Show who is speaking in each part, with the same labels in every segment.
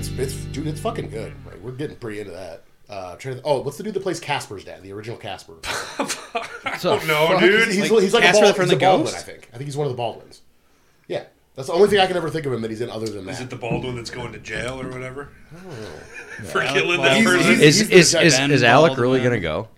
Speaker 1: dude, it's fucking good. Like, we're getting pretty into that. Uh, trying to- oh, what's the dude that plays Casper's dad? The original Casper.
Speaker 2: I
Speaker 3: So-
Speaker 2: don't know,
Speaker 3: Fuck.
Speaker 2: dude.
Speaker 1: he's
Speaker 3: Like
Speaker 1: he's like
Speaker 3: Casper
Speaker 1: a, bald,
Speaker 3: from
Speaker 1: he's a
Speaker 3: The
Speaker 1: Baldwin,
Speaker 3: Ghost?
Speaker 1: I think. I think he's one of the Baldwins. Yeah, that's the only thing I can ever think of him that he's in other than that.
Speaker 2: Is it the bald one that's going to jail or whatever? For killing that
Speaker 1: He's-
Speaker 2: person?
Speaker 1: he's-
Speaker 3: Is
Speaker 1: the
Speaker 3: is,
Speaker 1: judge.
Speaker 3: is,
Speaker 4: Ben
Speaker 3: is Alec
Speaker 4: Baldwin.
Speaker 3: really gonna go?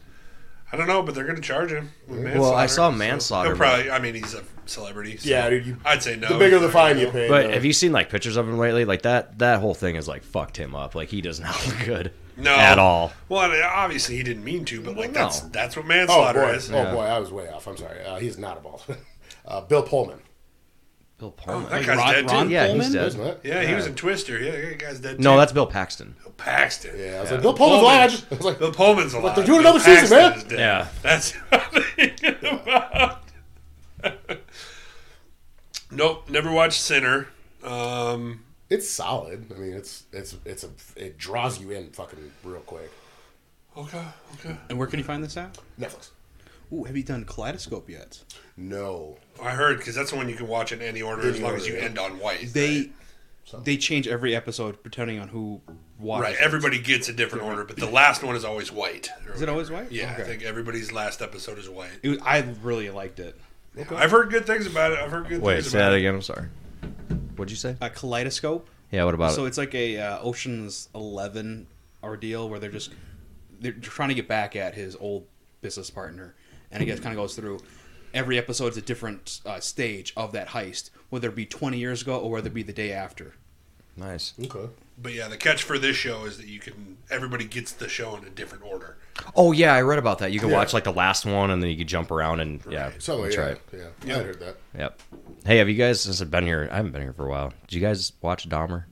Speaker 2: I don't know, but they're going to charge him. With manslaughter,
Speaker 3: Well, I saw
Speaker 2: so
Speaker 3: manslaughter,
Speaker 2: He'll probably. I mean, he's a celebrity. so
Speaker 1: Yeah, dude, you-
Speaker 2: I'd say no.
Speaker 1: the bigger the fine you pay.
Speaker 3: But
Speaker 1: the-
Speaker 3: have you seen like pictures of him lately? Like that that whole thing has like fucked him up. Like he does not look good
Speaker 2: No,
Speaker 3: at all.
Speaker 2: Well, I mean, obviously he didn't mean to, but like
Speaker 3: no.
Speaker 2: that's that's what
Speaker 1: Oh
Speaker 2: manslaughter
Speaker 1: boy!
Speaker 2: is.
Speaker 1: Oh boy! I was way off. I'm sorry. Uh, he's not a Baldwin. Uh, Bill Pullman,
Speaker 3: Bill Pullman.
Speaker 2: that guy's
Speaker 4: Ron-
Speaker 2: dead too.
Speaker 4: Ron
Speaker 3: yeah,
Speaker 4: Pullman?
Speaker 3: he's dead.
Speaker 1: isn't it?
Speaker 2: Yeah, he was in Twister. Yeah, that guy's dead.
Speaker 3: No,
Speaker 2: too.
Speaker 3: that's Bill Paxton.
Speaker 2: Bill Paxton.
Speaker 1: Yeah, I was like Bill Pullman's
Speaker 2: Pullman.
Speaker 1: alive. I just- I was like,
Speaker 2: Bill Pullman's alive.
Speaker 1: they're doing
Speaker 2: Bill
Speaker 1: another season,
Speaker 2: Paxton
Speaker 1: man.
Speaker 2: is dead.
Speaker 3: Yeah.
Speaker 2: that's what I'm thinking about. nope, never watched Sinner. Um,
Speaker 1: it's solid. I mean, it's it's it's a it draws you in fucking real quick.
Speaker 2: okay, okay.
Speaker 4: And where can you find this out?
Speaker 1: Netflix.
Speaker 4: Ooh, have you done Kaleidoscope yet?
Speaker 1: No.
Speaker 2: I heard because that's the one you can watch in any order as
Speaker 1: Any
Speaker 2: long
Speaker 1: order,
Speaker 2: as you
Speaker 1: yeah.
Speaker 2: end on white.
Speaker 4: They
Speaker 1: So-
Speaker 4: they change every episode depending on who watches.
Speaker 2: right,
Speaker 4: it.
Speaker 2: everybody gets a different order, but the last one is always white.
Speaker 4: Is it always white?
Speaker 2: Yeah,
Speaker 4: Okay.
Speaker 2: I think everybody's last episode is white.
Speaker 4: It was, I really liked it.
Speaker 2: I've heard good things about it. I've heard good
Speaker 3: Wait,
Speaker 2: things
Speaker 3: say
Speaker 2: about
Speaker 3: that
Speaker 2: it.
Speaker 3: again. I'm sorry. What'd you say?
Speaker 4: A Kaleidoscope.
Speaker 3: Yeah, what about
Speaker 4: So
Speaker 3: it?
Speaker 4: it's like a uh, Ocean's Eleven ordeal where they're just they're trying to get back at his old business partner, and I guess kind of goes through every episode's a different uh, stage of that heist, whether it be twenty years ago or whether it be the day after.
Speaker 3: Nice.
Speaker 1: Okay.
Speaker 2: But yeah, the catch for this show is that you can everybody gets the show in a different order.
Speaker 3: Oh yeah, I read about that. You can
Speaker 1: Yeah.
Speaker 3: watch like the last one, and then you can jump around and yeah,
Speaker 1: So
Speaker 3: that's
Speaker 1: yeah,
Speaker 3: right.
Speaker 1: yeah, I heard that.
Speaker 3: Yep. Hey, have you guys since I've been here? I haven't been here for a while. Did you guys watch Dahmer?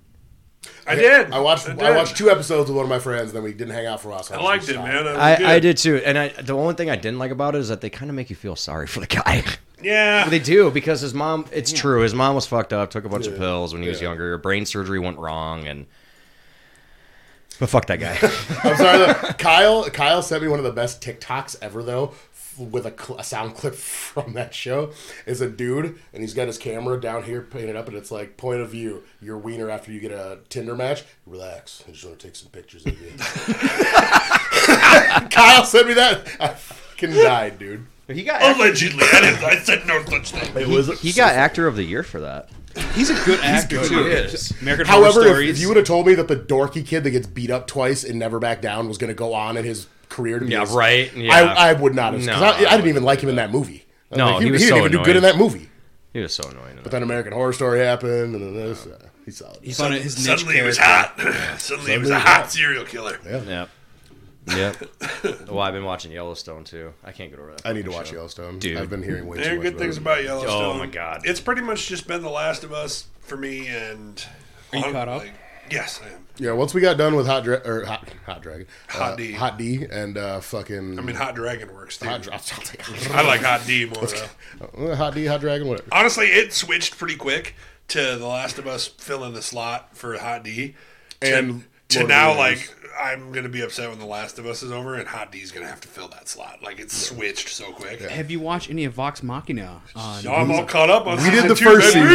Speaker 2: I did.
Speaker 1: I watched. I,
Speaker 2: did.
Speaker 1: watched two episodes with one of my friends. Then we didn't hang out for a while. So
Speaker 2: I
Speaker 1: just
Speaker 2: liked it,
Speaker 1: stopped.
Speaker 2: man. That was good.
Speaker 3: I, I did too, and I, the only thing I didn't like about it is that they kind of make you feel sorry for the guy.
Speaker 2: Yeah.
Speaker 3: they do because his mom. It's true. His mom was fucked up. Took a bunch of
Speaker 1: Yeah.
Speaker 3: pills when he was
Speaker 1: Yeah.
Speaker 3: younger. Brain surgery went wrong, and but fuck that guy.
Speaker 1: I'm sorry. Though. Kyle Kyle sent me one of the best TikToks ever though, f- with a, cl- a sound clip from that show. Is a dude and he's got his camera down here painted up, and it's like point of view. Your wiener after you get a Tinder match. Relax. I just want to take some pictures of you. Kyle sent me that. I fucking died, dude.
Speaker 3: he got
Speaker 4: Oh,
Speaker 2: Allegedly, I, didn't, I said no such thing.
Speaker 1: It was.
Speaker 3: he got actor of the year for that.
Speaker 4: He's a good actor
Speaker 3: good.
Speaker 4: too.
Speaker 3: He is.
Speaker 4: American Horror
Speaker 1: However, if,
Speaker 4: Stories.
Speaker 1: if you would have told me that the dorky kid that gets beat up twice and never back down was going to go on in his career to be
Speaker 3: Yeah,
Speaker 1: as-
Speaker 3: right, yeah.
Speaker 1: I, I would not have. 'cause I,
Speaker 3: No.
Speaker 1: I didn't even like him in that movie.
Speaker 3: No,
Speaker 1: Like,
Speaker 3: he was
Speaker 1: he
Speaker 3: so
Speaker 1: didn't even do good
Speaker 3: annoying.
Speaker 1: in that movie.
Speaker 3: He was so annoying. in
Speaker 1: But
Speaker 3: that.
Speaker 1: then American Horror Story happened, and then this. Uh, he's solid.
Speaker 4: He found his niche
Speaker 2: Suddenly he was
Speaker 4: character.
Speaker 2: hot. Suddenly he
Speaker 1: Suddenly
Speaker 2: was
Speaker 1: he
Speaker 2: a
Speaker 1: was
Speaker 2: hot
Speaker 1: hot.
Speaker 2: serial killer.
Speaker 3: Yep. Yep. well, I've been watching Yellowstone too. I can't get over that.
Speaker 1: I need to
Speaker 3: fucking
Speaker 1: watch
Speaker 3: show.
Speaker 1: Yellowstone.
Speaker 3: Dude.
Speaker 1: I've been hearing way
Speaker 2: There
Speaker 1: too
Speaker 2: are
Speaker 1: much
Speaker 2: good things about Yellowstone.
Speaker 3: Oh, my God.
Speaker 2: It's pretty much just been The Last of Us for me, and
Speaker 4: Are you caught up?
Speaker 2: yes, I am.
Speaker 1: Yeah, once we got done with Hot Dra- or Hot Hot Dragon,
Speaker 2: Hot
Speaker 1: uh,
Speaker 2: D.
Speaker 1: Hot D, and uh, fucking
Speaker 2: I mean, Hot Dragon works. Dude.
Speaker 1: Hot, Dra- I'll take
Speaker 2: I like Hot D more. though.
Speaker 1: Hot, Hot D, Hot Dragon, whatever.
Speaker 2: Honestly, it switched pretty quick to The Last of Us filling the slot for Hot D, to,
Speaker 1: And
Speaker 2: to
Speaker 1: Lord of the
Speaker 2: now
Speaker 1: Rings.
Speaker 2: like I'm gonna be upset when The Last of Us is over and Hot D's gonna have to fill that slot. Like it switched so quick.
Speaker 4: Have you watched any of Vox Machina? On
Speaker 2: No, I'm all caught up on
Speaker 1: We did
Speaker 2: season
Speaker 1: the
Speaker 2: two,
Speaker 1: first
Speaker 2: baby.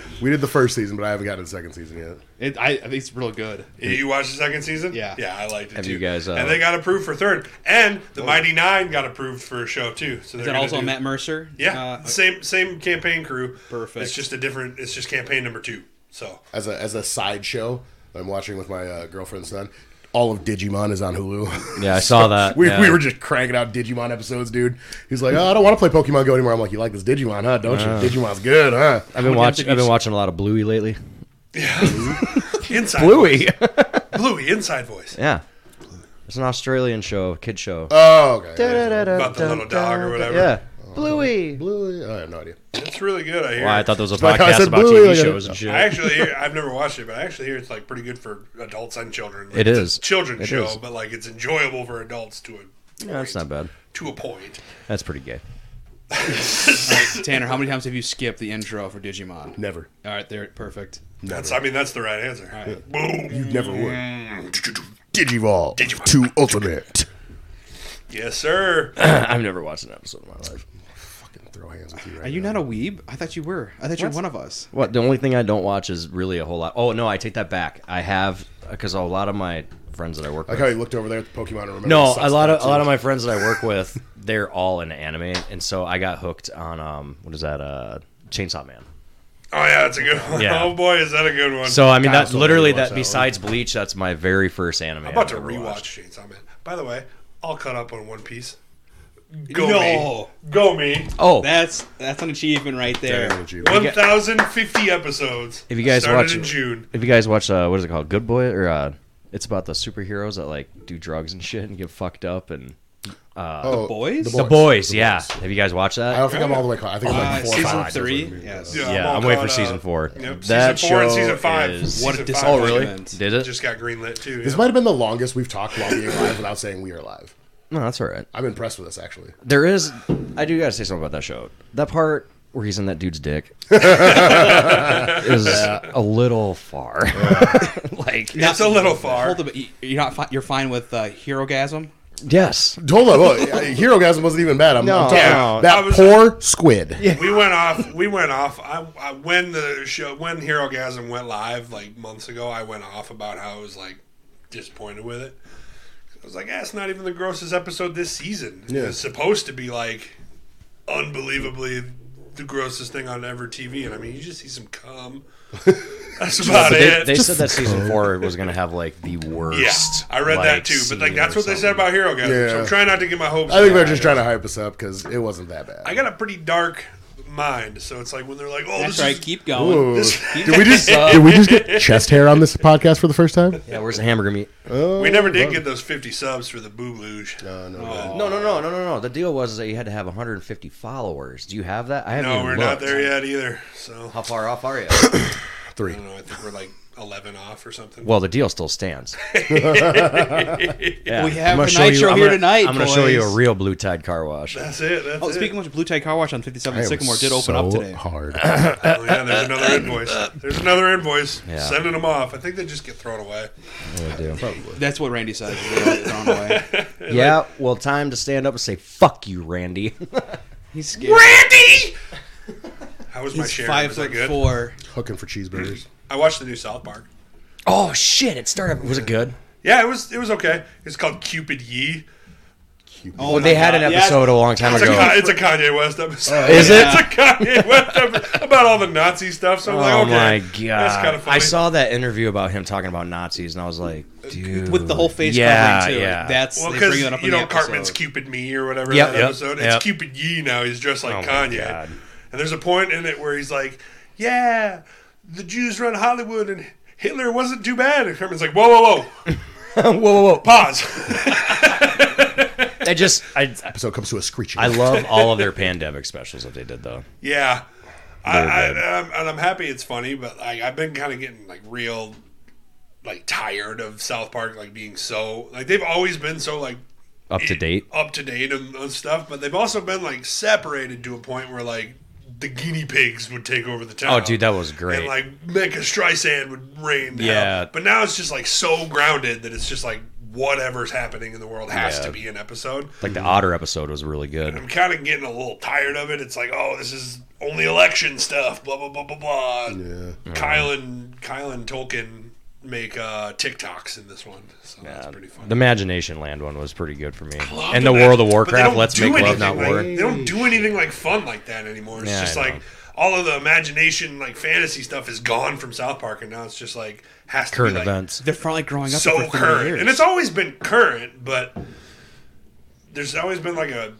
Speaker 1: season. We did the first season, but I haven't gotten to the second season yet.
Speaker 4: it, I, I think it's real good.
Speaker 2: You watched the second season?
Speaker 4: Yeah.
Speaker 2: Yeah, I liked it
Speaker 3: Have
Speaker 2: too.
Speaker 3: you guys, uh,
Speaker 2: and they got approved for third. And the Mighty Nine got approved for a show too. So
Speaker 4: Is
Speaker 2: they're
Speaker 4: that
Speaker 2: gonna
Speaker 4: also
Speaker 2: do-
Speaker 4: Matt Mercer?
Speaker 2: Yeah.
Speaker 4: Uh,
Speaker 2: same same campaign crew.
Speaker 4: Perfect.
Speaker 2: It's just a different it's just campaign number two. So
Speaker 1: as a as a sideshow I'm watching with my uh, girlfriend's son. All of Digimon is on Hulu.
Speaker 3: Yeah, I saw that,
Speaker 1: we,
Speaker 3: yeah.
Speaker 1: we were just cranking out Digimon episodes, dude. He's like, oh, I don't want to play Pokemon Go anymore. I'm like, you like this Digimon, huh? Don't you? Digimon's good, huh?
Speaker 3: I've been
Speaker 4: How many
Speaker 3: watching.
Speaker 4: times have
Speaker 3: I've
Speaker 4: you
Speaker 3: been
Speaker 4: s-
Speaker 3: watching a lot of Bluey lately.
Speaker 2: inside
Speaker 3: Bluey.
Speaker 2: Bluey, inside voice.
Speaker 3: yeah. It's an Australian show, kid show.
Speaker 1: Oh, okay.
Speaker 2: About
Speaker 3: About
Speaker 2: the little dog or whatever. Oh,
Speaker 3: Yeah. Bluey.
Speaker 1: Bluey? Oh, I have no idea.
Speaker 2: It's really good, I hear.
Speaker 3: Well, I thought there was a
Speaker 1: Like I
Speaker 3: podcast
Speaker 1: said,
Speaker 3: about
Speaker 1: Bluey,
Speaker 3: TV
Speaker 1: like,
Speaker 3: shows and
Speaker 2: I
Speaker 3: shit.
Speaker 2: actually hear, I've never watched it, but I actually hear it's like pretty good for adults and children.
Speaker 3: It
Speaker 2: It's a
Speaker 3: is.
Speaker 2: children's
Speaker 3: It
Speaker 2: show,
Speaker 3: is.
Speaker 2: but like it's enjoyable for adults to a
Speaker 3: Yeah, that's not bad.
Speaker 2: to a point.
Speaker 3: That's pretty gay.
Speaker 4: Tanner, how many times have you skipped the intro for Digimon?
Speaker 1: Never.
Speaker 4: All right, there, perfect.
Speaker 2: That's I mean that's the right answer. Boom.
Speaker 1: You never would. Digivolve, to Ultimate.
Speaker 2: Yes, sir. Oh,
Speaker 3: I've never watched an episode in my life.
Speaker 1: Fucking throw hands with you right
Speaker 4: Are you not a weeb? I thought you were. I thought you were one of us.
Speaker 3: What? The only thing I don't watch is really a whole lot. Oh no, I take that back. I have because a lot of my friends that I work
Speaker 1: Like
Speaker 3: with,
Speaker 1: how you looked over there at the Pokemon. and Remember
Speaker 3: no,
Speaker 1: the
Speaker 3: a lot of
Speaker 1: suspect,
Speaker 3: a lot of
Speaker 1: too.
Speaker 3: my friends that I work with, they're all in anime, and so I got hooked on um, what is that, uh, Chainsaw Man.
Speaker 2: Oh yeah, it's a good one.
Speaker 3: Yeah.
Speaker 2: Oh boy, is that a good one?
Speaker 3: So I mean,
Speaker 1: Kyle
Speaker 3: that
Speaker 1: still
Speaker 3: literally
Speaker 1: really watched that
Speaker 3: that besides Bleach, that's my very first anime.
Speaker 2: I'm about
Speaker 3: I've
Speaker 2: to
Speaker 3: ever
Speaker 2: rewatch
Speaker 3: watched.
Speaker 2: Chainsaw Man. By the way, I'll cut up on One Piece. Go
Speaker 4: No.
Speaker 2: me, go me.
Speaker 3: Oh,
Speaker 4: That's that's an achievement right there.
Speaker 1: Damn, G.
Speaker 2: One thousand fifty episodes.
Speaker 3: If you guys
Speaker 2: started
Speaker 3: watch
Speaker 2: in
Speaker 3: it-
Speaker 2: June,
Speaker 3: if you guys watch, uh, what is it called, Good Boy, or uh, it's about the superheroes that like do drugs and shit and get fucked up and
Speaker 1: Oh,
Speaker 4: Boys?
Speaker 3: the boys. Yeah, have you guys watched that?
Speaker 1: I don't think I'm all the way caught. I think I'm
Speaker 4: Uh,
Speaker 1: like four or
Speaker 4: season
Speaker 1: five.
Speaker 4: three?
Speaker 1: That's what I mean.
Speaker 4: Yes.
Speaker 2: Yeah.
Speaker 3: yeah,
Speaker 2: I'm
Speaker 3: I'm
Speaker 2: all
Speaker 3: waiting for
Speaker 2: caught
Speaker 3: season
Speaker 2: up.
Speaker 3: four.
Speaker 2: Yep.
Speaker 3: That
Speaker 2: season four and
Speaker 3: show
Speaker 2: season five.
Speaker 3: is-
Speaker 2: What a
Speaker 4: dis-
Speaker 2: disappointment.
Speaker 4: Oh, really?
Speaker 3: Did it?
Speaker 2: just got greenlit too.
Speaker 1: This
Speaker 2: yeah.
Speaker 1: might have been the longest we've talked about being alive without saying we are alive.
Speaker 3: No, that's all right.
Speaker 1: I'm impressed with this actually.
Speaker 3: There is. I do gotta say something about that show. That part where he's in that dude's dick is a little far. like
Speaker 2: It's a little far. Oh,
Speaker 4: Hold the, you're not. Fi- you're fine with uh, hero gasm.
Speaker 3: yes,
Speaker 1: Hold on, look, Hero Gasm wasn't even bad. I'm,
Speaker 3: No.
Speaker 1: I'm talking
Speaker 3: Yeah.
Speaker 1: that
Speaker 2: I was-
Speaker 1: poor squid.
Speaker 2: we went off. We went off. I, I when the show when Hero Gasm went live like months ago, I went off about how I was like disappointed with it. I was like, "Eh, it's not even the grossest episode this season.
Speaker 1: Yeah.
Speaker 2: It's supposed to be like unbelievably the grossest thing on ever TV, and I mean, you just see some cum. That's about
Speaker 3: But they,
Speaker 2: it.
Speaker 3: they said that season four was gonna have like the worst.
Speaker 2: yeah, I read that too. But like, that's what they said about Hero Gasm. So
Speaker 1: Yeah.
Speaker 2: I'm trying not to get my hopes.
Speaker 1: I think
Speaker 2: up.
Speaker 1: they're just trying to hype us up because it wasn't that bad.
Speaker 2: I got a pretty dark mind, so it's like when they're like, "Oh,
Speaker 4: That's
Speaker 2: this
Speaker 4: right.
Speaker 2: is
Speaker 4: Keep going.
Speaker 1: did we just did we just get chest hair on this podcast for the first time?
Speaker 3: Yeah, where's the hamburger meat?
Speaker 2: We never did get those 50 subs for the boobluge.
Speaker 1: No, no,
Speaker 3: No, no, no, no, no, no. The deal was that you had to have 150 followers. Do you have that? I haven't.
Speaker 2: No,
Speaker 3: even
Speaker 2: we're not
Speaker 3: looked.
Speaker 2: there yet either. So,
Speaker 3: How
Speaker 2: I
Speaker 3: far off are you?
Speaker 1: three.
Speaker 2: don't know. I think we're like 11 off or something.
Speaker 3: well, the deal still stands. Yeah.
Speaker 4: We have
Speaker 3: gonna
Speaker 4: a
Speaker 3: show
Speaker 4: night
Speaker 3: you-
Speaker 4: show
Speaker 3: I'm
Speaker 4: here
Speaker 3: gonna-
Speaker 4: tonight,
Speaker 3: I'm gonna show you a
Speaker 4: boys.
Speaker 3: real blue tide car wash.
Speaker 2: that's it. That's
Speaker 4: Oh,
Speaker 2: it.
Speaker 4: speaking of which, Blue Tide Car Wash on 57 Sycamore did open
Speaker 1: so
Speaker 4: up today.
Speaker 1: Hard.
Speaker 2: oh, yeah, there's another invoice. There's another invoice.
Speaker 3: Yeah.
Speaker 2: Sending them off. I think they just get thrown away.
Speaker 3: I do.
Speaker 4: That's what Randy said. They got it thrown away.
Speaker 3: Yeah, well, time to stand up and say "fuck you, Randy."
Speaker 4: He's scared.
Speaker 2: Randy! How was my
Speaker 4: He's
Speaker 2: share?
Speaker 4: five
Speaker 2: was that
Speaker 4: foot
Speaker 2: good?
Speaker 4: four.
Speaker 1: Hooking for cheeseburgers.
Speaker 2: I watched the new South Park.
Speaker 3: oh shit! It started. Was it good?
Speaker 2: Yeah, it was it was okay. It's called Cupid Yee.
Speaker 4: Oh,
Speaker 3: Well,
Speaker 4: my
Speaker 3: they had an
Speaker 4: God. Yes.
Speaker 3: episode a long time
Speaker 2: It's a,
Speaker 3: ago.
Speaker 2: Ka- it's a Kanye West episode.
Speaker 3: Is it?
Speaker 2: It's a Kanye West episode about all the Nazi stuff. So I'm
Speaker 3: Oh
Speaker 2: like, okay,
Speaker 3: my
Speaker 2: that's
Speaker 3: god!
Speaker 2: kind of funny.
Speaker 3: I saw that interview about him talking about Nazis, and I was like, dude,
Speaker 4: With the whole face
Speaker 3: yeah,
Speaker 4: covering too.
Speaker 3: Yeah,
Speaker 4: Like, that's
Speaker 2: Well,
Speaker 4: they bring
Speaker 2: because
Speaker 4: that up
Speaker 2: you
Speaker 4: in the
Speaker 2: know Cartman's
Speaker 4: episode.
Speaker 2: Cupid Me or whatever
Speaker 3: Yep,
Speaker 2: that
Speaker 3: yep,
Speaker 2: episode.
Speaker 3: yep.
Speaker 2: It's Cupid Ye now. He's dressed like
Speaker 3: Oh my
Speaker 2: Kanye.
Speaker 3: God.
Speaker 2: And there's a point in it where he's like, "Yeah, the Jews run Hollywood, and Hitler wasn't too bad." And Cartman's like, "Whoa, whoa, whoa,
Speaker 3: whoa, whoa, whoa!
Speaker 2: pause."
Speaker 3: I just, I,
Speaker 1: Episode comes to a screeching.
Speaker 3: I love all of their pandemic specials that they did though.
Speaker 2: yeah, I, I,
Speaker 3: good.
Speaker 2: and, I'm, and I'm happy it's funny, but like I've been kind of getting like real, like tired of South Park like being so like they've always been so like
Speaker 3: Up to date.
Speaker 2: up to date and, and stuff, but they've also been like separated to a point where like the guinea pigs would take over the town.
Speaker 3: Oh, dude, that was great.
Speaker 2: And like Mecca Streisand would reign. down.
Speaker 3: Yeah.
Speaker 2: but now it's just like so grounded that it's just like whatever's happening in the world has
Speaker 3: Yeah.
Speaker 2: to be an episode.
Speaker 3: Like the Otter episode was really good.
Speaker 2: I'm kind of getting a little tired of it. It's like, oh, this is only election stuff. Blah blah blah blah blah.
Speaker 1: Yeah.
Speaker 2: Kyle and Kyle and Tolkien make uh, TikToks in this one, so that's pretty funny.
Speaker 3: The Imagination Land one was pretty good for me.
Speaker 2: love
Speaker 3: And the
Speaker 2: that.
Speaker 3: World of
Speaker 2: But they
Speaker 3: Warcraft,
Speaker 2: don't
Speaker 3: Let's
Speaker 2: do
Speaker 3: Make Love
Speaker 2: anything
Speaker 3: Not
Speaker 2: like-
Speaker 3: War.
Speaker 2: They don't do anything like fun like that anymore. It's
Speaker 3: Yeah,
Speaker 2: just
Speaker 3: I know.
Speaker 2: like all of the imagination, like fantasy stuff, is gone from South Park, and now it's just like has to
Speaker 3: Current
Speaker 2: be like,
Speaker 3: events.
Speaker 4: They're probably growing up
Speaker 2: so
Speaker 4: for 30
Speaker 2: current,
Speaker 4: years.
Speaker 2: and it's always been current, but there's always been like a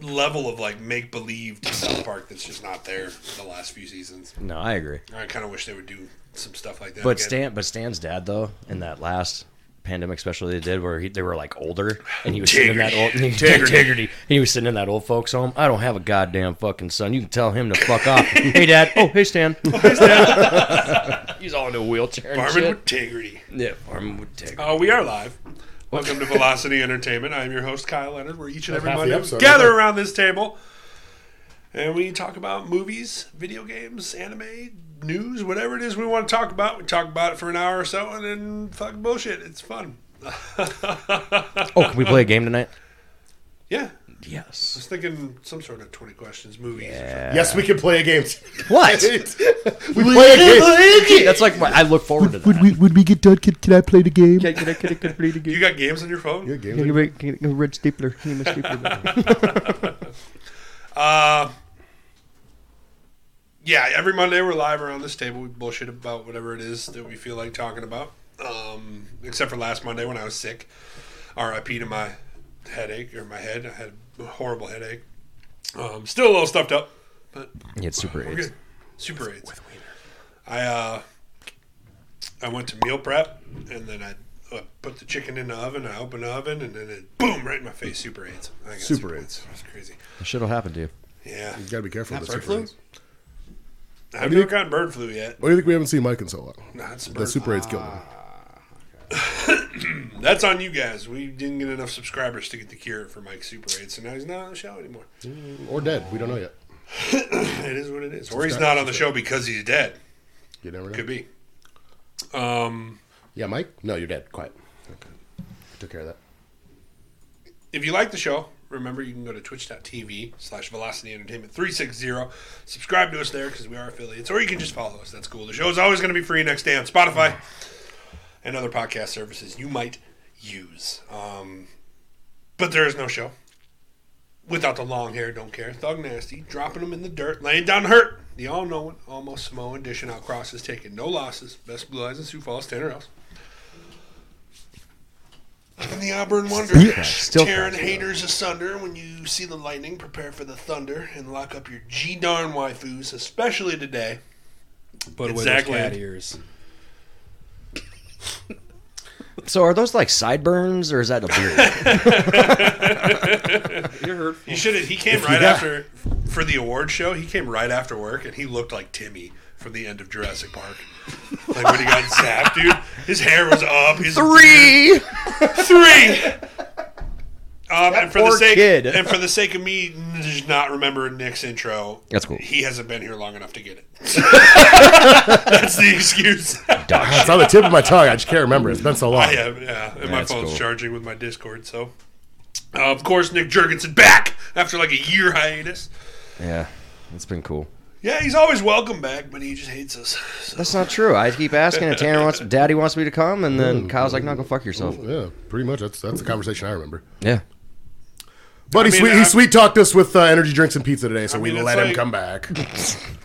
Speaker 2: level of like make believe to South Park that's just not there the last few seasons.
Speaker 3: No, I agree.
Speaker 2: I kind of wish they would do some stuff like that.
Speaker 3: But
Speaker 2: again.
Speaker 3: Stan, but Stan's dad though, in that last pandemic special they did, where he, they were like older, and he was sitting in that old and he, Tiggerty. And he was sitting in that old folks' home. I don't have a goddamn fucking son. You can tell him to fuck off. hey, dad. Oh, hey, Stan. He's all in a wheelchair. And
Speaker 2: Barman
Speaker 3: shit.
Speaker 2: with Integrity.
Speaker 3: yeah, Barman would take.
Speaker 2: Uh, we are live. Welcome to Velocity Entertainment. I'm your host, Kyle Leonard. We're each and every
Speaker 1: half the
Speaker 2: Monday
Speaker 1: episode,
Speaker 2: gather
Speaker 1: isn't it?
Speaker 2: around this table and we talk about movies, video games, anime, news, whatever it is we want to talk about. We talk about it for an hour or so and then fuck bullshit. It's fun.
Speaker 3: Oh, can we play a game tonight?
Speaker 2: Yeah.
Speaker 3: Yes.
Speaker 2: was thinking some sort of 20 questions movie.
Speaker 3: Yeah.
Speaker 1: Yes, we can play a game.
Speaker 3: What?
Speaker 1: we play a game.
Speaker 3: That's like my, I look forward to that.
Speaker 5: When we when we get done, can, can I play the game?
Speaker 3: Can I- can I- can I- can I play the game?
Speaker 2: You got games on your phone?
Speaker 1: Good game.
Speaker 5: Can you make- can you make a red stapler? Can you make a stapler back?
Speaker 2: Uh, yeah, every Monday we're live around this table. We bullshit about whatever it is that we feel like talking about. Um, except for last Monday when I was sick. RIP to my headache or my head. I had a horrible headache. Um, still a little stuffed up, but
Speaker 3: You had super
Speaker 2: we're
Speaker 3: AIDS.
Speaker 2: good. Super AIDS. I uh, I went to meal prep and then I uh, put the chicken in the oven. I opened the oven and then it boom right in my face. Super AIDS. I got
Speaker 1: Super Mm-hmm. AIDS.
Speaker 2: That's crazy.
Speaker 3: Shit'll happen to you.
Speaker 2: Yeah.
Speaker 1: You gotta be careful.
Speaker 2: Not
Speaker 1: with this
Speaker 2: bird flu?
Speaker 1: difference.
Speaker 2: I've never gotten bird flu yet.
Speaker 1: What do you think we haven't seen Mike in so long?
Speaker 2: Nah, it's
Speaker 1: The
Speaker 2: bird
Speaker 1: Super 8's killed him.
Speaker 2: flu. That's on you guys. We didn't get enough subscribers to get the cure for Mike's Super 8, so now he's not on the show anymore.
Speaker 1: Or dead. We don't know yet.
Speaker 2: It is what it is. Or he's not on the show because he's dead.
Speaker 1: You never know.
Speaker 2: Could be. Um,
Speaker 1: Yeah, Mike? No, you're dead. Quiet. Took care of that.
Speaker 2: if you like the show, remember you can go to twitch.tv slash velocity entertainment 360. Subscribe to us there because we are affiliates, or you can just follow us. That's cool. The show is always going to be free next day on Spotify and other podcast services you might use. Um, but there is no show without the long hair, don't care. Thug Nasty, dropping them in the dirt, laying down hurt. The all knowing, almost Samoan, dishing out crosses, taking no losses. Best Blue Eyes in Sioux Falls, Tanner House. And the Auburn Wonder,
Speaker 3: still
Speaker 2: tearing
Speaker 3: fast, yeah.
Speaker 2: haters asunder. When you see the lightning, prepare for the thunder and lock up your G darn waifus, especially today.
Speaker 4: Put away
Speaker 2: Exactly.
Speaker 4: those cat ears.
Speaker 3: So are those like sideburns or is that a beard?
Speaker 4: You heard?
Speaker 2: You should have. He came right after for the award show. He came right after work, and he looked like Timmy from the end of Jurassic Park. like when he got zapped, dude. His hair was up. His
Speaker 3: Three.
Speaker 2: three. Um, and for the
Speaker 3: poor
Speaker 2: sake
Speaker 3: kid.
Speaker 2: and for the sake of me n- just not remembering Nick's intro,
Speaker 3: That's cool.
Speaker 2: He hasn't been here long enough to get it. That's the excuse.
Speaker 1: Ah, It's on the tip of my tongue. I just can't remember. It's been so long.
Speaker 2: I have, yeah. And my
Speaker 3: That's
Speaker 2: phone's
Speaker 3: cool.
Speaker 2: charging with my Discord, so. Uh, of course, Nick Jurgensen back after like a year hiatus.
Speaker 3: Yeah, it's been cool.
Speaker 2: Yeah, he's always welcome back, but he just hates us. So,
Speaker 3: That's not true. I keep asking, and Tanner wants, Daddy wants me to come, and then Kyle's like, "No, go fuck yourself."
Speaker 1: Yeah, pretty much. That's that's the conversation I remember.
Speaker 3: Yeah.
Speaker 1: But he
Speaker 2: mean,
Speaker 1: sweet
Speaker 2: I-
Speaker 1: he sweet talked us with uh, energy drinks and pizza today, so
Speaker 2: I
Speaker 1: we
Speaker 2: mean, it's
Speaker 1: let him
Speaker 2: like-
Speaker 1: come back.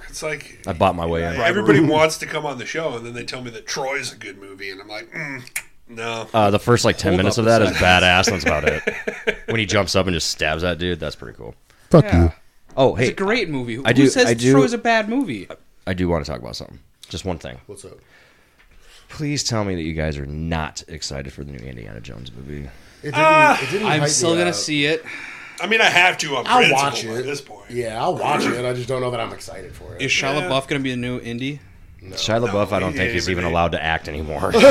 Speaker 2: it's like
Speaker 3: I bought my way in.
Speaker 2: everybody wants to come on the show, and then they tell me that Troy's a good movie, and I'm like, mm, no.
Speaker 3: Uh, the first like ten
Speaker 4: Hold
Speaker 3: minutes
Speaker 4: up
Speaker 3: of that
Speaker 4: a
Speaker 3: is badass. That's about it. when he jumps up and just stabs that dude, that's pretty cool.
Speaker 5: Fuck
Speaker 4: Yeah.
Speaker 5: you.
Speaker 3: Oh, hey,
Speaker 4: It's a great movie. Who
Speaker 3: I do-
Speaker 4: says
Speaker 3: I do-
Speaker 4: Troy's a bad movie?
Speaker 3: I do want to talk about something. Just one thing.
Speaker 1: What's up?
Speaker 3: Please tell me that you guys are not excited for the new Indiana Jones movie.
Speaker 1: It didn't,
Speaker 2: Ah.
Speaker 1: it didn't
Speaker 4: I'm
Speaker 1: hype
Speaker 4: still
Speaker 1: me
Speaker 4: gonna
Speaker 1: up.
Speaker 4: see it.
Speaker 2: I mean, I have to. I'm
Speaker 1: I'll watch
Speaker 2: principled
Speaker 1: it
Speaker 2: at this point.
Speaker 1: Yeah, I'll watch it. I just don't know that I'm excited for
Speaker 4: Is
Speaker 1: it.
Speaker 4: Shia
Speaker 2: Yeah.
Speaker 4: LaBeouf gonna be a new indie?
Speaker 3: Shia LaBeouf, I don't
Speaker 2: he
Speaker 3: think
Speaker 2: ain't
Speaker 3: he's
Speaker 2: even
Speaker 3: even
Speaker 2: made-
Speaker 3: allowed to act anymore.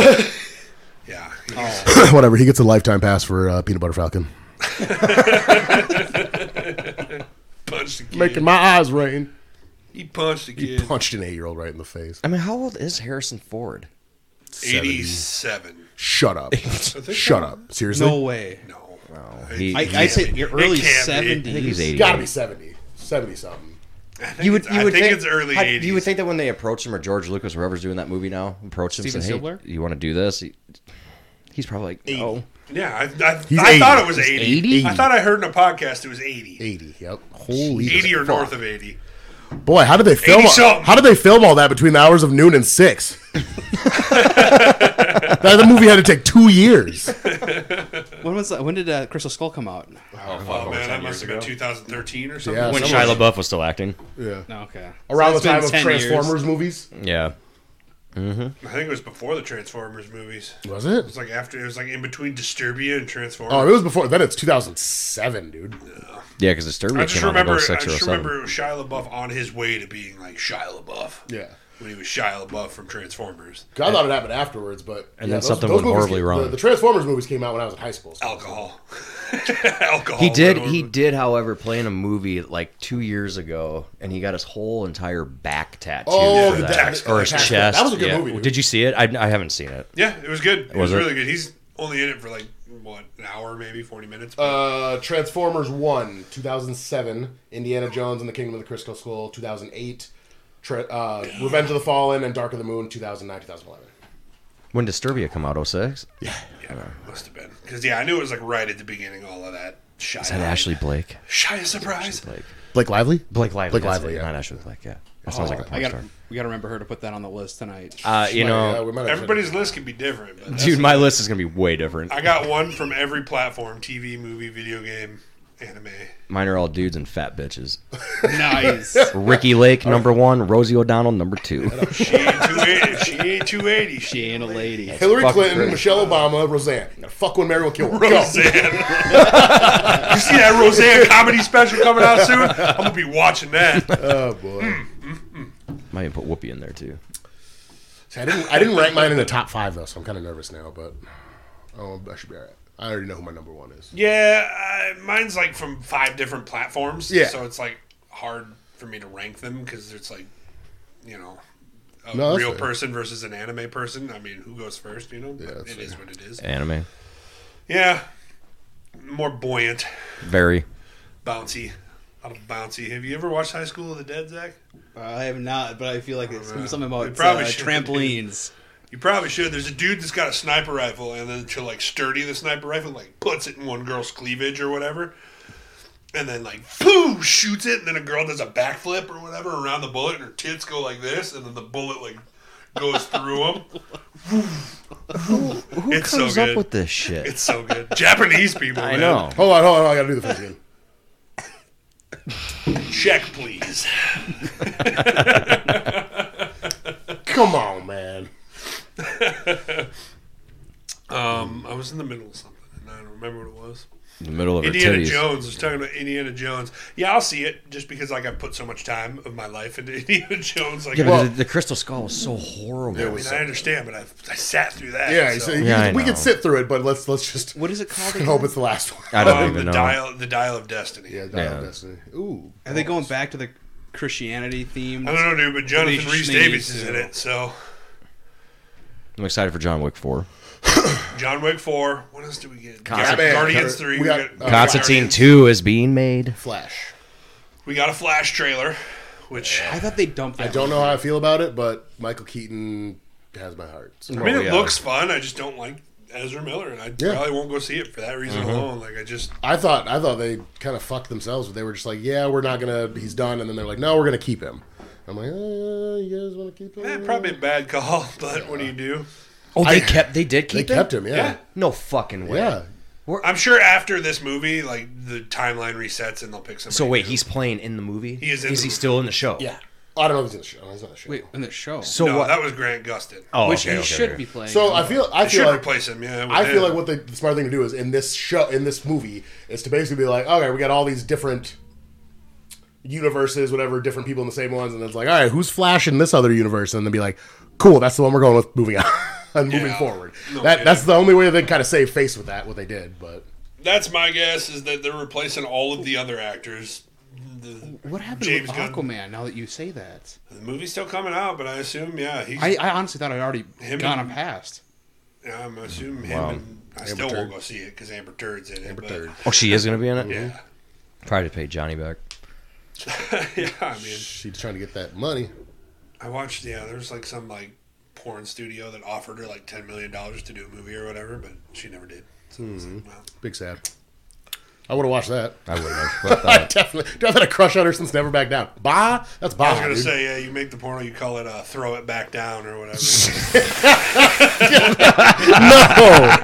Speaker 2: Yeah.
Speaker 1: Oh. Whatever. He gets a lifetime pass for uh, Peanut Butter Falcon.
Speaker 2: Punched a kid.
Speaker 1: Making my eyes rain.
Speaker 2: he punched a
Speaker 1: He
Speaker 2: kid.
Speaker 1: punched an eight year old right in the face.
Speaker 3: I mean, how old is Harrison Ford?
Speaker 1: 70s.
Speaker 2: 87.
Speaker 1: Shut up. Shut up. Seriously?
Speaker 4: No way.
Speaker 2: No.
Speaker 3: He,
Speaker 4: I,
Speaker 3: he-
Speaker 4: I say
Speaker 2: It can't be.
Speaker 3: I think
Speaker 4: early
Speaker 3: he's
Speaker 4: seventies.
Speaker 1: It's
Speaker 3: 80.
Speaker 1: gotta be 70. 70 something.
Speaker 3: You would,
Speaker 2: it's-
Speaker 3: you
Speaker 2: I
Speaker 3: would
Speaker 2: think it's early
Speaker 3: how- You would
Speaker 2: 80s.
Speaker 3: think that when they approached him or George Lucas, whoever's doing that movie now, approached him and
Speaker 4: Steven
Speaker 3: said, "Hey,
Speaker 4: Spielberg?
Speaker 3: you want to do this?" He- he's probably like, "Oh." "No."
Speaker 2: Yeah, I, I,
Speaker 1: He's
Speaker 2: I thought
Speaker 1: 80.
Speaker 2: it was
Speaker 1: He's
Speaker 2: 80.
Speaker 1: 80?
Speaker 2: I thought I heard in a podcast it was 80.
Speaker 1: 80. Yep. Holy
Speaker 2: 80 or
Speaker 1: fuck.
Speaker 2: north of 80.
Speaker 1: Boy, how did they film?
Speaker 2: 80 something.
Speaker 1: How did they film all that between the hours of noon and six? that, the movie had to take two years.
Speaker 4: When was that? When did uh, Crystal Skull come out?
Speaker 2: Oh, man, that must have been 2013 or something.
Speaker 1: Yeah,
Speaker 3: When
Speaker 1: someone-
Speaker 3: Shia LaBeouf was still acting.
Speaker 1: yeah.
Speaker 4: No, okay.
Speaker 1: around
Speaker 4: So
Speaker 1: the time
Speaker 4: it's been
Speaker 1: of
Speaker 4: 10 years.
Speaker 1: Transformers movies.
Speaker 3: Yeah.
Speaker 2: I think it was before the Transformers movies. It
Speaker 1: Was it?
Speaker 2: was like after, it was like in between Disturbia and Transformers.
Speaker 1: Oh, it was before. Then it's 2007, dude.
Speaker 3: Yeah, because Disturbia
Speaker 2: I
Speaker 3: came
Speaker 2: just
Speaker 3: out in
Speaker 2: remember,
Speaker 3: like
Speaker 2: I
Speaker 3: 06 or
Speaker 2: just
Speaker 3: 07.
Speaker 2: remember it was Shia LaBeouf on his way to being like Shia LaBeoff.
Speaker 1: Yeah.
Speaker 2: When he was Shia LaBeoff from Transformers.
Speaker 1: 'Cause I thought it happened afterwards, but
Speaker 3: And
Speaker 1: yeah,
Speaker 3: then something went
Speaker 1: movies
Speaker 3: horribly
Speaker 1: came-
Speaker 3: wrong.
Speaker 1: The, the Transformers movies came out when I was in high school. so-
Speaker 2: Alcohol. Alcohol.
Speaker 3: He did.
Speaker 2: went
Speaker 3: He
Speaker 2: over-
Speaker 3: did, however, play in a movie like two years ago, and he got his whole entire back tattooed
Speaker 1: Oh,
Speaker 3: for
Speaker 1: the
Speaker 3: that,
Speaker 2: tax-
Speaker 3: or his
Speaker 1: tax-
Speaker 3: chest.
Speaker 1: that was a good
Speaker 3: Yeah.
Speaker 1: movie, dude.
Speaker 3: Did you see it? I, I haven't seen it.
Speaker 2: Yeah, it was good. It was,
Speaker 3: Was it?
Speaker 2: really good. He's only in it for like what what an hour, maybe forty minutes.
Speaker 1: Uh, Transformers 1, 2007. Indiana Jones and the Kingdom of the Crystal Skull, 2008. Tra- uh, Revenge of the Fallen and Dark of the Moon, 2009, 2011.
Speaker 3: When Disturbia come out, 06?
Speaker 2: yeah, must have been because yeah, I knew it was like right at the beginning. All of that. Shy
Speaker 3: Is that Ashley Blake?
Speaker 2: Shy of surprise.
Speaker 3: Blake.
Speaker 1: Blake Lively?
Speaker 3: Blake Lively.
Speaker 1: Blake
Speaker 3: that's
Speaker 1: Lively,
Speaker 3: it,
Speaker 1: yeah.
Speaker 3: Not Ashley Blake, yeah. That sounds like a
Speaker 4: Oh, I
Speaker 3: porn
Speaker 4: got
Speaker 3: star.
Speaker 4: we got to remember her to put that on the list tonight.
Speaker 3: Oh, Uh, you know,
Speaker 2: Everybody's list can be different, but that's-
Speaker 3: dude, my list is going to be way different.
Speaker 2: I got one from every platform: TV, movie, video game, anime.
Speaker 3: Mine are all dudes and fat bitches.
Speaker 4: nice.
Speaker 3: Ricky Lake, number one. Rosie O'Donnell, number two.
Speaker 2: She ain't two eighty. She ain't two eighty. She
Speaker 4: she ain't a lady.
Speaker 1: Hillary
Speaker 3: fucking
Speaker 1: Clinton,
Speaker 3: great.
Speaker 1: Michelle Obama, Roseanne. Now fuck one, marry one, kill one. Go.
Speaker 2: Roseanne. you see that Roseanne comedy special coming out soon? I'm gonna be watching that.
Speaker 1: Oh boy.
Speaker 3: Might even put Whoopi in there, too.
Speaker 1: See, I didn't. I didn't rank mine in the top five though, so I'm kind of nervous now. But oh, I should be alright. I already know who my number one is.
Speaker 2: Yeah, uh, mine's like from five different platforms.
Speaker 1: Yeah.
Speaker 2: So it's like hard for me to rank them because it's like, you know, a
Speaker 1: No, that's
Speaker 2: real
Speaker 1: fair.
Speaker 2: person versus an anime person. I mean, who goes first? You know, But
Speaker 1: that's
Speaker 2: it
Speaker 1: fair.
Speaker 2: is what it is.
Speaker 3: Anime.
Speaker 2: Yeah, more buoyant,
Speaker 3: Very.
Speaker 2: bouncy. A lot of bouncy. Have you ever watched High School of the Dead, Zach?
Speaker 4: Uh, I have not, but I feel like it's gonna be something
Speaker 2: We
Speaker 4: about
Speaker 2: probably
Speaker 4: uh,
Speaker 2: should.
Speaker 4: trampolines.
Speaker 2: You probably should. There's a dude that's got a sniper rifle, and then to like sturdy the sniper rifle, like puts it in one girl's cleavage or whatever, and then like poo shoots it, and then a girl does a backflip or whatever around the bullet, and her tits go like this, and then the bullet like goes through them.
Speaker 3: Who
Speaker 2: It's so
Speaker 3: comes
Speaker 2: good.
Speaker 3: up with this shit?
Speaker 2: It's so good. Japanese people.
Speaker 3: I
Speaker 2: man.
Speaker 3: know.
Speaker 1: Hold on, hold on. I gotta do the first game.
Speaker 2: Check, please.
Speaker 1: Come on, man.
Speaker 2: Um, I was in the middle of something, and I don't remember what it was.
Speaker 3: In the middle of her
Speaker 2: Indiana
Speaker 3: titties.
Speaker 2: Jones. I was talking about Indiana Jones. Yeah, I'll see it just because like I put so much time of my life into Indiana Jones. Like,
Speaker 3: Yeah, but
Speaker 2: I-
Speaker 3: the, the Crystal Skull was so horrible.
Speaker 2: I mean, I understand, but I, I sat through that.
Speaker 1: Yeah,
Speaker 2: so.
Speaker 1: so
Speaker 3: Yeah, I
Speaker 1: we
Speaker 3: know.
Speaker 1: can sit through it, but let's let's just
Speaker 4: What is it called?
Speaker 1: I
Speaker 4: again?
Speaker 1: hope it's the last one.
Speaker 3: I don't
Speaker 2: Um,
Speaker 3: even
Speaker 2: the
Speaker 3: know.
Speaker 2: dial, the dial of destiny.
Speaker 1: yeah, Dial of
Speaker 3: Yeah.
Speaker 1: Destiny. Ooh,
Speaker 4: Are they going back to the Christianity theme?
Speaker 2: I don't know, dude, but Jonathan
Speaker 4: Maybe
Speaker 2: Rhys
Speaker 4: Schnee's
Speaker 2: Davies is
Speaker 4: too.
Speaker 2: in it. So
Speaker 3: I'm excited for John Wick 4.
Speaker 2: John Wick four. What else do we get?
Speaker 3: Constant-
Speaker 2: Guardians,
Speaker 1: Batman.
Speaker 2: Guardians three.
Speaker 1: We got, uh,
Speaker 3: Constantine
Speaker 2: Guardians.
Speaker 3: 2 is being made.
Speaker 1: oh, Flash.
Speaker 2: We got a Flash trailer, which
Speaker 4: I thought they dumped that.
Speaker 1: I don't know how I feel about it, but Michael Keaton has my heart. So.
Speaker 2: I mean,
Speaker 3: Oh,
Speaker 2: it
Speaker 3: yeah.
Speaker 2: looks fun. I just don't like Ezra Miller, and I
Speaker 1: Yeah.
Speaker 2: probably won't go see it for that
Speaker 3: Mm-hmm.
Speaker 2: reason alone. Like I just
Speaker 1: I thought I thought they kind of fucked themselves. But they were just like, "Yeah, we're not gonna. He's done." And then they're like, "No, we're gonna keep him." I'm like, uh, "You guys want to keep him?"
Speaker 2: eh, probably a bad call, but what do you do?
Speaker 3: Oh,
Speaker 1: I-
Speaker 3: they kept. They did
Speaker 1: They
Speaker 3: keep
Speaker 1: kept him.
Speaker 2: Yeah.
Speaker 1: Yeah,
Speaker 3: No fucking
Speaker 1: yeah.
Speaker 3: way.
Speaker 2: I'm sure after this movie, like the timeline resets and they'll pick somebody.
Speaker 3: So wait,
Speaker 2: new.
Speaker 3: he's playing in the movie. He
Speaker 2: is in
Speaker 3: Is
Speaker 2: the movie.
Speaker 3: he still in the show?
Speaker 1: I don't know if he's in the show. He's not in the show.
Speaker 4: Wait, in the show,
Speaker 3: So
Speaker 2: no,
Speaker 3: what?
Speaker 2: that was Grant Gustin.
Speaker 3: oh,
Speaker 4: which
Speaker 3: okay,
Speaker 4: he
Speaker 3: okay,
Speaker 4: should
Speaker 3: okay.
Speaker 4: be playing.
Speaker 1: So I feel I
Speaker 2: I should
Speaker 1: feel like
Speaker 2: replace him. Yeah, with
Speaker 1: I feel
Speaker 2: him.
Speaker 1: like what they, the smart thing to do is in this show in this movie is to basically be like, "Okay, we got all these different." Universes, whatever, different people in the same ones, and it's like, all right, who's Flash in this other universe? And then be like, cool, that's the one we're going with. Moving on, and moving
Speaker 2: Yeah.
Speaker 1: forward.
Speaker 2: No
Speaker 1: that
Speaker 2: kidding.
Speaker 1: that's the only way they kind of save face with that. What they did, but
Speaker 2: That's my guess is that they're replacing all of the other actors. The,
Speaker 4: what happened
Speaker 2: James
Speaker 4: with
Speaker 2: Gunn.
Speaker 4: Aquaman? Now that you say that,
Speaker 2: the movie's still coming out, but I assume yeah, he's.
Speaker 4: I, I honestly thought I'd already
Speaker 2: Him
Speaker 4: gone
Speaker 2: and-
Speaker 4: past.
Speaker 2: yeah, I'm assuming him.
Speaker 3: Wow.
Speaker 2: And, I still
Speaker 1: Amber
Speaker 2: won't
Speaker 1: Turd.
Speaker 2: go see it because Amber Turd's in it.
Speaker 1: Amber
Speaker 2: but-
Speaker 1: Turd.
Speaker 3: Oh, she is gonna be in it.
Speaker 2: Yeah,
Speaker 3: Probably to pay Johnny back.
Speaker 2: yeah. I mean,
Speaker 1: she's trying to get that money.
Speaker 2: I watched. Yeah, there's like some like porn studio that offered her like ten million dollars to do a movie or whatever, but she never did. So
Speaker 1: Hmm.
Speaker 2: I was like, well,
Speaker 1: Big sad. I would have watched that.
Speaker 3: I would have. But,
Speaker 1: I
Speaker 3: uh,
Speaker 1: definitely, dude, I've had a crush on her since Never Back Down. Bah, that's bah.
Speaker 2: I was gonna
Speaker 1: dude.
Speaker 2: say yeah, you make the porno, you call it uh, "Throw It Back Down" or whatever.
Speaker 1: no.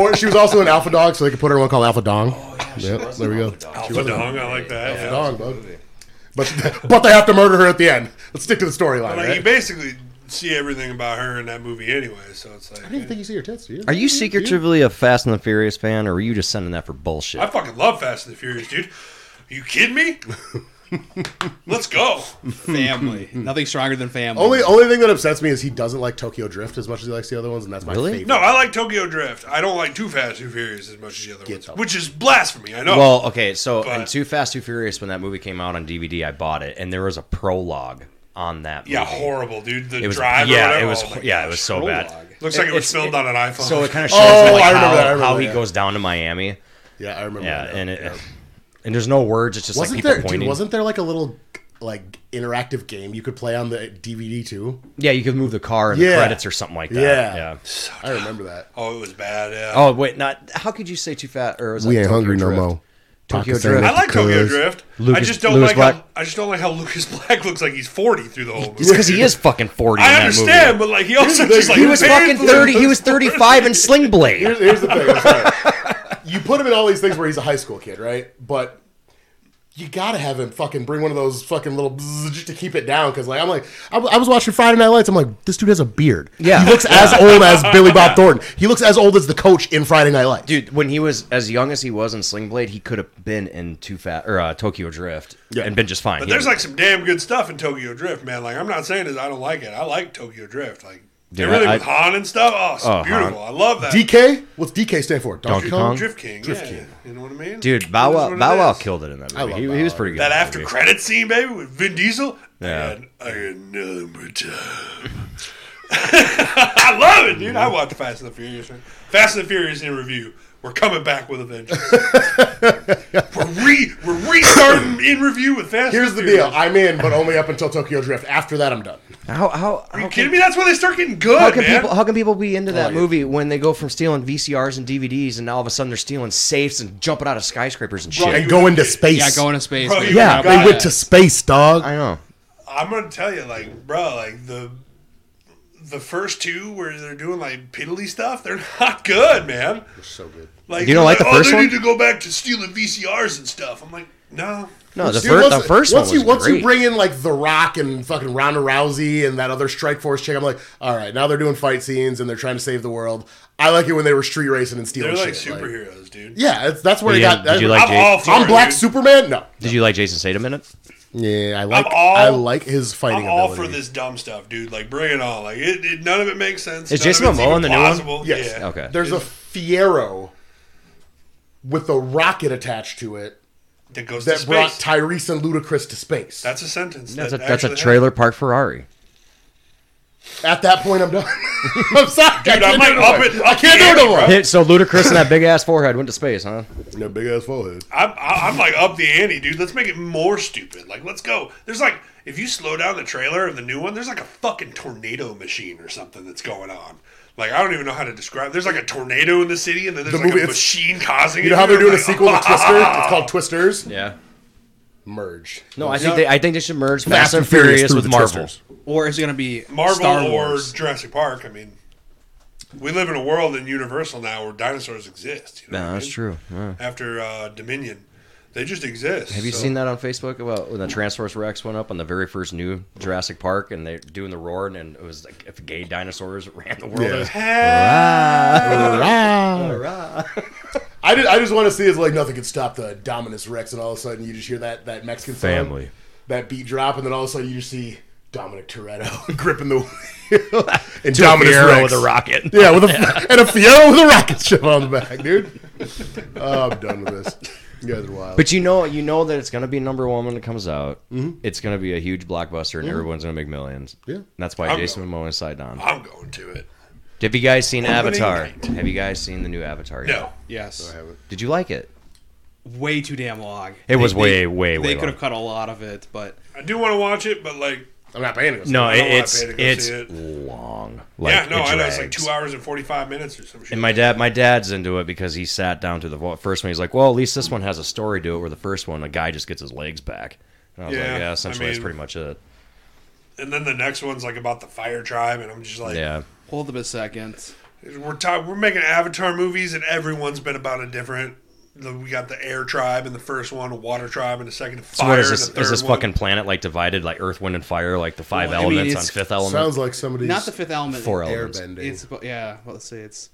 Speaker 1: or she was also an alpha dog, so they could put her in one called Alpha Dong. Oh, yeah, there we go. She
Speaker 2: Alpha
Speaker 1: was an
Speaker 2: Dong, I like that.
Speaker 1: Alpha
Speaker 2: yeah.
Speaker 1: Dong, bud. But but they have to murder her at the end. Let's stick to the storyline.
Speaker 2: Like
Speaker 1: right?
Speaker 2: you basically see everything about her in that movie anyway, so it's like
Speaker 1: I didn't even think you see her tits, do you?
Speaker 3: are you secretively a Fast and the Furious fan, or are you just sending that for bullshit?
Speaker 2: I fucking love Fast and the Furious, dude. you kidding me? Let's go.
Speaker 4: Family, nothing stronger than family.
Speaker 1: Only only thing that upsets me is he doesn't like Tokyo Drift as much as he likes the other ones, and that's my
Speaker 3: Really?
Speaker 1: favorite.
Speaker 2: No, I like Tokyo Drift. I don't like Too Fast Too Furious as much as the other ones,
Speaker 1: out.
Speaker 2: which is blasphemy. I know.
Speaker 3: Well, okay, so in
Speaker 2: But-
Speaker 3: Too Fast, Too Furious, when that movie came out on DVD, I bought it, and there was a prologue on that.
Speaker 2: yeah,
Speaker 3: movie.
Speaker 2: horrible, dude. The
Speaker 3: It was
Speaker 2: driver.
Speaker 3: yeah,
Speaker 2: whatever.
Speaker 3: it was
Speaker 2: Oh my
Speaker 3: yeah, it
Speaker 2: gosh.
Speaker 3: was so
Speaker 4: Prologue.
Speaker 3: bad.
Speaker 2: Looks like it was
Speaker 3: It's-
Speaker 2: filmed on an iPhone.
Speaker 3: So it kind of shows
Speaker 1: Oh,
Speaker 3: you, like
Speaker 1: I remember
Speaker 3: how,
Speaker 1: that, I remember
Speaker 3: how he
Speaker 1: that.
Speaker 3: goes down to Miami.
Speaker 1: Oh, Yeah, I remember.
Speaker 3: Yeah,
Speaker 1: that.
Speaker 3: and it,
Speaker 1: Yeah.
Speaker 3: and there's no words. It's just
Speaker 1: wasn't
Speaker 3: like people
Speaker 1: there dude,
Speaker 3: pointing.
Speaker 1: wasn't there like a little like interactive game you could play on the DVD too?
Speaker 3: Yeah, you could move the car and
Speaker 1: Yeah.
Speaker 3: the credits or something like that.
Speaker 1: Yeah.
Speaker 3: Yeah.
Speaker 1: I remember that.
Speaker 2: oh, it was bad. Yeah.
Speaker 3: Oh wait, not how could you say too fat or is that Tokyo Drift? Tokyo
Speaker 1: Pakistan
Speaker 3: Drift.
Speaker 2: I like Tokyo
Speaker 1: Because-
Speaker 2: Drift. I
Speaker 3: Lucas-
Speaker 2: just don't
Speaker 3: Lewis
Speaker 2: like
Speaker 3: Black.
Speaker 2: how I just don't like how Lucas Black looks like he's forty through the whole movie.
Speaker 3: It's because he is fucking forty. in
Speaker 2: I
Speaker 3: that
Speaker 2: understand, but like he also just like
Speaker 3: Movie. He was fucking
Speaker 2: painfully-
Speaker 3: thirty. He was thirty-five in Sling
Speaker 1: Here's,
Speaker 3: Blade.
Speaker 1: here's the thing. I'm sorry. you put him in all these things where he's a high school kid, right? But you gotta have him fucking bring one of those fucking little bzzz just to keep it down. Because like I'm like I, w- I was watching Friday Night Lights. I'm like this dude has a beard.
Speaker 3: Yeah.
Speaker 1: he looks as old as Billy Bob Thornton. He looks as old as the coach in Friday Night Lights.
Speaker 3: Dude, when he was as young as he was in Sling Blade, he could have been in Too Fat or uh, Tokyo Drift
Speaker 1: Yeah.
Speaker 3: and been just fine.
Speaker 2: But
Speaker 3: He
Speaker 2: there's
Speaker 3: had-
Speaker 2: like some damn good stuff in Tokyo Drift, man. Like I'm not saying that I don't like it. I like Tokyo Drift. Like
Speaker 3: Dude,
Speaker 2: everything
Speaker 3: I-
Speaker 2: with Han and stuff. Oh, it's
Speaker 3: Oh,
Speaker 2: beautiful. I love that.
Speaker 1: DK, what's DK stand for?
Speaker 3: Donkey Kong?
Speaker 2: Drift King.
Speaker 1: Drift
Speaker 2: yeah.
Speaker 1: King.
Speaker 2: You know what I mean?
Speaker 3: dude, Bow
Speaker 2: It is
Speaker 3: Wow,
Speaker 2: what it
Speaker 3: Bow Wow
Speaker 2: is.
Speaker 3: killed it in that movie.
Speaker 1: love
Speaker 3: he,
Speaker 1: Bow
Speaker 3: he was
Speaker 1: Wow,
Speaker 3: pretty good.
Speaker 2: That
Speaker 3: in
Speaker 2: after
Speaker 3: movie.
Speaker 2: credit scene, baby, with Vin Diesel.
Speaker 3: Yeah.
Speaker 2: And I got nothing but time. I love it, dude. I
Speaker 3: Mm-hmm.
Speaker 2: watched Fast and the Furious. man. Fast and the Furious in review. We're coming back with a vengeance. we're, re- we're restarting in review with Fast
Speaker 1: Here's
Speaker 2: and
Speaker 1: the
Speaker 2: the
Speaker 1: deal.
Speaker 2: Furious.
Speaker 1: I'm in, but only up until Tokyo Drift. After that, I'm done.
Speaker 3: How how
Speaker 2: Are
Speaker 3: how
Speaker 2: you kidding me? That's when they start getting good,
Speaker 3: How can
Speaker 2: man.
Speaker 3: people how can people be into that
Speaker 1: like it.
Speaker 3: movie when they go from stealing VCRs and DVDs and now all of a sudden they're stealing safes and jumping out of skyscrapers and shit?
Speaker 1: And go into space.
Speaker 4: Yeah, going to space.
Speaker 2: Bro,
Speaker 4: man.
Speaker 2: you Yeah,
Speaker 1: They
Speaker 2: got
Speaker 1: went to space, dog.
Speaker 3: I know.
Speaker 2: I'm gonna tell you, like, bro, like the the first two where they're doing like piddly stuff, they're not good, man.
Speaker 1: So good.
Speaker 2: Like,
Speaker 3: You don't like
Speaker 2: they're
Speaker 3: the first
Speaker 2: oh, they
Speaker 3: one?
Speaker 2: need to go back to stealing VCRs and stuff. I'm like, no.
Speaker 3: No, the,
Speaker 1: Dude,
Speaker 3: fir- the
Speaker 1: once-
Speaker 3: first
Speaker 1: once
Speaker 3: one was
Speaker 1: you once
Speaker 3: great.
Speaker 1: you bring in like The Rock and fucking Ronda Rousey and that other Strike Force chick, I'm like, all right, now they're doing fight scenes and they're trying to save the world. I like it when they were street racing and
Speaker 2: They're
Speaker 1: stealing
Speaker 2: like
Speaker 1: shit. like-
Speaker 2: superheroes, dude.
Speaker 1: yeah, it's, that's where
Speaker 3: Did
Speaker 1: it
Speaker 3: you-
Speaker 1: got.
Speaker 3: did
Speaker 1: that's
Speaker 3: you
Speaker 1: where-
Speaker 3: like
Speaker 2: I'm
Speaker 3: Jake-
Speaker 2: all for
Speaker 1: I'm
Speaker 2: it,
Speaker 1: Black
Speaker 2: dude.
Speaker 1: Superman. No,
Speaker 3: Did you like Jason Statham in it?
Speaker 1: yeah, I like
Speaker 2: all-
Speaker 1: I like his fighting.
Speaker 2: I'm all for
Speaker 1: ability.
Speaker 2: this dumb stuff, dude. Like, bring it on. Like, it, it, none of it makes sense.
Speaker 3: Is
Speaker 2: None
Speaker 3: Jason
Speaker 2: of it's
Speaker 3: Momoa
Speaker 2: even
Speaker 3: in the new one?
Speaker 2: plausible.
Speaker 1: Yes.
Speaker 2: Yeah.
Speaker 3: Okay.
Speaker 1: There's a Fiero with a rocket attached to it
Speaker 2: That goes to
Speaker 1: that brought
Speaker 2: space.
Speaker 1: Tyrese and Ludacris to space.
Speaker 2: that's a sentence.
Speaker 3: That's a
Speaker 2: that
Speaker 3: that's a
Speaker 2: actually
Speaker 3: trailer park Ferrari.
Speaker 1: At that point, I'm done. I'm sorry,
Speaker 2: Dude, I
Speaker 1: can't
Speaker 2: might
Speaker 1: do
Speaker 2: up
Speaker 1: more.
Speaker 2: it-
Speaker 1: I
Speaker 2: up
Speaker 1: can't
Speaker 2: the
Speaker 1: do it no
Speaker 2: ante,
Speaker 1: more.
Speaker 2: bro.
Speaker 3: Hit, so Ludacris and that big ass forehead went to space, huh?
Speaker 1: No big ass forehead.
Speaker 2: I'm, I- I'm like up the ante, dude. Let's make it more stupid. Like, let's go. There's like, if you slow down the trailer of the new one, there's like a fucking tornado machine or something that's going on. Like, I don't even know how to describe. There's like a tornado in the city, and then there's
Speaker 1: The
Speaker 2: like
Speaker 1: movie-
Speaker 2: a
Speaker 1: it's-
Speaker 2: machine causing.
Speaker 1: You
Speaker 2: it,
Speaker 1: know how they're
Speaker 2: dude. I'm
Speaker 1: doing a sequel
Speaker 2: like,
Speaker 1: to Twister? It's called Twisters.
Speaker 3: Yeah.
Speaker 1: Merged.
Speaker 3: No, I think they I think they should merge Fast, and
Speaker 1: Furious
Speaker 3: Furious
Speaker 1: through
Speaker 3: with
Speaker 1: the
Speaker 3: Marvel.
Speaker 1: Twisters.
Speaker 4: Or is it going to be
Speaker 2: Marvel
Speaker 4: Star
Speaker 2: or
Speaker 4: Wars?
Speaker 2: Jurassic Park. I mean, we live in a world in Universal now where dinosaurs exist. You know what I
Speaker 3: No, that's
Speaker 2: mean?
Speaker 3: true. Yeah.
Speaker 2: After uh, Dominion, they just exist.
Speaker 3: Have you
Speaker 2: so-
Speaker 3: seen that on Facebook about when the Transformers Rex went up on the very first new Jurassic Park and they're doing the roar and it was like if gay dinosaurs ran the world.
Speaker 1: Yeah.
Speaker 3: it was- Ah.
Speaker 1: I, did, I just want to see is like nothing can stop the Dominus Rex, and all of a sudden you just hear that that Mexican song,
Speaker 3: Family.
Speaker 1: that beat drop, and then all of a sudden you just see Dominic Toretto gripping the wheel and Dominus Rex
Speaker 3: with a rocket.
Speaker 1: Yeah, with a and a Fiero with a rocket ship on the back, dude. Oh, I'm done with this. You guys are wild.
Speaker 3: But you know, you know that it's gonna be number one when it comes out.
Speaker 4: Mm-hmm.
Speaker 3: It's gonna be a huge blockbuster, and everyone's gonna make millions.
Speaker 1: Yeah.
Speaker 3: And that's why
Speaker 2: I'm
Speaker 3: Jason Momoa signed on.
Speaker 2: I'm going to it.
Speaker 3: Have you guys seen
Speaker 2: Opening
Speaker 3: Avatar?
Speaker 2: night.
Speaker 3: Have you guys seen the new Avatar? yet?
Speaker 2: No.
Speaker 4: Yes.
Speaker 3: Did you like it?
Speaker 4: Way too damn long.
Speaker 3: It was way, way,
Speaker 4: They
Speaker 3: way
Speaker 4: could have
Speaker 3: long.
Speaker 4: cut a lot of it, but
Speaker 2: I do want to watch it, but like,
Speaker 1: I'm not paying it.
Speaker 3: No,
Speaker 2: I don't wanna
Speaker 3: it's
Speaker 2: pay to go
Speaker 3: it's
Speaker 2: see it.
Speaker 3: long. Like,
Speaker 2: yeah, no,
Speaker 3: it
Speaker 2: I know it's like
Speaker 3: drags.
Speaker 2: two hours and forty five minutes or some shit.
Speaker 3: And my dad, my dad's into it because he sat down to the vo- first one. He's like, "Well, at least this one has a story to it." Where the first one, a guy just gets his legs back. And I was
Speaker 2: Yeah,
Speaker 3: like,
Speaker 2: I
Speaker 3: "Yeah, essentially, that's
Speaker 2: mean-
Speaker 3: pretty much it."
Speaker 2: and then the next one's like about the fire tribe, and I'm just like,
Speaker 3: Yeah,
Speaker 4: hold up a second.
Speaker 2: we're ta- we're making Avatar movies, and everyone's been about a different. the- We got the air tribe in the first one, a water tribe in the second,
Speaker 3: So
Speaker 2: fire
Speaker 3: what is
Speaker 2: in
Speaker 3: this?
Speaker 2: the third
Speaker 3: Is this
Speaker 2: one.
Speaker 3: fucking planet like divided like Earth, Wind, and Fire, like the five
Speaker 4: Well, I mean,
Speaker 3: elements on
Speaker 4: it's-
Speaker 3: Fifth Element?
Speaker 1: Sounds like somebody's
Speaker 4: Not the fifth element.
Speaker 3: Four elements.
Speaker 1: airbending.
Speaker 4: It's abo- yeah. Well, let's say it's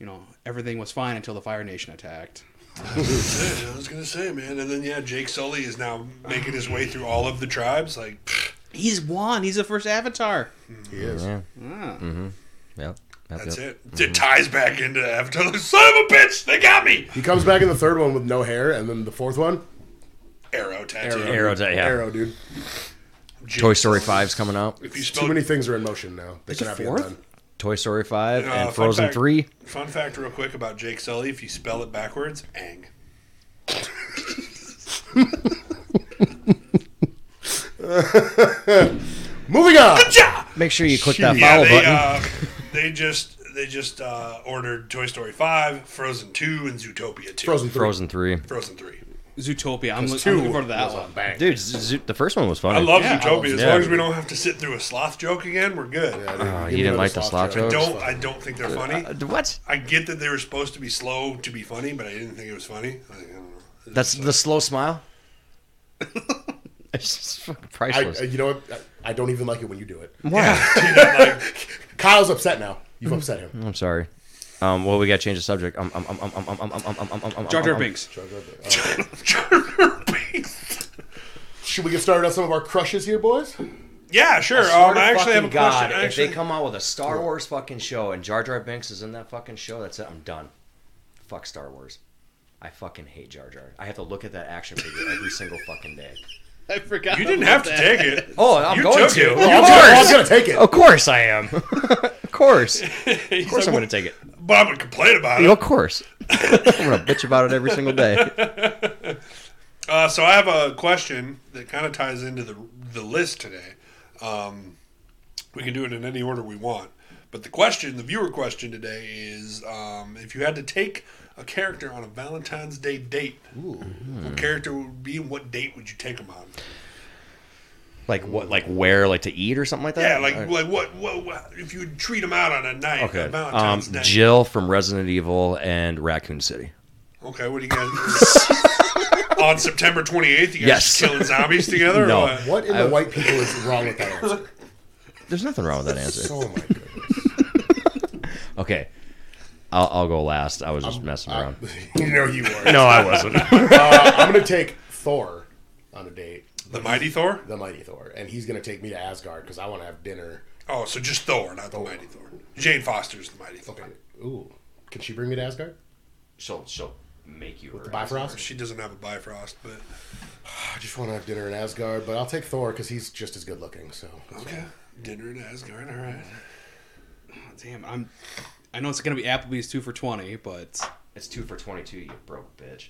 Speaker 4: you know everything was fine until the Fire Nation attacked.
Speaker 2: Yeah, I was gonna say, man, and then yeah, Jake Sully is now making his way through all of the tribes. Like,
Speaker 4: He's one. He's the first Avatar.
Speaker 1: He is.
Speaker 3: Yeah,
Speaker 4: Ah.
Speaker 3: yep. Mm-hmm.
Speaker 2: that's it. It ties back into Avatar. Like, Son of a bitch, they got me.
Speaker 1: He comes back in the third one with no hair, and then the fourth one,
Speaker 2: Arrow tattoo.
Speaker 3: Arrow, yeah.
Speaker 1: arrow, dude.
Speaker 2: Jake
Speaker 3: Toy Story
Speaker 2: Sully.
Speaker 3: 5's coming out.
Speaker 2: If you
Speaker 1: Too
Speaker 2: spell
Speaker 1: many things are in motion now. They
Speaker 4: a
Speaker 1: cannot be
Speaker 4: fourth?
Speaker 1: undone.
Speaker 3: Toy Story Five
Speaker 2: Uh,
Speaker 3: and
Speaker 2: fun
Speaker 3: Frozen
Speaker 2: fact-
Speaker 3: Three.
Speaker 2: Fun fact, real quick about Jake Sully: if you spell it backwards, Ang.
Speaker 1: Moving on.
Speaker 3: Make sure you click that
Speaker 2: Yeah,
Speaker 3: follow
Speaker 2: they,
Speaker 3: button.
Speaker 2: uh, they just they just uh, ordered Toy Story Five, Frozen Two, and Zootopia Two.
Speaker 1: Frozen three.
Speaker 3: Frozen Three.
Speaker 2: Frozen Three.
Speaker 4: Zootopia. I'm, look- I'm
Speaker 1: two
Speaker 4: looking forward to that
Speaker 1: was a
Speaker 4: one.
Speaker 1: bang.
Speaker 3: Dude, Z- Z- the first one was funny.
Speaker 2: I love
Speaker 4: Yeah, I love
Speaker 2: Zootopia. As
Speaker 3: Zootopia.
Speaker 2: long as we don't have to sit through a sloth joke again, we're good.
Speaker 1: Yeah, dude, give
Speaker 3: Oh, you
Speaker 1: me
Speaker 3: didn't
Speaker 1: another
Speaker 3: like the
Speaker 1: soft
Speaker 3: sloth
Speaker 1: joke.
Speaker 3: joke?
Speaker 2: Don't I don't think they're funny.
Speaker 3: Uh, what?
Speaker 2: I get that they were supposed to be slow to be funny, but I didn't think it was funny. I, I don't know.
Speaker 3: That's the slow smile. it's just fucking
Speaker 1: I,
Speaker 3: priceless.
Speaker 1: you know what? I, I don't even like it when you do it.
Speaker 3: Why?
Speaker 1: Kyle's upset now. You've upset him.
Speaker 3: I'm sorry. Um, well, we got to change the subject. Um, um, um, um, um, um, um, um, um, um, um, um,
Speaker 4: Jar Jar
Speaker 3: um,
Speaker 4: Binks.
Speaker 2: Charter Banks.
Speaker 1: Should we get started on some of our crushes here, boys?
Speaker 2: yeah, sure.
Speaker 3: Swear
Speaker 2: Um,
Speaker 3: to
Speaker 2: I actually have a
Speaker 3: fucking God,
Speaker 2: question. I
Speaker 3: If
Speaker 2: Actually,
Speaker 3: they come out with a Star Wars fucking show and Jar Jar Binks is in that fucking show, that's it. I'm done. Fuck Star Wars. I fucking hate Jar Jar. I have to look at that action figure every single fucking day.
Speaker 4: I forgot.
Speaker 2: you didn't have to take it.
Speaker 3: Oh, I'm
Speaker 2: You
Speaker 3: going
Speaker 2: took
Speaker 3: to.
Speaker 2: it.
Speaker 3: Of
Speaker 2: Well,
Speaker 1: I'm, gonna, I'm
Speaker 3: course.
Speaker 1: gonna take it.
Speaker 3: Of course I am. of course. Of
Speaker 2: He's
Speaker 3: course
Speaker 2: like,
Speaker 3: I'm
Speaker 2: "Well,
Speaker 3: going to take it.
Speaker 2: But I'm gonna complain about it.
Speaker 3: Of course. I'm going to bitch about it every single day.
Speaker 2: Uh, so I have a question that kind of ties into the the list today. Um, we can do it in any order we want, but the question, the viewer question today is: um, if you had to take a character on a Valentine's Day date,
Speaker 3: Hmm.
Speaker 2: what character would be, and what date would you take them on?
Speaker 3: Like what? Like where? Like to eat or something like that?
Speaker 2: Yeah, like like what, what, what if you would treat them out on a night,
Speaker 3: okay.
Speaker 2: on
Speaker 3: Um,
Speaker 2: Valentine's Day?
Speaker 3: Jill from Resident Evil and Raccoon City.
Speaker 2: okay, what do you guys? on September twenty eighth, you guys
Speaker 3: Yes.
Speaker 2: killing zombies together?
Speaker 3: No.
Speaker 2: Or what?
Speaker 1: What in the white people is wrong with that answer?
Speaker 3: There's nothing wrong with that answer.
Speaker 1: Oh my goodness.
Speaker 3: Okay. I'll, I'll go last. I was just messing around.
Speaker 1: you know you are.
Speaker 3: no, I wasn't.
Speaker 1: Uh, I'm gonna take Thor on a date.
Speaker 2: the Mighty Thor?
Speaker 1: The mighty Thor, and he's gonna take me to Asgard because I want to have dinner.
Speaker 2: Oh, so just Thor, not the Mighty Thor. Jane Foster's the Mighty Thor.
Speaker 1: Ooh, can she bring me to Asgard?
Speaker 3: she'll she'll make you her ass.
Speaker 1: Bifrost.
Speaker 2: She doesn't have a Bifrost, but
Speaker 1: I just want to have dinner in Asgard, but I'll take Thor because he's just as good looking. So
Speaker 2: okay. Dinner in Asgard, all right.
Speaker 4: Damn, I'm. I know it's gonna be Applebee's two for twenty, but
Speaker 3: It's two for twenty-two. You broke bitch.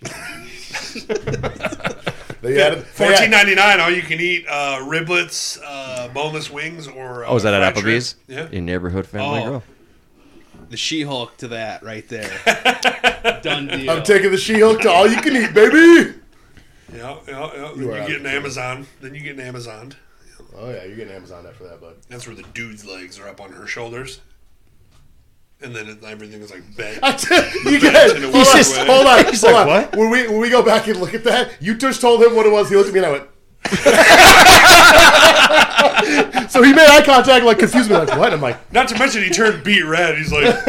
Speaker 1: they added
Speaker 2: Fourteen
Speaker 1: they added-
Speaker 2: ninety nine. All you can eat uh, riblets, uh, boneless wings, or uh,
Speaker 3: Oh, is that at
Speaker 2: fried
Speaker 3: Applebee's?
Speaker 2: shrimp. Yeah.
Speaker 3: Your neighborhood family
Speaker 4: Oh.
Speaker 3: grill.
Speaker 4: the She-Hulk to that right there. Done deal.
Speaker 1: I'm taking the She-Hulk to all you can eat, baby.
Speaker 2: Yeah, yeah, yeah. Then
Speaker 1: You are out
Speaker 2: you, get an
Speaker 1: of control.
Speaker 2: Amazon. Then you get an Amazon.
Speaker 1: Oh yeah, you're getting Amazon after that, bud.
Speaker 2: That's where the dude's legs are up on her shoulders, and then it, everything is like bent.
Speaker 1: you guys,
Speaker 2: in a
Speaker 1: hold,
Speaker 2: weird
Speaker 1: just,
Speaker 2: way.
Speaker 1: hold on,
Speaker 3: He's
Speaker 1: hold on.
Speaker 3: like, "What?"
Speaker 1: When we when we go back and look at that, you just told him what it was. He looked at me and I went. so he made eye contact, like confused me, like what? I'm like,
Speaker 2: Not to mention he turned beet red. He's like,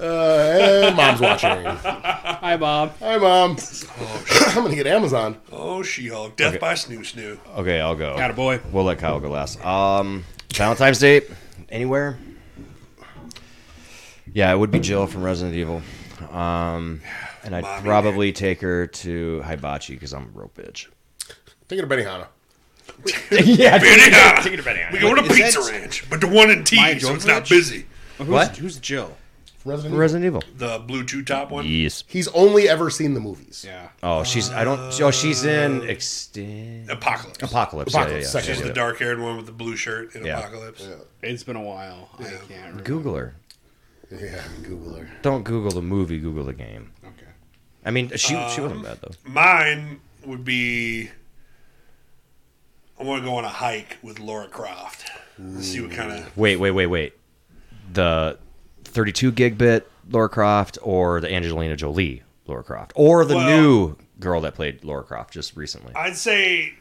Speaker 1: eh, mom's watching.
Speaker 4: Hi, Bob.
Speaker 1: Hi, mom. I'm gonna get Amazon.
Speaker 2: "Oh, She-Hulk, death by snoo snoo."
Speaker 3: Okay, I'll go.
Speaker 4: Got a boy.
Speaker 3: We'll let Kyle go last. Um, Valentine's Day, anywhere? Yeah, it would be Jill from Resident Evil. Um, and I'd
Speaker 2: Mommy.
Speaker 3: probably take her to Hibachi because I'm a real bitch.
Speaker 1: Take it to Benihana.
Speaker 3: yeah,
Speaker 2: Benihana.
Speaker 3: Take her to Benihana.
Speaker 2: We go to
Speaker 4: Is
Speaker 2: Pizza
Speaker 4: that-
Speaker 2: Ranch, but the one in T,
Speaker 4: Maya
Speaker 2: so it's not
Speaker 4: Jovovich?
Speaker 2: busy.
Speaker 4: Who's,
Speaker 3: What?
Speaker 4: Who's Jill?
Speaker 1: Resident Evil.
Speaker 3: Resident Evil.
Speaker 2: The blue two top one.
Speaker 3: Yes.
Speaker 1: He's only ever seen the movies.
Speaker 4: Yeah.
Speaker 3: Oh, she's. I don't. Oh, she's in extin-
Speaker 2: Uh, Apocalypse.
Speaker 3: Apocalypse.
Speaker 1: Apocalypse,
Speaker 3: Yeah, yeah,
Speaker 1: second.
Speaker 2: She's
Speaker 3: yeah,
Speaker 2: the dark haired one with the blue shirt in
Speaker 3: Yeah.
Speaker 2: Apocalypse.
Speaker 4: It's been a while. I can't remember.
Speaker 3: Google her.
Speaker 1: Yeah, Googler.
Speaker 3: Don't Google the movie. Google the game.
Speaker 4: Okay.
Speaker 3: I mean, she she wasn't bad though.
Speaker 2: Mine would be I want to go on a hike with Laura Croft. Let's see what kind of.
Speaker 3: Wait, wait, wait, wait. The 32 gig bit Laura Croft or the Angelina Jolie Laura Croft or the
Speaker 2: Well-
Speaker 3: new girl that played Laura Croft just recently.
Speaker 2: I'd say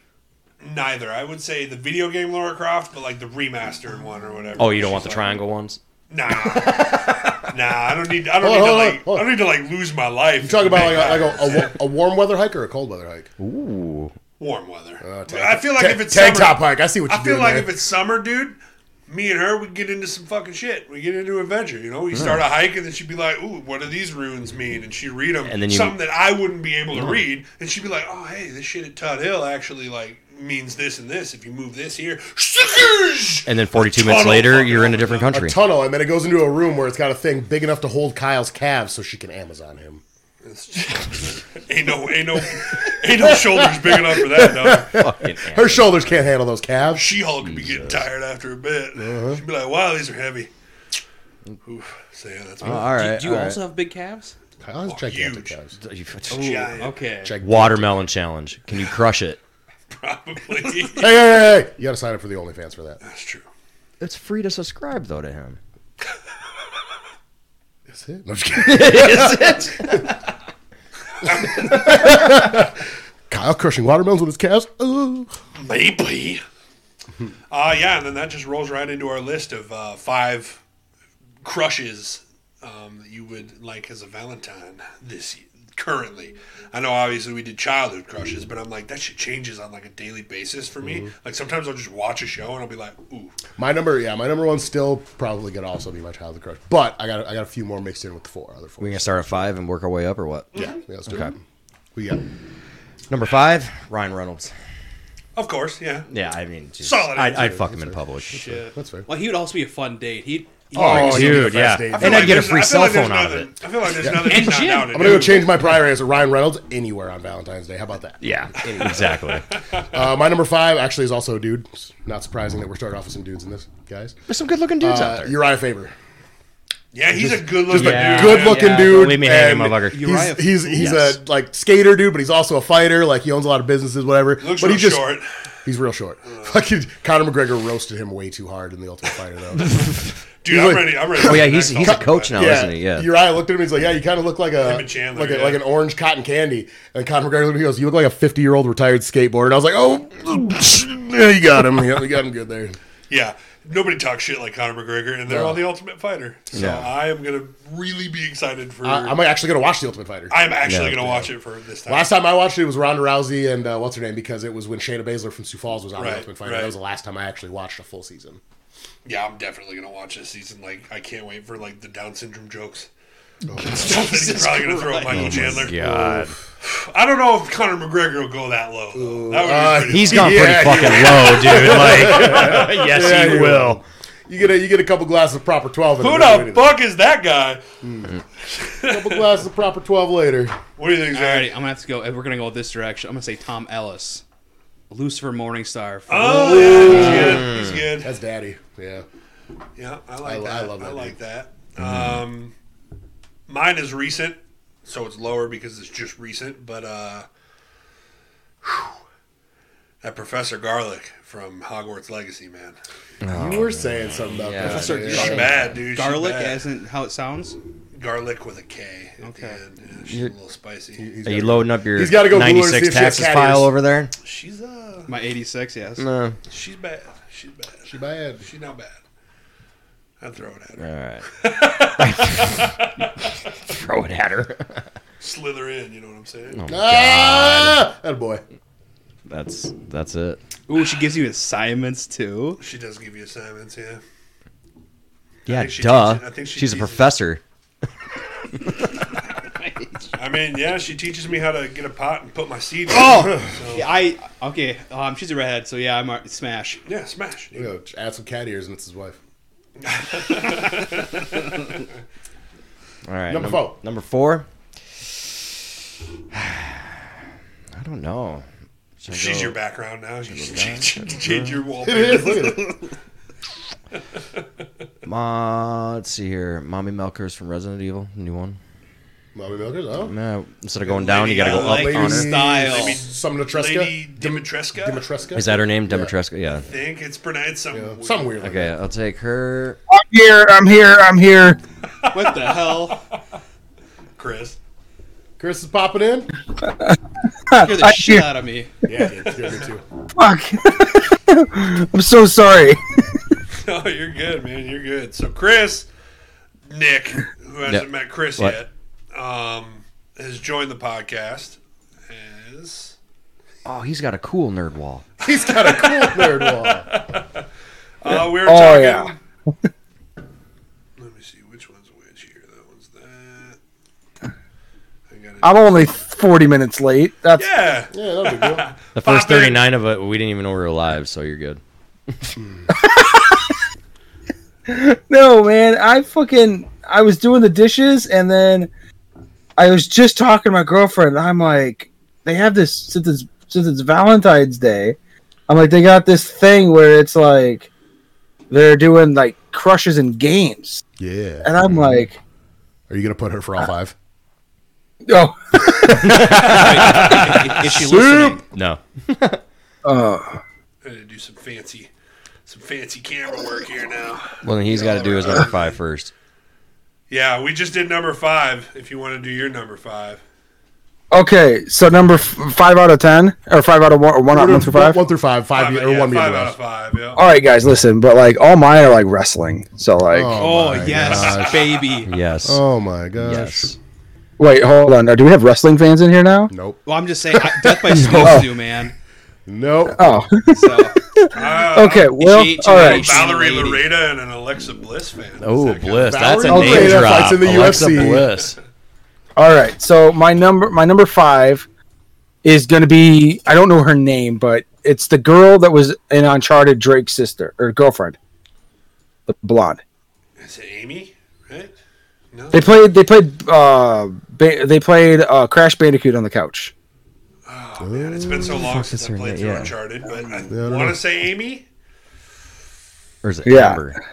Speaker 2: neither. I would say the video game Laura Croft, but like the remastered one or whatever.
Speaker 3: oh, you don't want the
Speaker 2: She's like-
Speaker 3: triangle ones?
Speaker 2: Nah, nah. I don't need. I don't
Speaker 1: Hold on, hold
Speaker 2: need to
Speaker 1: on,
Speaker 2: like.
Speaker 1: hold
Speaker 2: I
Speaker 1: on.
Speaker 2: don't need to like lose my life.
Speaker 1: You talk about like, a, like a, a, wa- a warm weather hike or a cold weather hike?
Speaker 3: Ooh.
Speaker 2: warm weather.
Speaker 1: Oh, tank-
Speaker 2: I feel like
Speaker 1: ta-
Speaker 2: if it's
Speaker 1: tank
Speaker 2: summer,
Speaker 1: top hike. I see what you
Speaker 2: I feel
Speaker 1: doing
Speaker 2: like
Speaker 1: there.
Speaker 2: if it's summer, dude, me and her, we get into some fucking shit. We get into adventure, you know. We start a hike, and then she'd be like, "Ooh, what do these runes mean?" And she'd read them,
Speaker 3: And then you-
Speaker 2: something that I wouldn't be able to read, and she'd be like, "Oh, hey, this shit at Todd Hill actually like means this and this. If you move this here,
Speaker 3: And then 42 minutes later, you're in a different
Speaker 1: A
Speaker 3: country.
Speaker 1: tunnel, and then it goes into a room where it's got a thing big enough to hold Kyle's calves so she can Amazon him.
Speaker 2: ain't no, ain't no, ain't no shoulders big enough for that. Dog.
Speaker 3: Fucking animal.
Speaker 1: Her shoulders can't handle those calves.
Speaker 2: She Hulk could be getting tired after a bit. She'd be like, "Wow, these are heavy." Oof. So yeah, that's
Speaker 3: All right.
Speaker 4: do you
Speaker 3: all
Speaker 4: also have big calves?
Speaker 1: Kyle has gigantic
Speaker 2: oh, huge.
Speaker 1: calves.
Speaker 3: right.
Speaker 2: Ooh, giant,
Speaker 4: Okay.
Speaker 1: Check-
Speaker 3: Watermelon challenge. Can you crush it?
Speaker 2: probably.
Speaker 1: Hey, hey, hey, hey! You gotta sign up for the OnlyFans for that.
Speaker 2: that's true.
Speaker 3: It's free to subscribe though to him.
Speaker 1: Is it? No, I'm just kidding.
Speaker 3: Is it?
Speaker 1: Kyle crushing watermelons with his calves. Ooh.
Speaker 2: Maybe. uh, yeah, and then that just rolls right into our list of uh, five crushes um, that you would like as a Valentine this y- currently. I know obviously we did childhood crushes, but I'm like that shit changes on like a daily basis for me. Like sometimes I'll just watch a show and I'll be like, ooh,
Speaker 1: My number, yeah, my number one's still probably gonna also be my childhood crush. But I got, I got a few more mixed in with the four other four.
Speaker 3: We gonna start at five and work our way up, or what?
Speaker 1: Yeah, yeah, let's do it.
Speaker 3: Okay.
Speaker 1: We got
Speaker 3: Number five, Ryan Reynolds.
Speaker 2: of course, yeah.
Speaker 3: Yeah, I mean, just,
Speaker 2: Solid
Speaker 3: I'd,
Speaker 2: answer.
Speaker 3: I'd fuck him in public.
Speaker 4: Shit.
Speaker 1: That's fair.
Speaker 4: Well, he would also be a fun date. He'd. he'd
Speaker 1: Oh,
Speaker 4: bring-
Speaker 1: he'd be the
Speaker 3: Dude,
Speaker 1: first
Speaker 3: yeah,
Speaker 1: date. I
Speaker 3: and I'd get a
Speaker 2: there's-
Speaker 3: free
Speaker 2: I feel
Speaker 3: cell
Speaker 2: like there's
Speaker 3: phone out of
Speaker 2: nothing-
Speaker 3: it.
Speaker 2: I feel like there's nothing.
Speaker 4: And
Speaker 2: he's not
Speaker 4: gin.
Speaker 2: down to
Speaker 1: I'm gonna go
Speaker 2: do.
Speaker 1: change my prior answer, Ryan Reynolds, anywhere on Valentine's Day. How about that?
Speaker 3: Yeah, exactly.
Speaker 1: Uh, my number five actually is also a dude. It's not surprising that we're starting off with some dudes in this, guys.
Speaker 3: There's some good-looking dudes out
Speaker 1: Uh,
Speaker 3: there.
Speaker 1: Uriah Faber.
Speaker 2: Yeah, he's a good looking
Speaker 3: Yeah.
Speaker 2: dude.
Speaker 1: good looking
Speaker 3: yeah,
Speaker 1: dude.
Speaker 3: don't leave me hanging,
Speaker 1: and
Speaker 3: motherfucker.
Speaker 1: He's
Speaker 4: Uriah-
Speaker 1: he's, he's
Speaker 3: Yes.
Speaker 1: a like skater dude, but he's also a fighter. Like he owns a lot of businesses, whatever.
Speaker 2: Looks
Speaker 1: but
Speaker 2: real
Speaker 1: he just
Speaker 2: short.
Speaker 1: he's real short. Fucking Conor McGregor roasted him way too hard in the Ultimate Fighter though.
Speaker 2: Dude,
Speaker 1: He's
Speaker 2: I'm
Speaker 1: like-
Speaker 2: ready. I'm ready.
Speaker 3: Oh, yeah, he's- he's a coach now.
Speaker 1: yeah,
Speaker 3: isn't he? Yeah.
Speaker 1: Uriah looked at him. He's like, yeah, you kind of look like a
Speaker 2: and Chandler,
Speaker 1: like a,
Speaker 2: yeah.
Speaker 1: like an orange cotton candy. And Conor McGregor looked at him, he goes, you look like a fifty year old retired skateboarder. And I was like, oh, yeah, you got him. Yeah, you got him good there.
Speaker 2: Yeah, nobody talks shit like Conor McGregor, and they're all the Ultimate Fighter. So
Speaker 3: Yeah.
Speaker 2: I am gonna really be excited for.
Speaker 1: I, I'm actually gonna watch the Ultimate Fighter.
Speaker 2: I'm actually
Speaker 3: Yeah.
Speaker 2: gonna watch it for this time.
Speaker 1: Last time I watched it was Ronda Rousey and uh, what's her name because it was when Shayna Baszler from Sioux Falls was on
Speaker 2: Right,
Speaker 1: the Ultimate Fighter.
Speaker 2: right.
Speaker 1: That was the last time I actually watched a full season.
Speaker 2: yeah, I'm definitely gonna watch this season. Like, I can't wait for like the Down syndrome jokes. He's probably gonna throw at Michael Chandler.
Speaker 3: Oh, God,
Speaker 2: I don't know if Conor McGregor will go that low. though. That would be pretty
Speaker 3: he's gone
Speaker 1: Yeah,
Speaker 3: pretty fucking low, dude. Like, yes, he,
Speaker 1: he
Speaker 3: will.
Speaker 1: You get a you get a couple glasses of proper twelve. and it doesn't
Speaker 2: Who
Speaker 1: do
Speaker 2: the
Speaker 1: anything.
Speaker 2: fuck is that guy?
Speaker 1: Couple glasses of proper twelve later.
Speaker 2: What do you think,
Speaker 4: All right,
Speaker 2: Zach?
Speaker 4: I'm gonna have to go. We're gonna go this direction. I'm gonna say Tom Ellis, Lucifer Morningstar. From,
Speaker 2: Oh, yeah, he's good. He's good.
Speaker 1: That's daddy. Yeah.
Speaker 2: Yeah, I like
Speaker 1: I-
Speaker 2: that.
Speaker 1: I
Speaker 2: I,
Speaker 1: love that Mm-hmm.
Speaker 2: like that. Um, mine is recent, so it's lower because it's just recent. But uh, whew, that Professor Garlic from Hogwarts Legacy, man,
Speaker 1: you were saying something about
Speaker 3: Oh, Yeah.
Speaker 1: that.
Speaker 4: Professor
Speaker 1: Yeah.
Speaker 2: she's
Speaker 4: Garlic.
Speaker 2: bad, dude. She's
Speaker 4: garlic,
Speaker 2: bad.
Speaker 4: as in how it sounds.
Speaker 2: garlic with a K. At
Speaker 4: Okay.
Speaker 2: The end. Yeah, she's a little spicy.
Speaker 1: He's
Speaker 3: Are
Speaker 1: got-
Speaker 3: you loading up your
Speaker 1: He's gotta go Google and see if
Speaker 3: 96
Speaker 1: she has
Speaker 3: taxes
Speaker 1: cat
Speaker 3: file
Speaker 1: ears.
Speaker 3: over there?
Speaker 2: She's uh,
Speaker 4: My '86, yes.
Speaker 3: No.
Speaker 2: she's bad. She's bad.
Speaker 1: She bad.
Speaker 2: She's not bad. I'd throw it at her.
Speaker 3: All right. Throw it at her.
Speaker 2: Slither in. You know what I'm saying?
Speaker 1: Ah, that boy.
Speaker 3: That's that's it.
Speaker 4: Ooh, she gives you assignments too.
Speaker 2: She does give you assignments. Yeah.
Speaker 3: Yeah,
Speaker 2: think she
Speaker 3: duh.
Speaker 2: teaches- I think she
Speaker 3: She's a
Speaker 2: teaches-
Speaker 3: professor.
Speaker 2: I mean, yeah, she teaches me how to get a pot and put my seed. in.
Speaker 1: Oh!
Speaker 4: Yeah, I okay. Um, she's a redhead, so yeah, I'm a smash.
Speaker 2: Yeah, smash.
Speaker 1: You know, add some cat ears and it's his wife.
Speaker 3: All right.
Speaker 1: Number
Speaker 3: num-
Speaker 1: four.
Speaker 3: Number four. I don't know. Should I
Speaker 2: She's
Speaker 3: go-
Speaker 2: your background now. You should change, change your
Speaker 1: It
Speaker 2: wallpaper.
Speaker 1: is. Look at it.
Speaker 3: Ma, let's see here. Mommy Melker's from Resident Evil, the new one.
Speaker 1: Mommy Milkers. Oh.
Speaker 3: No, instead of going down, you gotta go
Speaker 2: I like
Speaker 3: up on
Speaker 1: Lady
Speaker 3: her.
Speaker 4: style.
Speaker 1: Some
Speaker 2: Lady
Speaker 1: Dimitrescu.
Speaker 2: Dimitrescu.
Speaker 1: Dimitrescu.
Speaker 3: Is that her name? Demetrescu. Yeah.
Speaker 2: I think it's pronounced something.
Speaker 1: Yeah,
Speaker 2: weird.
Speaker 1: Something weird. like
Speaker 3: Okay, I'll take her.
Speaker 5: I'm here. I'm here. I'm here.
Speaker 4: What the hell?
Speaker 2: Chris.
Speaker 1: that. Chris is popping in.
Speaker 4: Scare the shit out of me.
Speaker 1: Yeah, dude, you're good too.
Speaker 5: Fuck. I'm so sorry.
Speaker 2: Oh, you're good, man. You're good. So Chris, Nick, who hasn't
Speaker 3: Yeah.
Speaker 2: met Chris
Speaker 3: What?
Speaker 2: yet, um, has joined the podcast. As
Speaker 3: Oh, he's got a cool nerd wall.
Speaker 1: He's got a cool nerd wall.
Speaker 2: uh, we were
Speaker 5: Oh,
Speaker 2: talking.
Speaker 5: yeah.
Speaker 2: Let me see which one's which here. That one's that. I got it.
Speaker 5: I'm only th- forty minutes late. That's
Speaker 2: Yeah.
Speaker 1: Yeah, that'll be good.
Speaker 3: The first
Speaker 2: Pop in.
Speaker 3: 39 of it, we didn't even know we were alive, so you're good.
Speaker 5: no man. I fucking I was doing the dishes and then I was just talking to my girlfriend. I'm like, they have this since it's since it's Valentine's Day. I'm like, they got this thing where it's like they're doing like crushes and games,
Speaker 1: Yeah.
Speaker 5: and I'm like,
Speaker 1: Are you gonna put her for all five?
Speaker 5: oh,
Speaker 4: Is she listening?
Speaker 3: No.
Speaker 2: I'm gonna do some fancy, some fancy camera work here now.
Speaker 3: Well, then he's got to do his number five first.
Speaker 2: Yeah, we just did number five. If you want to do your number five,
Speaker 5: okay. So number f- five out of ten, or five out of one, or one out one through five.
Speaker 1: One through five. Five,
Speaker 2: Five-
Speaker 1: or
Speaker 2: yeah,
Speaker 1: one meter
Speaker 2: five out
Speaker 1: left.
Speaker 2: of five. Yeah.
Speaker 5: All right, guys, listen, but like all mine are like wrestling. So like,
Speaker 4: Oh,
Speaker 1: my
Speaker 4: yes,
Speaker 1: gosh.
Speaker 4: baby.
Speaker 3: Yes.
Speaker 1: Oh my gosh.
Speaker 3: yes.
Speaker 5: wait, hold on. Do we have wrestling fans in here now?
Speaker 1: Nope.
Speaker 4: Well, I'm just saying, I- Death by Snooze, do man.
Speaker 1: Nope.
Speaker 5: Oh,
Speaker 4: So
Speaker 2: Uh,
Speaker 5: okay. Well,
Speaker 4: she- she
Speaker 5: all
Speaker 4: made
Speaker 5: right.
Speaker 4: She's a
Speaker 2: Valerie
Speaker 4: lady.
Speaker 2: Lareda and an Alexa Bliss fan.
Speaker 3: Oh,
Speaker 2: Is that
Speaker 3: Bliss. That's a
Speaker 1: Valerie
Speaker 3: name
Speaker 1: Lorena
Speaker 3: drop.
Speaker 1: fights in the
Speaker 3: Alexa
Speaker 1: UFC.
Speaker 3: Bliss.
Speaker 5: All right. So my number my number 5 is going to be I don't know her name, but it's the girl that was in Uncharted Drake's sister or girlfriend. The blonde.
Speaker 2: Kind of, is it Amy? Right? No.
Speaker 5: They played they played uh ba- they played uh Crash Bandicoot on the couch.
Speaker 2: Oh, man, it's been so long since I played through Uncharted, but I
Speaker 1: don't
Speaker 2: want
Speaker 1: know.
Speaker 2: to say Amy.
Speaker 3: Or is it
Speaker 5: Yeah.
Speaker 3: Amber?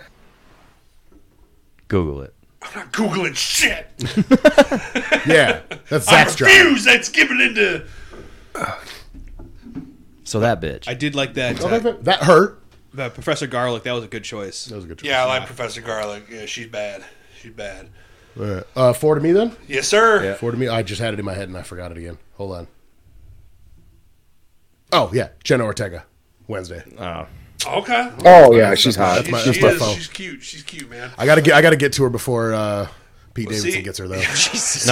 Speaker 3: Google it.
Speaker 2: I'm not googling shit.
Speaker 1: Yeah. That's
Speaker 2: I
Speaker 1: Zach's job.
Speaker 2: refuse. That's giving into.
Speaker 3: So that bitch.
Speaker 4: I did like that. Uh,
Speaker 1: That that hurt.
Speaker 4: that Professor Garlic, that was a good choice.
Speaker 1: That was a good choice.
Speaker 2: Yeah, I like Professor Garlic. Yeah, she's bad. She's bad.
Speaker 1: Yeah. Uh, four to me then.
Speaker 2: Yes, sir.
Speaker 1: Four to me. I just had it in my head and I forgot it again. Hold on. Oh yeah, Jenna Ortega, Wednesday.
Speaker 3: Oh.
Speaker 2: Okay.
Speaker 5: Oh yeah, she's hot.
Speaker 1: Uh, That's my-
Speaker 2: she
Speaker 1: that's my
Speaker 2: is.
Speaker 1: phone.
Speaker 2: She's cute. She's cute, man.
Speaker 1: I gotta get I gotta get to her before uh, Pete Davidson
Speaker 2: see-
Speaker 1: gets her though.
Speaker 3: no, Pete
Speaker 2: It's a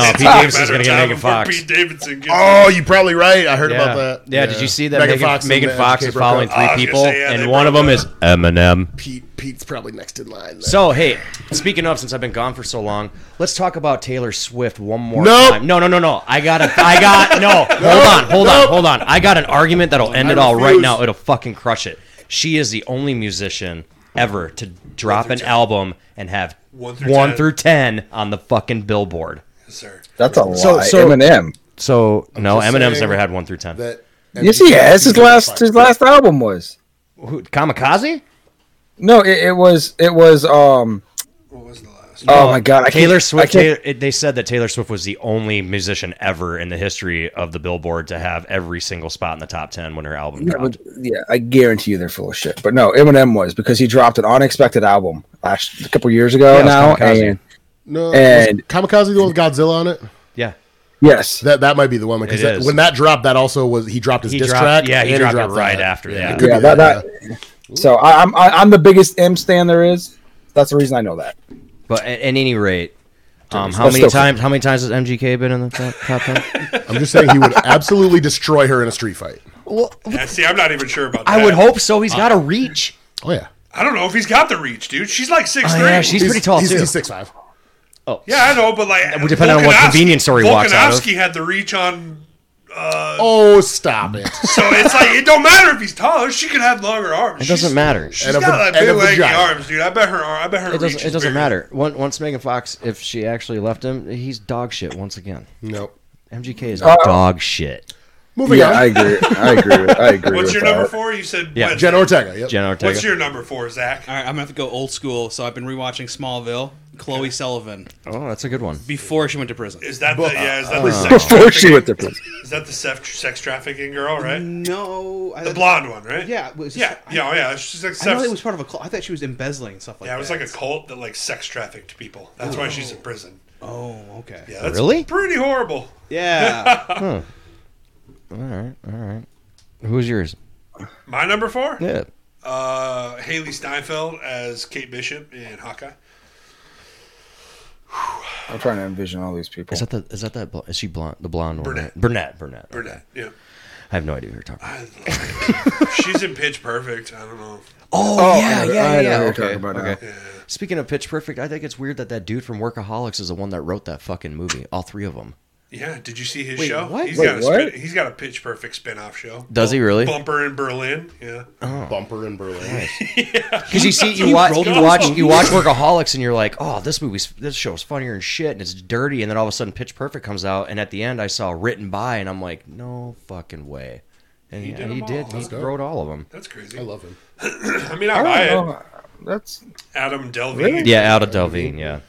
Speaker 2: matter
Speaker 3: Davidson's
Speaker 2: of
Speaker 3: going to get
Speaker 2: time
Speaker 3: Megan
Speaker 2: before
Speaker 3: Fox.
Speaker 2: Pete Davidson gets
Speaker 1: Oh, you're probably right. I heard
Speaker 3: yeah.
Speaker 1: about that.
Speaker 3: Yeah, did you see that
Speaker 1: Megan
Speaker 3: Megan,
Speaker 1: Fox and
Speaker 3: Megan
Speaker 1: the
Speaker 3: Fox is
Speaker 1: Escape
Speaker 3: following
Speaker 1: Rope.
Speaker 3: three
Speaker 2: Oh, I was gonna
Speaker 3: people,
Speaker 2: say, yeah, they
Speaker 3: and one of
Speaker 2: broke
Speaker 3: them
Speaker 2: up.
Speaker 3: is Eminem.
Speaker 1: Pete Pete's probably next in line. Then.
Speaker 3: So hey, speaking of, since I've been gone for so long, let's talk about Taylor Swift one more
Speaker 1: Nope.
Speaker 3: time. No, no, no, no. I got a, I got no. Hold on, hold on, hold on. I got an argument that'll end it all right
Speaker 1: refuse.
Speaker 3: now. It'll fucking crush it. She is the only musician ever to drop an album and have
Speaker 2: One through 10.
Speaker 3: through ten on the fucking Billboard.
Speaker 2: Yes, sir.
Speaker 5: That's a lie.
Speaker 3: So- so-
Speaker 5: Eminem.
Speaker 3: So no,
Speaker 1: just
Speaker 3: Eminem's
Speaker 1: saying
Speaker 3: never had one through ten.
Speaker 1: that
Speaker 5: Yes, he has. His last his last album was.
Speaker 3: Who, Kamikaze?
Speaker 5: No, it, it was it was um
Speaker 2: What was the last?
Speaker 5: oh my god, I can't-
Speaker 3: Taylor
Speaker 5: I
Speaker 3: Swift.
Speaker 5: can't-
Speaker 3: Taylor, it- they said that Taylor Swift was the only musician ever in the history of the Billboard to have every single spot in the top ten when her album
Speaker 5: Yeah,
Speaker 3: dropped.
Speaker 5: but- yeah, I guarantee you they're full of shit. But no, Eminem was because he dropped an unexpected album last a couple years ago
Speaker 3: Yeah, it was
Speaker 5: now.
Speaker 3: Kamikaze.
Speaker 5: And
Speaker 1: No,
Speaker 5: And-
Speaker 1: was Kamikaze the one with Godzilla on it.
Speaker 3: Yeah.
Speaker 5: yes,
Speaker 1: That that might be the one
Speaker 3: It
Speaker 1: because that,
Speaker 3: is.
Speaker 1: when that dropped, that also was he dropped his
Speaker 3: He
Speaker 1: diss
Speaker 3: dropped-
Speaker 1: track.
Speaker 3: yeah, he
Speaker 1: and
Speaker 3: dropped it right
Speaker 1: that.
Speaker 3: after that.
Speaker 1: it could
Speaker 5: yeah,
Speaker 1: be
Speaker 5: that, that, So I, I'm I, I'm the biggest M stand there is. That's the reason I know that.
Speaker 3: But at, at any rate, um, how
Speaker 5: Let's
Speaker 3: many
Speaker 5: go.
Speaker 3: times? How many times has MGK been in the top, top ten?
Speaker 1: yeah. I'm just saying he would absolutely destroy her in a street fight.
Speaker 2: Yeah, see, I'm not even sure about that.
Speaker 3: I would hope so. He's got a reach.
Speaker 1: Oh yeah,
Speaker 2: I don't know if he's got the reach, dude. She's like six
Speaker 3: Oh,
Speaker 2: three.
Speaker 3: yeah, she's pretty tall
Speaker 1: he's,
Speaker 3: too.
Speaker 1: He's six five.
Speaker 2: Yeah, I know, but like,
Speaker 3: would depend on what convenience store he walks out of.
Speaker 2: Volkanovski had the reach on,
Speaker 1: Oh stop it!
Speaker 2: so it's like it don't matter if he's taller. She could have longer arms.
Speaker 3: It doesn't matter. It
Speaker 2: She's
Speaker 1: And a
Speaker 2: got
Speaker 1: va-
Speaker 2: like
Speaker 1: and a
Speaker 2: big lanky
Speaker 1: vagina.
Speaker 2: arms, dude. I bet her. arm- I bet her. reach
Speaker 3: doesn't. It
Speaker 2: is
Speaker 3: doesn't
Speaker 2: bigger.
Speaker 3: matter. Once, once Megan Fox, if she actually left him, he's dog shit once again.
Speaker 1: No.
Speaker 3: MGK is
Speaker 5: Uh,
Speaker 3: dog shit.
Speaker 1: Moving on.
Speaker 5: agree. I agree. I agree.
Speaker 2: What's your number four? You said
Speaker 3: Yeah,
Speaker 2: Wednesday.
Speaker 1: Jen Ortega. Yep.
Speaker 3: Jenna Ortega.
Speaker 2: What's your number four, Zach?
Speaker 4: All right, I'm gonna have to go old school. So I've been rewatching Smallville. Chloe Sullivan
Speaker 3: oh, that's a good one.
Speaker 4: before she went to prison.
Speaker 2: Is that the yeah? Is that the sex
Speaker 5: Before she went to
Speaker 2: trafficking-
Speaker 5: prison.
Speaker 2: Is that the sex, sex trafficking girl,
Speaker 3: Mm,
Speaker 2: right?
Speaker 4: No, I,
Speaker 2: The blonde one, right?
Speaker 4: Yeah, it was-
Speaker 2: yeah, yeah, oh, yeah. She's like
Speaker 4: I
Speaker 2: sex.
Speaker 4: know it was part of a. Cl- I thought she was embezzling and stuff like
Speaker 2: yeah,
Speaker 4: that.
Speaker 2: it was like a cult that like sex trafficked people. That's why she's in prison.
Speaker 4: Oh, okay.
Speaker 2: Yeah, that's
Speaker 3: Really?
Speaker 2: Pretty horrible.
Speaker 4: Yeah.
Speaker 3: All right, all right. Who's yours?
Speaker 2: My number four.
Speaker 3: Yeah.
Speaker 2: Uh, Haley Steinfeld as Kate Bishop in Hawkeye.
Speaker 5: I'm trying to envision all these people.
Speaker 3: Is that the? Is that that? bl- Is she blonde? The blonde one.
Speaker 2: Brunette.
Speaker 3: right? Burnett. Burnett.
Speaker 2: Burnett. Yeah.
Speaker 3: I have no idea who you're talking about.
Speaker 2: I she's in Pitch Perfect. I don't know.
Speaker 3: Oh, yeah, yeah, yeah.
Speaker 5: I know who
Speaker 3: yeah.
Speaker 5: you're
Speaker 3: Okay.
Speaker 5: talking about now.
Speaker 3: okay. Speaking of Pitch Perfect, I think it's weird that that dude from Workaholics is the one that wrote that fucking movie. All three of them.
Speaker 2: Yeah, did you see his
Speaker 4: Wait,
Speaker 2: show?
Speaker 4: what?
Speaker 2: He's
Speaker 5: Wait,
Speaker 2: got a
Speaker 5: what?
Speaker 2: Spin, he's got a pitch perfect spin off show.
Speaker 3: Does he really?
Speaker 2: Bumper in Berlin. Yeah.
Speaker 1: Bumper in Berlin.
Speaker 3: Because you see, you watch, you watch, you watch Workaholics, and you're like, "Oh, this movie's this show's funnier and shit, and it's dirty." And then all of a sudden, Pitch Perfect comes out, and at the end, I saw written by, and I'm like, "No fucking way!" And he
Speaker 2: did
Speaker 3: did. He,
Speaker 2: them all.
Speaker 3: did.
Speaker 2: That's
Speaker 3: he
Speaker 1: dope.
Speaker 3: wrote all of them.
Speaker 2: That's crazy.
Speaker 1: I love him.
Speaker 2: I mean, I buy
Speaker 5: I don't
Speaker 2: it.
Speaker 5: know. That's.
Speaker 2: Adam Delvey.
Speaker 5: Really?
Speaker 3: Yeah, out of Delvine. Yeah,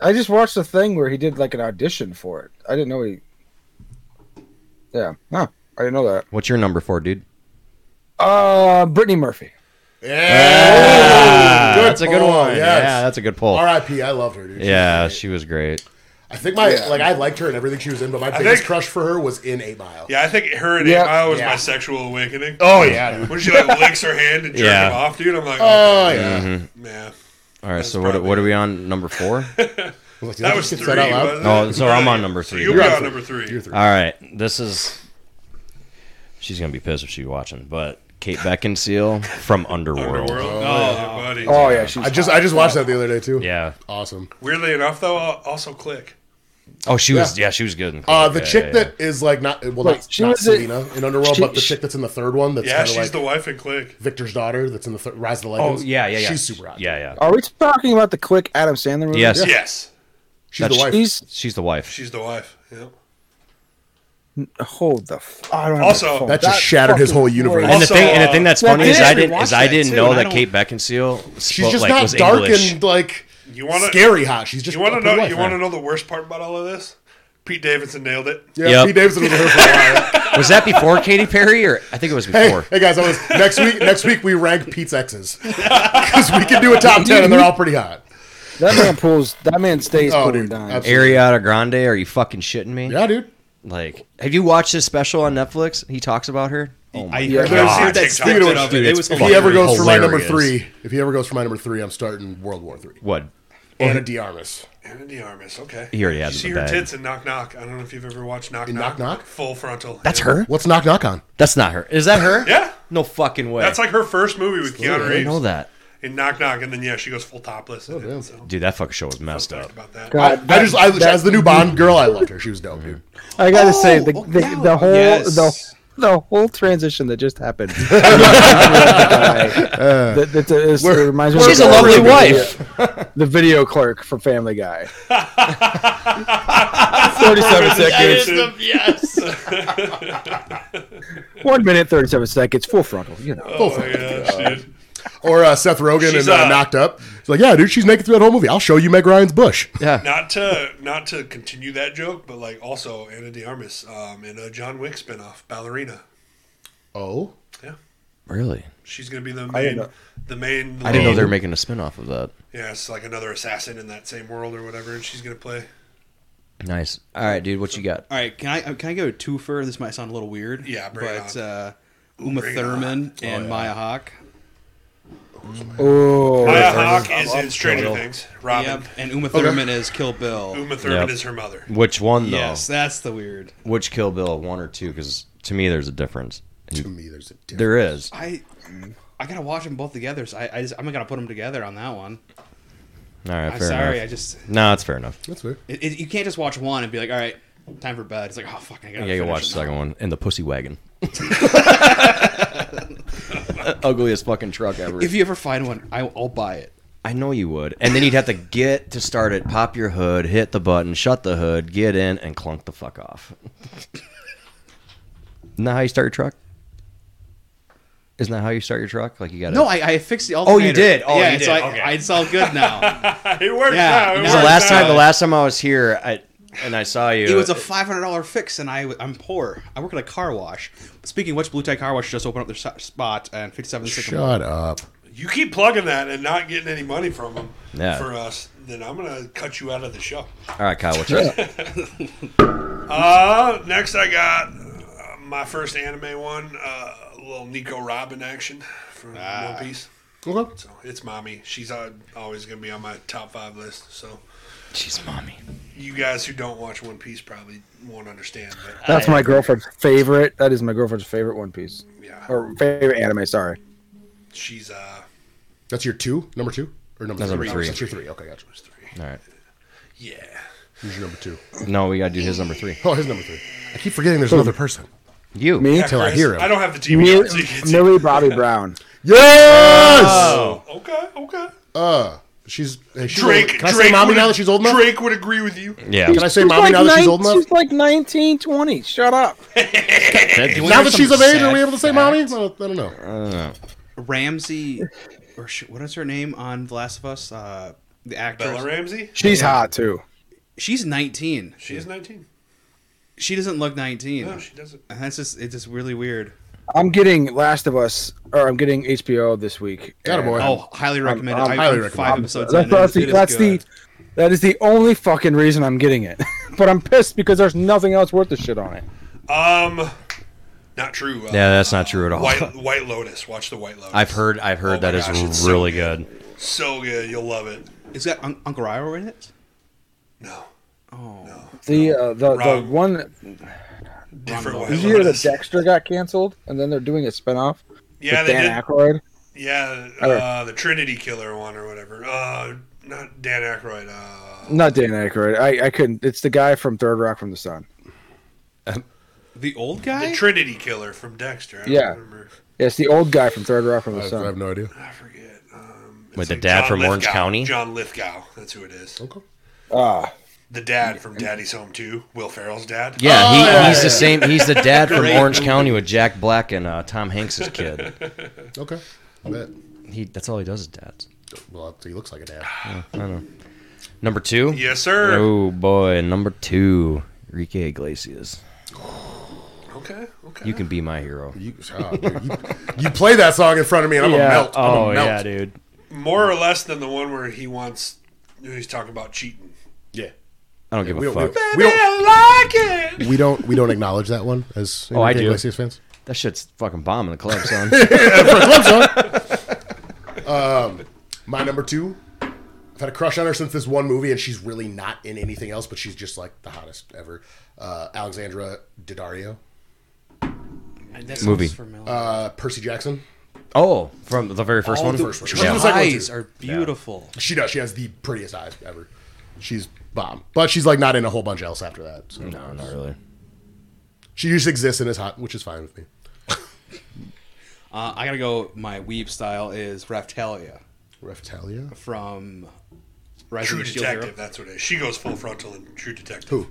Speaker 5: I just watched a thing where he did like an audition for it. I didn't know he. Yeah. Huh. I didn't know that.
Speaker 3: what's your number four, dude?
Speaker 5: Uh, Brittany Murphy.
Speaker 1: Yeah, Good
Speaker 3: that's a good
Speaker 1: pull,
Speaker 3: one.
Speaker 1: yes.
Speaker 3: Yeah, that's a good pull.
Speaker 1: R.I.P. I loved her, dude. She
Speaker 3: Yeah,
Speaker 1: was great.
Speaker 3: she was great.
Speaker 1: I think my
Speaker 5: Yeah.
Speaker 1: like I liked her and everything she was in, but my biggest
Speaker 2: think-
Speaker 1: crush for her was in Eight Mile.
Speaker 2: Yeah, I think her and
Speaker 5: Yeah.
Speaker 2: Eight Mile was
Speaker 1: Yeah.
Speaker 2: my sexual awakening.
Speaker 1: Oh yeah, dude.
Speaker 2: When she like licks her hand and jerk
Speaker 3: Yeah.
Speaker 2: him off, dude, I'm like, oh,
Speaker 1: Oh yeah.
Speaker 2: man.
Speaker 3: All right,
Speaker 2: That's
Speaker 3: so what,
Speaker 2: probably-
Speaker 3: what are we on number four?
Speaker 1: I was like, did I
Speaker 2: That
Speaker 1: just
Speaker 2: was
Speaker 1: get
Speaker 2: three.
Speaker 1: said out loud?
Speaker 2: wasn't
Speaker 3: Oh,
Speaker 2: it?
Speaker 3: so I'm
Speaker 2: Right.
Speaker 3: on number
Speaker 2: So
Speaker 3: three.
Speaker 2: you
Speaker 3: You're
Speaker 2: were
Speaker 3: on
Speaker 2: on
Speaker 1: three.
Speaker 2: number three.
Speaker 1: You're three.
Speaker 3: All right, this is. She's gonna be pissed if she's watching, but Kate Beckinsale from Underworld.
Speaker 2: Underworld. Oh, buddy.
Speaker 5: Oh yeah, she's.
Speaker 1: I just I just watched that the other day too.
Speaker 3: Yeah.
Speaker 1: Awesome.
Speaker 2: Weirdly enough, though, I'll also click.
Speaker 3: Oh, she was.
Speaker 1: Yeah.
Speaker 3: Yeah, she was good. In
Speaker 1: Uh, the
Speaker 3: Yeah,
Speaker 1: chick
Speaker 3: yeah,
Speaker 1: that is like not well,
Speaker 5: Wait,
Speaker 1: not,
Speaker 5: she
Speaker 1: not
Speaker 5: was in-
Speaker 1: Selena in Underworld,
Speaker 5: she-
Speaker 1: but the
Speaker 5: she-
Speaker 1: chick that's in the third one that's
Speaker 2: Yeah,
Speaker 1: kind of
Speaker 2: she's
Speaker 1: like
Speaker 2: the wife in Click.
Speaker 1: Victor's daughter that's in the th- Rise of the
Speaker 3: yeah. Oh
Speaker 1: Lycans.
Speaker 3: yeah, yeah, yeah.
Speaker 1: She's super hot.
Speaker 3: Yeah, yeah.
Speaker 5: Are we talking about the quick Adam Sandler movie?
Speaker 3: Yes.
Speaker 2: Yes,
Speaker 1: she's the
Speaker 3: That's-
Speaker 1: wife.
Speaker 5: She's
Speaker 3: She's the wife.
Speaker 2: she's the wife. Yeah.
Speaker 5: hold the. F- I don't. have
Speaker 2: Also,
Speaker 5: my phone.
Speaker 1: that just shattered his
Speaker 5: fucking
Speaker 1: whole universe.
Speaker 5: word.
Speaker 3: And
Speaker 2: Also,
Speaker 3: the thing, and the
Speaker 2: uh,
Speaker 3: thing that's
Speaker 5: that
Speaker 3: funny is
Speaker 5: did-
Speaker 3: I didn't, is I
Speaker 4: watched that
Speaker 3: didn't
Speaker 4: too,
Speaker 3: know
Speaker 4: and I
Speaker 3: that
Speaker 4: don't-
Speaker 3: Kate Beckinsale.
Speaker 1: she's
Speaker 3: Spoke,
Speaker 1: just
Speaker 3: like,
Speaker 1: not
Speaker 3: was
Speaker 1: dark
Speaker 3: English.
Speaker 1: and like
Speaker 2: You wanna-
Speaker 1: scary hot. She's just
Speaker 2: You want to
Speaker 1: up her
Speaker 2: know?
Speaker 1: life,
Speaker 2: You
Speaker 1: man.
Speaker 2: want to know the worst part about all of this? Pete Davidson nailed it.
Speaker 1: Yeah,
Speaker 3: Yep.
Speaker 1: Pete Davidson was here for a while.
Speaker 3: Was that before Katy Perry, or I think it was
Speaker 1: hey,
Speaker 3: before?
Speaker 1: hey guys, I was next week. Next week we rank Pete's exes because we can do a top ten and they're all pretty hot.
Speaker 5: That man pulls. That man stays
Speaker 1: Oh,
Speaker 5: pulling
Speaker 1: dude,
Speaker 5: dimes.
Speaker 1: absolutely.
Speaker 3: Ariana Grande, are you fucking shitting me?
Speaker 1: Yeah, dude.
Speaker 3: Like, have you watched this special on Netflix? He talks about her. Oh my
Speaker 6: I
Speaker 5: Yeah,
Speaker 6: heard
Speaker 5: there's-
Speaker 6: that
Speaker 2: there's-
Speaker 6: snippet
Speaker 1: dude,
Speaker 6: of
Speaker 3: dude,
Speaker 6: it. It was
Speaker 3: it's-
Speaker 1: If he ever goes for my number
Speaker 3: Hilarious.
Speaker 1: three, if he ever goes for my number three, I'm starting World War Three.
Speaker 3: What?
Speaker 1: Anna DiArmas.
Speaker 2: Anna De Armas. Okay.
Speaker 3: He already has
Speaker 2: You
Speaker 3: it
Speaker 2: see
Speaker 3: in
Speaker 2: her
Speaker 3: the bag.
Speaker 2: tits in Knock Knock. I don't know if you've ever watched Knock
Speaker 1: In
Speaker 2: Knock.
Speaker 1: Knock Knock?
Speaker 2: Full frontal.
Speaker 3: That's
Speaker 2: Yeah.
Speaker 3: her.
Speaker 1: What's knock knock on?
Speaker 3: That's not her. Is that her?
Speaker 2: Yeah.
Speaker 3: No fucking way.
Speaker 2: That's like her first movie with
Speaker 3: I
Speaker 2: Keanu
Speaker 3: didn't know
Speaker 2: Reeves
Speaker 3: that.
Speaker 2: in Knock Knock, and then yeah, she goes full topless. Oh,
Speaker 1: damn.
Speaker 2: So,
Speaker 3: Dude, that fucking show was messed
Speaker 2: talked
Speaker 3: up.
Speaker 2: about that.
Speaker 5: God,
Speaker 1: I, Mm-hmm. I
Speaker 5: that-
Speaker 1: just I, as the new Bond girl, I loved her. She was dope, dude.
Speaker 5: I gotta say
Speaker 6: Oh,
Speaker 5: the
Speaker 6: oh,
Speaker 5: the,
Speaker 6: yeah.
Speaker 5: the whole
Speaker 6: Yes.
Speaker 5: the the whole transition that just happened.
Speaker 1: Uh.
Speaker 5: that, that, that is, it reminds me
Speaker 3: She's
Speaker 5: of
Speaker 3: a
Speaker 5: the-
Speaker 3: lovely
Speaker 5: the video-
Speaker 3: wife.
Speaker 5: The video clerk from Family Guy. Forty-seven seconds,
Speaker 2: yes.
Speaker 3: Oh
Speaker 5: one minute, thirty-seven seconds, full frontal. You know,
Speaker 2: oh my gosh, dude.
Speaker 1: Or uh, Seth Rogen
Speaker 2: She's,
Speaker 1: and uh,
Speaker 2: uh,
Speaker 1: Knocked Up. She's like, yeah, dude, she's naked through that whole movie. I'll show you Meg Ryan's bush.
Speaker 3: Yeah.
Speaker 2: Not to not to continue that joke, but like also Anna De Armas um, in a John Wick spinoff, Ballerina.
Speaker 1: Oh,
Speaker 3: Really?
Speaker 2: She's gonna be the
Speaker 5: didn't
Speaker 2: main,
Speaker 5: know-
Speaker 2: the main.
Speaker 3: I didn't know they were making a spin off of that.
Speaker 2: Yeah, it's like another assassin in that same world or whatever, and she's gonna play.
Speaker 3: Nice. All right, dude, what you got?
Speaker 4: All right, can I uh, can I go two for? This might sound a little weird.
Speaker 2: Yeah, bring it
Speaker 4: but
Speaker 2: on.
Speaker 4: uh, Uma
Speaker 2: Bring it
Speaker 4: Thurman and Maya Hawke.
Speaker 5: oh,
Speaker 2: Maya Hawke is in Stranger Things. Robin.
Speaker 4: Yep, and Uma Thurman is Kill Bill.
Speaker 2: Uma Thurman
Speaker 3: Yep.
Speaker 2: is her mother.
Speaker 3: Which one though?
Speaker 4: yes, that's the weird.
Speaker 3: Which Kill Bill, one or two? Because to me, there's a difference. And
Speaker 1: to me, there's a difference.
Speaker 3: there is.
Speaker 4: I I gotta watch them both together. So I, I just, I'm not gonna put them together on that one.
Speaker 3: All right,
Speaker 4: I'm
Speaker 3: Uh, fair
Speaker 4: sorry. I
Speaker 3: enough.
Speaker 4: just
Speaker 3: No, it's fair enough.
Speaker 1: That's weird.
Speaker 4: it, it- you can't just watch one and be like, all right, time for bed. It's like, oh fuck, I gotta.
Speaker 3: Yeah, you
Speaker 4: finish
Speaker 3: watch
Speaker 4: it
Speaker 3: the
Speaker 4: now.
Speaker 3: second one and the Pussy Wagon. Ugliest fucking truck ever.
Speaker 4: If you ever find one, I, I'll buy it.
Speaker 3: I know you would. And then you'd have to get to start it, pop your hood, hit the button, shut the hood, get in, and clunk the fuck off. Isn't that how you start your truck? Isn't that how you start your truck? Like you gotta
Speaker 4: No, I, I fixed the
Speaker 3: you
Speaker 4: alternator.
Speaker 3: did. Oh,
Speaker 4: yeah,
Speaker 3: you
Speaker 4: it's
Speaker 3: did.
Speaker 4: like
Speaker 3: Okay.
Speaker 4: I, it's all good now.
Speaker 2: It works
Speaker 4: Yeah,
Speaker 2: now. It
Speaker 4: now-
Speaker 2: works
Speaker 3: the last
Speaker 2: now.
Speaker 3: time the last time I was here I and I saw you
Speaker 4: it was a five hundred dollar fix, and I w- I'm poor. I work at a car wash. Speaking of which, Blue Tie Car Wash just opened up their s- spot and 57 Sycamore.
Speaker 1: Shut up.
Speaker 2: You keep plugging that and not getting any money from them
Speaker 3: Yeah.
Speaker 2: for us, then I'm gonna cut you out of the show.
Speaker 3: All right, Kyle, what's up?
Speaker 2: Uh, next I got uh, my first anime one, uh, a little Nico Robin action from One Piece.
Speaker 1: Okay.
Speaker 2: So it's mommy. She's uh, always gonna be on my top five list. So
Speaker 3: Jeez, mommy.
Speaker 2: you guys who don't watch One Piece probably won't understand. But
Speaker 5: that's my girlfriend's favorite. That is my girlfriend's favorite One Piece
Speaker 2: yeah,
Speaker 5: or favorite anime. Sorry,
Speaker 2: she's uh,
Speaker 1: That's your two, number two, or number
Speaker 3: That's
Speaker 1: three.
Speaker 3: number three.
Speaker 1: That's your three. Okay, gotcha.
Speaker 2: three.
Speaker 3: All right.
Speaker 2: Yeah.
Speaker 1: Who's your number two?
Speaker 3: No, we got to do his number three.
Speaker 1: Oh, here's number three. I keep forgetting there's another person
Speaker 3: You.
Speaker 5: Me?
Speaker 1: until I hear him.
Speaker 2: I don't have the TV.
Speaker 5: Millie,
Speaker 2: on, so you can see.
Speaker 5: Millie Bobby Brown.
Speaker 1: Yes.
Speaker 2: Oh, okay, okay.
Speaker 1: Uh, she's hey, she's
Speaker 2: Drake.
Speaker 1: Old. Can I
Speaker 2: Drake
Speaker 1: say mommy
Speaker 2: would-
Speaker 1: now that she's old enough?
Speaker 2: Drake would agree with you.
Speaker 3: Yeah.
Speaker 1: Can I say
Speaker 5: She's
Speaker 1: mommy
Speaker 5: like
Speaker 1: now that she's
Speaker 5: nine-
Speaker 1: old enough?
Speaker 5: She's like 19, 20. Shut up.
Speaker 1: Now that she's of age, are we able to say mommy? I don't, I don't know.
Speaker 4: Ramsey, or sh- what is her name on The Last of Us? Uh, the actress.
Speaker 2: Bella Ramsey.
Speaker 5: She's hot too.
Speaker 4: She's 19.
Speaker 2: She is 19.
Speaker 4: She doesn't look 19.
Speaker 3: Oh,
Speaker 2: No, she doesn't.
Speaker 4: And that's just it's just really weird.
Speaker 5: I'm getting Last of Us, or I'm getting HBO this week.
Speaker 1: Got a boy.
Speaker 4: Oh, highly recommended.
Speaker 5: I'm
Speaker 4: I-
Speaker 1: highly
Speaker 4: I'm
Speaker 1: recommend-
Speaker 4: Five episodes.
Speaker 5: That's,
Speaker 4: in, and
Speaker 5: that's,
Speaker 4: it
Speaker 5: the,
Speaker 4: is
Speaker 5: that's the
Speaker 4: good.
Speaker 5: that is the only fucking reason I'm getting it. but I'm pissed because there's nothing else worth the shit on it.
Speaker 2: Um, not true. Uh,
Speaker 3: Yeah, that's not true at all.
Speaker 2: White White Lotus. Watch the White Lotus.
Speaker 3: Oh. I've heard. I've
Speaker 2: Oh
Speaker 3: heard
Speaker 2: my
Speaker 3: that is
Speaker 2: gosh, it's so
Speaker 3: really good.
Speaker 2: So good. You'll love it.
Speaker 4: It's got Un- Uncle Iro in it. Oh.
Speaker 2: No.
Speaker 5: The uh, the the
Speaker 2: Wrong.
Speaker 5: one.
Speaker 2: Different White
Speaker 5: Did you hear that
Speaker 2: Lotus.
Speaker 5: Dexter got canceled, and then they're doing a spinoff
Speaker 2: yeah,
Speaker 5: with
Speaker 2: they
Speaker 5: Dan
Speaker 2: did.
Speaker 5: Aykroyd?
Speaker 2: Yeah, uh, the Trinity Killer one or whatever. Uh, not Dan Aykroyd. Uh,
Speaker 5: Not Dan Aykroyd. I I couldn't. It's the guy from Third Rock from the Sun.
Speaker 4: The old
Speaker 2: the
Speaker 4: guy.
Speaker 2: Trinity Killer from Dexter. I don't
Speaker 5: Yeah.
Speaker 2: remember.
Speaker 5: Yes, the old guy from Third Rock from the
Speaker 1: I have, I have
Speaker 5: Sun.
Speaker 1: no idea.
Speaker 2: I forget. Um, it's
Speaker 3: Wait, the dad from Orange
Speaker 2: Lithgow.
Speaker 3: County?
Speaker 2: John Lithgow. That's who it is.
Speaker 1: Okay.
Speaker 5: Ah,
Speaker 2: The dad from Daddy's Home Too. Will Ferrell's dad.
Speaker 3: Oh, Yeah, he,
Speaker 1: yeah,
Speaker 3: he's
Speaker 1: yeah.
Speaker 3: the same. He's the dad from
Speaker 4: Great
Speaker 3: Orange County with Jack Black and uh, Tom Hanks's kid.
Speaker 1: Okay. I bet.
Speaker 3: He. That's all he does is dads.
Speaker 1: Well, he looks like a dad.
Speaker 3: Number two.
Speaker 2: Yes, sir.
Speaker 3: Oh boy, number two, Enrique Iglesias.
Speaker 2: Okay. Okay.
Speaker 3: You can be my hero.
Speaker 1: You, oh, dude, you, you play that song in front of me, and I'm a melt. I'm
Speaker 3: oh
Speaker 1: a melt.
Speaker 3: yeah, dude.
Speaker 2: More or less than the one where he wants. He's talking about cheating.
Speaker 1: Yeah.
Speaker 3: I don't give
Speaker 1: We
Speaker 3: a
Speaker 1: don't, we,
Speaker 3: fuck.
Speaker 1: don't, we, don't,
Speaker 2: I like it.
Speaker 1: we don't we don't acknowledge that one as
Speaker 3: Oh, I
Speaker 1: Enrique
Speaker 3: do.
Speaker 1: Iglesias fans.
Speaker 3: That shit's fucking bombing the club, son.
Speaker 1: My number two. I've had a crush on her since this one movie, and she's really not in anything else, but she's just like the hottest ever. Uh, Alexandra Daddario,
Speaker 4: That sounds
Speaker 3: Movie.
Speaker 4: familiar.
Speaker 1: uh, Percy Jackson.
Speaker 3: oh, from the very first
Speaker 4: All
Speaker 3: one.
Speaker 4: the-
Speaker 1: first one. She
Speaker 4: her
Speaker 1: was the second one,
Speaker 4: eyes
Speaker 1: too.
Speaker 4: are beautiful.
Speaker 1: She does. She has the prettiest eyes ever. She's bomb, but she's like not in a whole bunch else after that. So.
Speaker 3: No, not really.
Speaker 1: She just exists and is hot, which is fine with me.
Speaker 4: Uh, I gotta go. My weeb style is Raftalia
Speaker 1: Reftalia.
Speaker 4: from Rise
Speaker 2: True
Speaker 4: of the Shield Hero.
Speaker 2: Detective. That's what it is. She goes full frontal in True Detective.
Speaker 1: Who?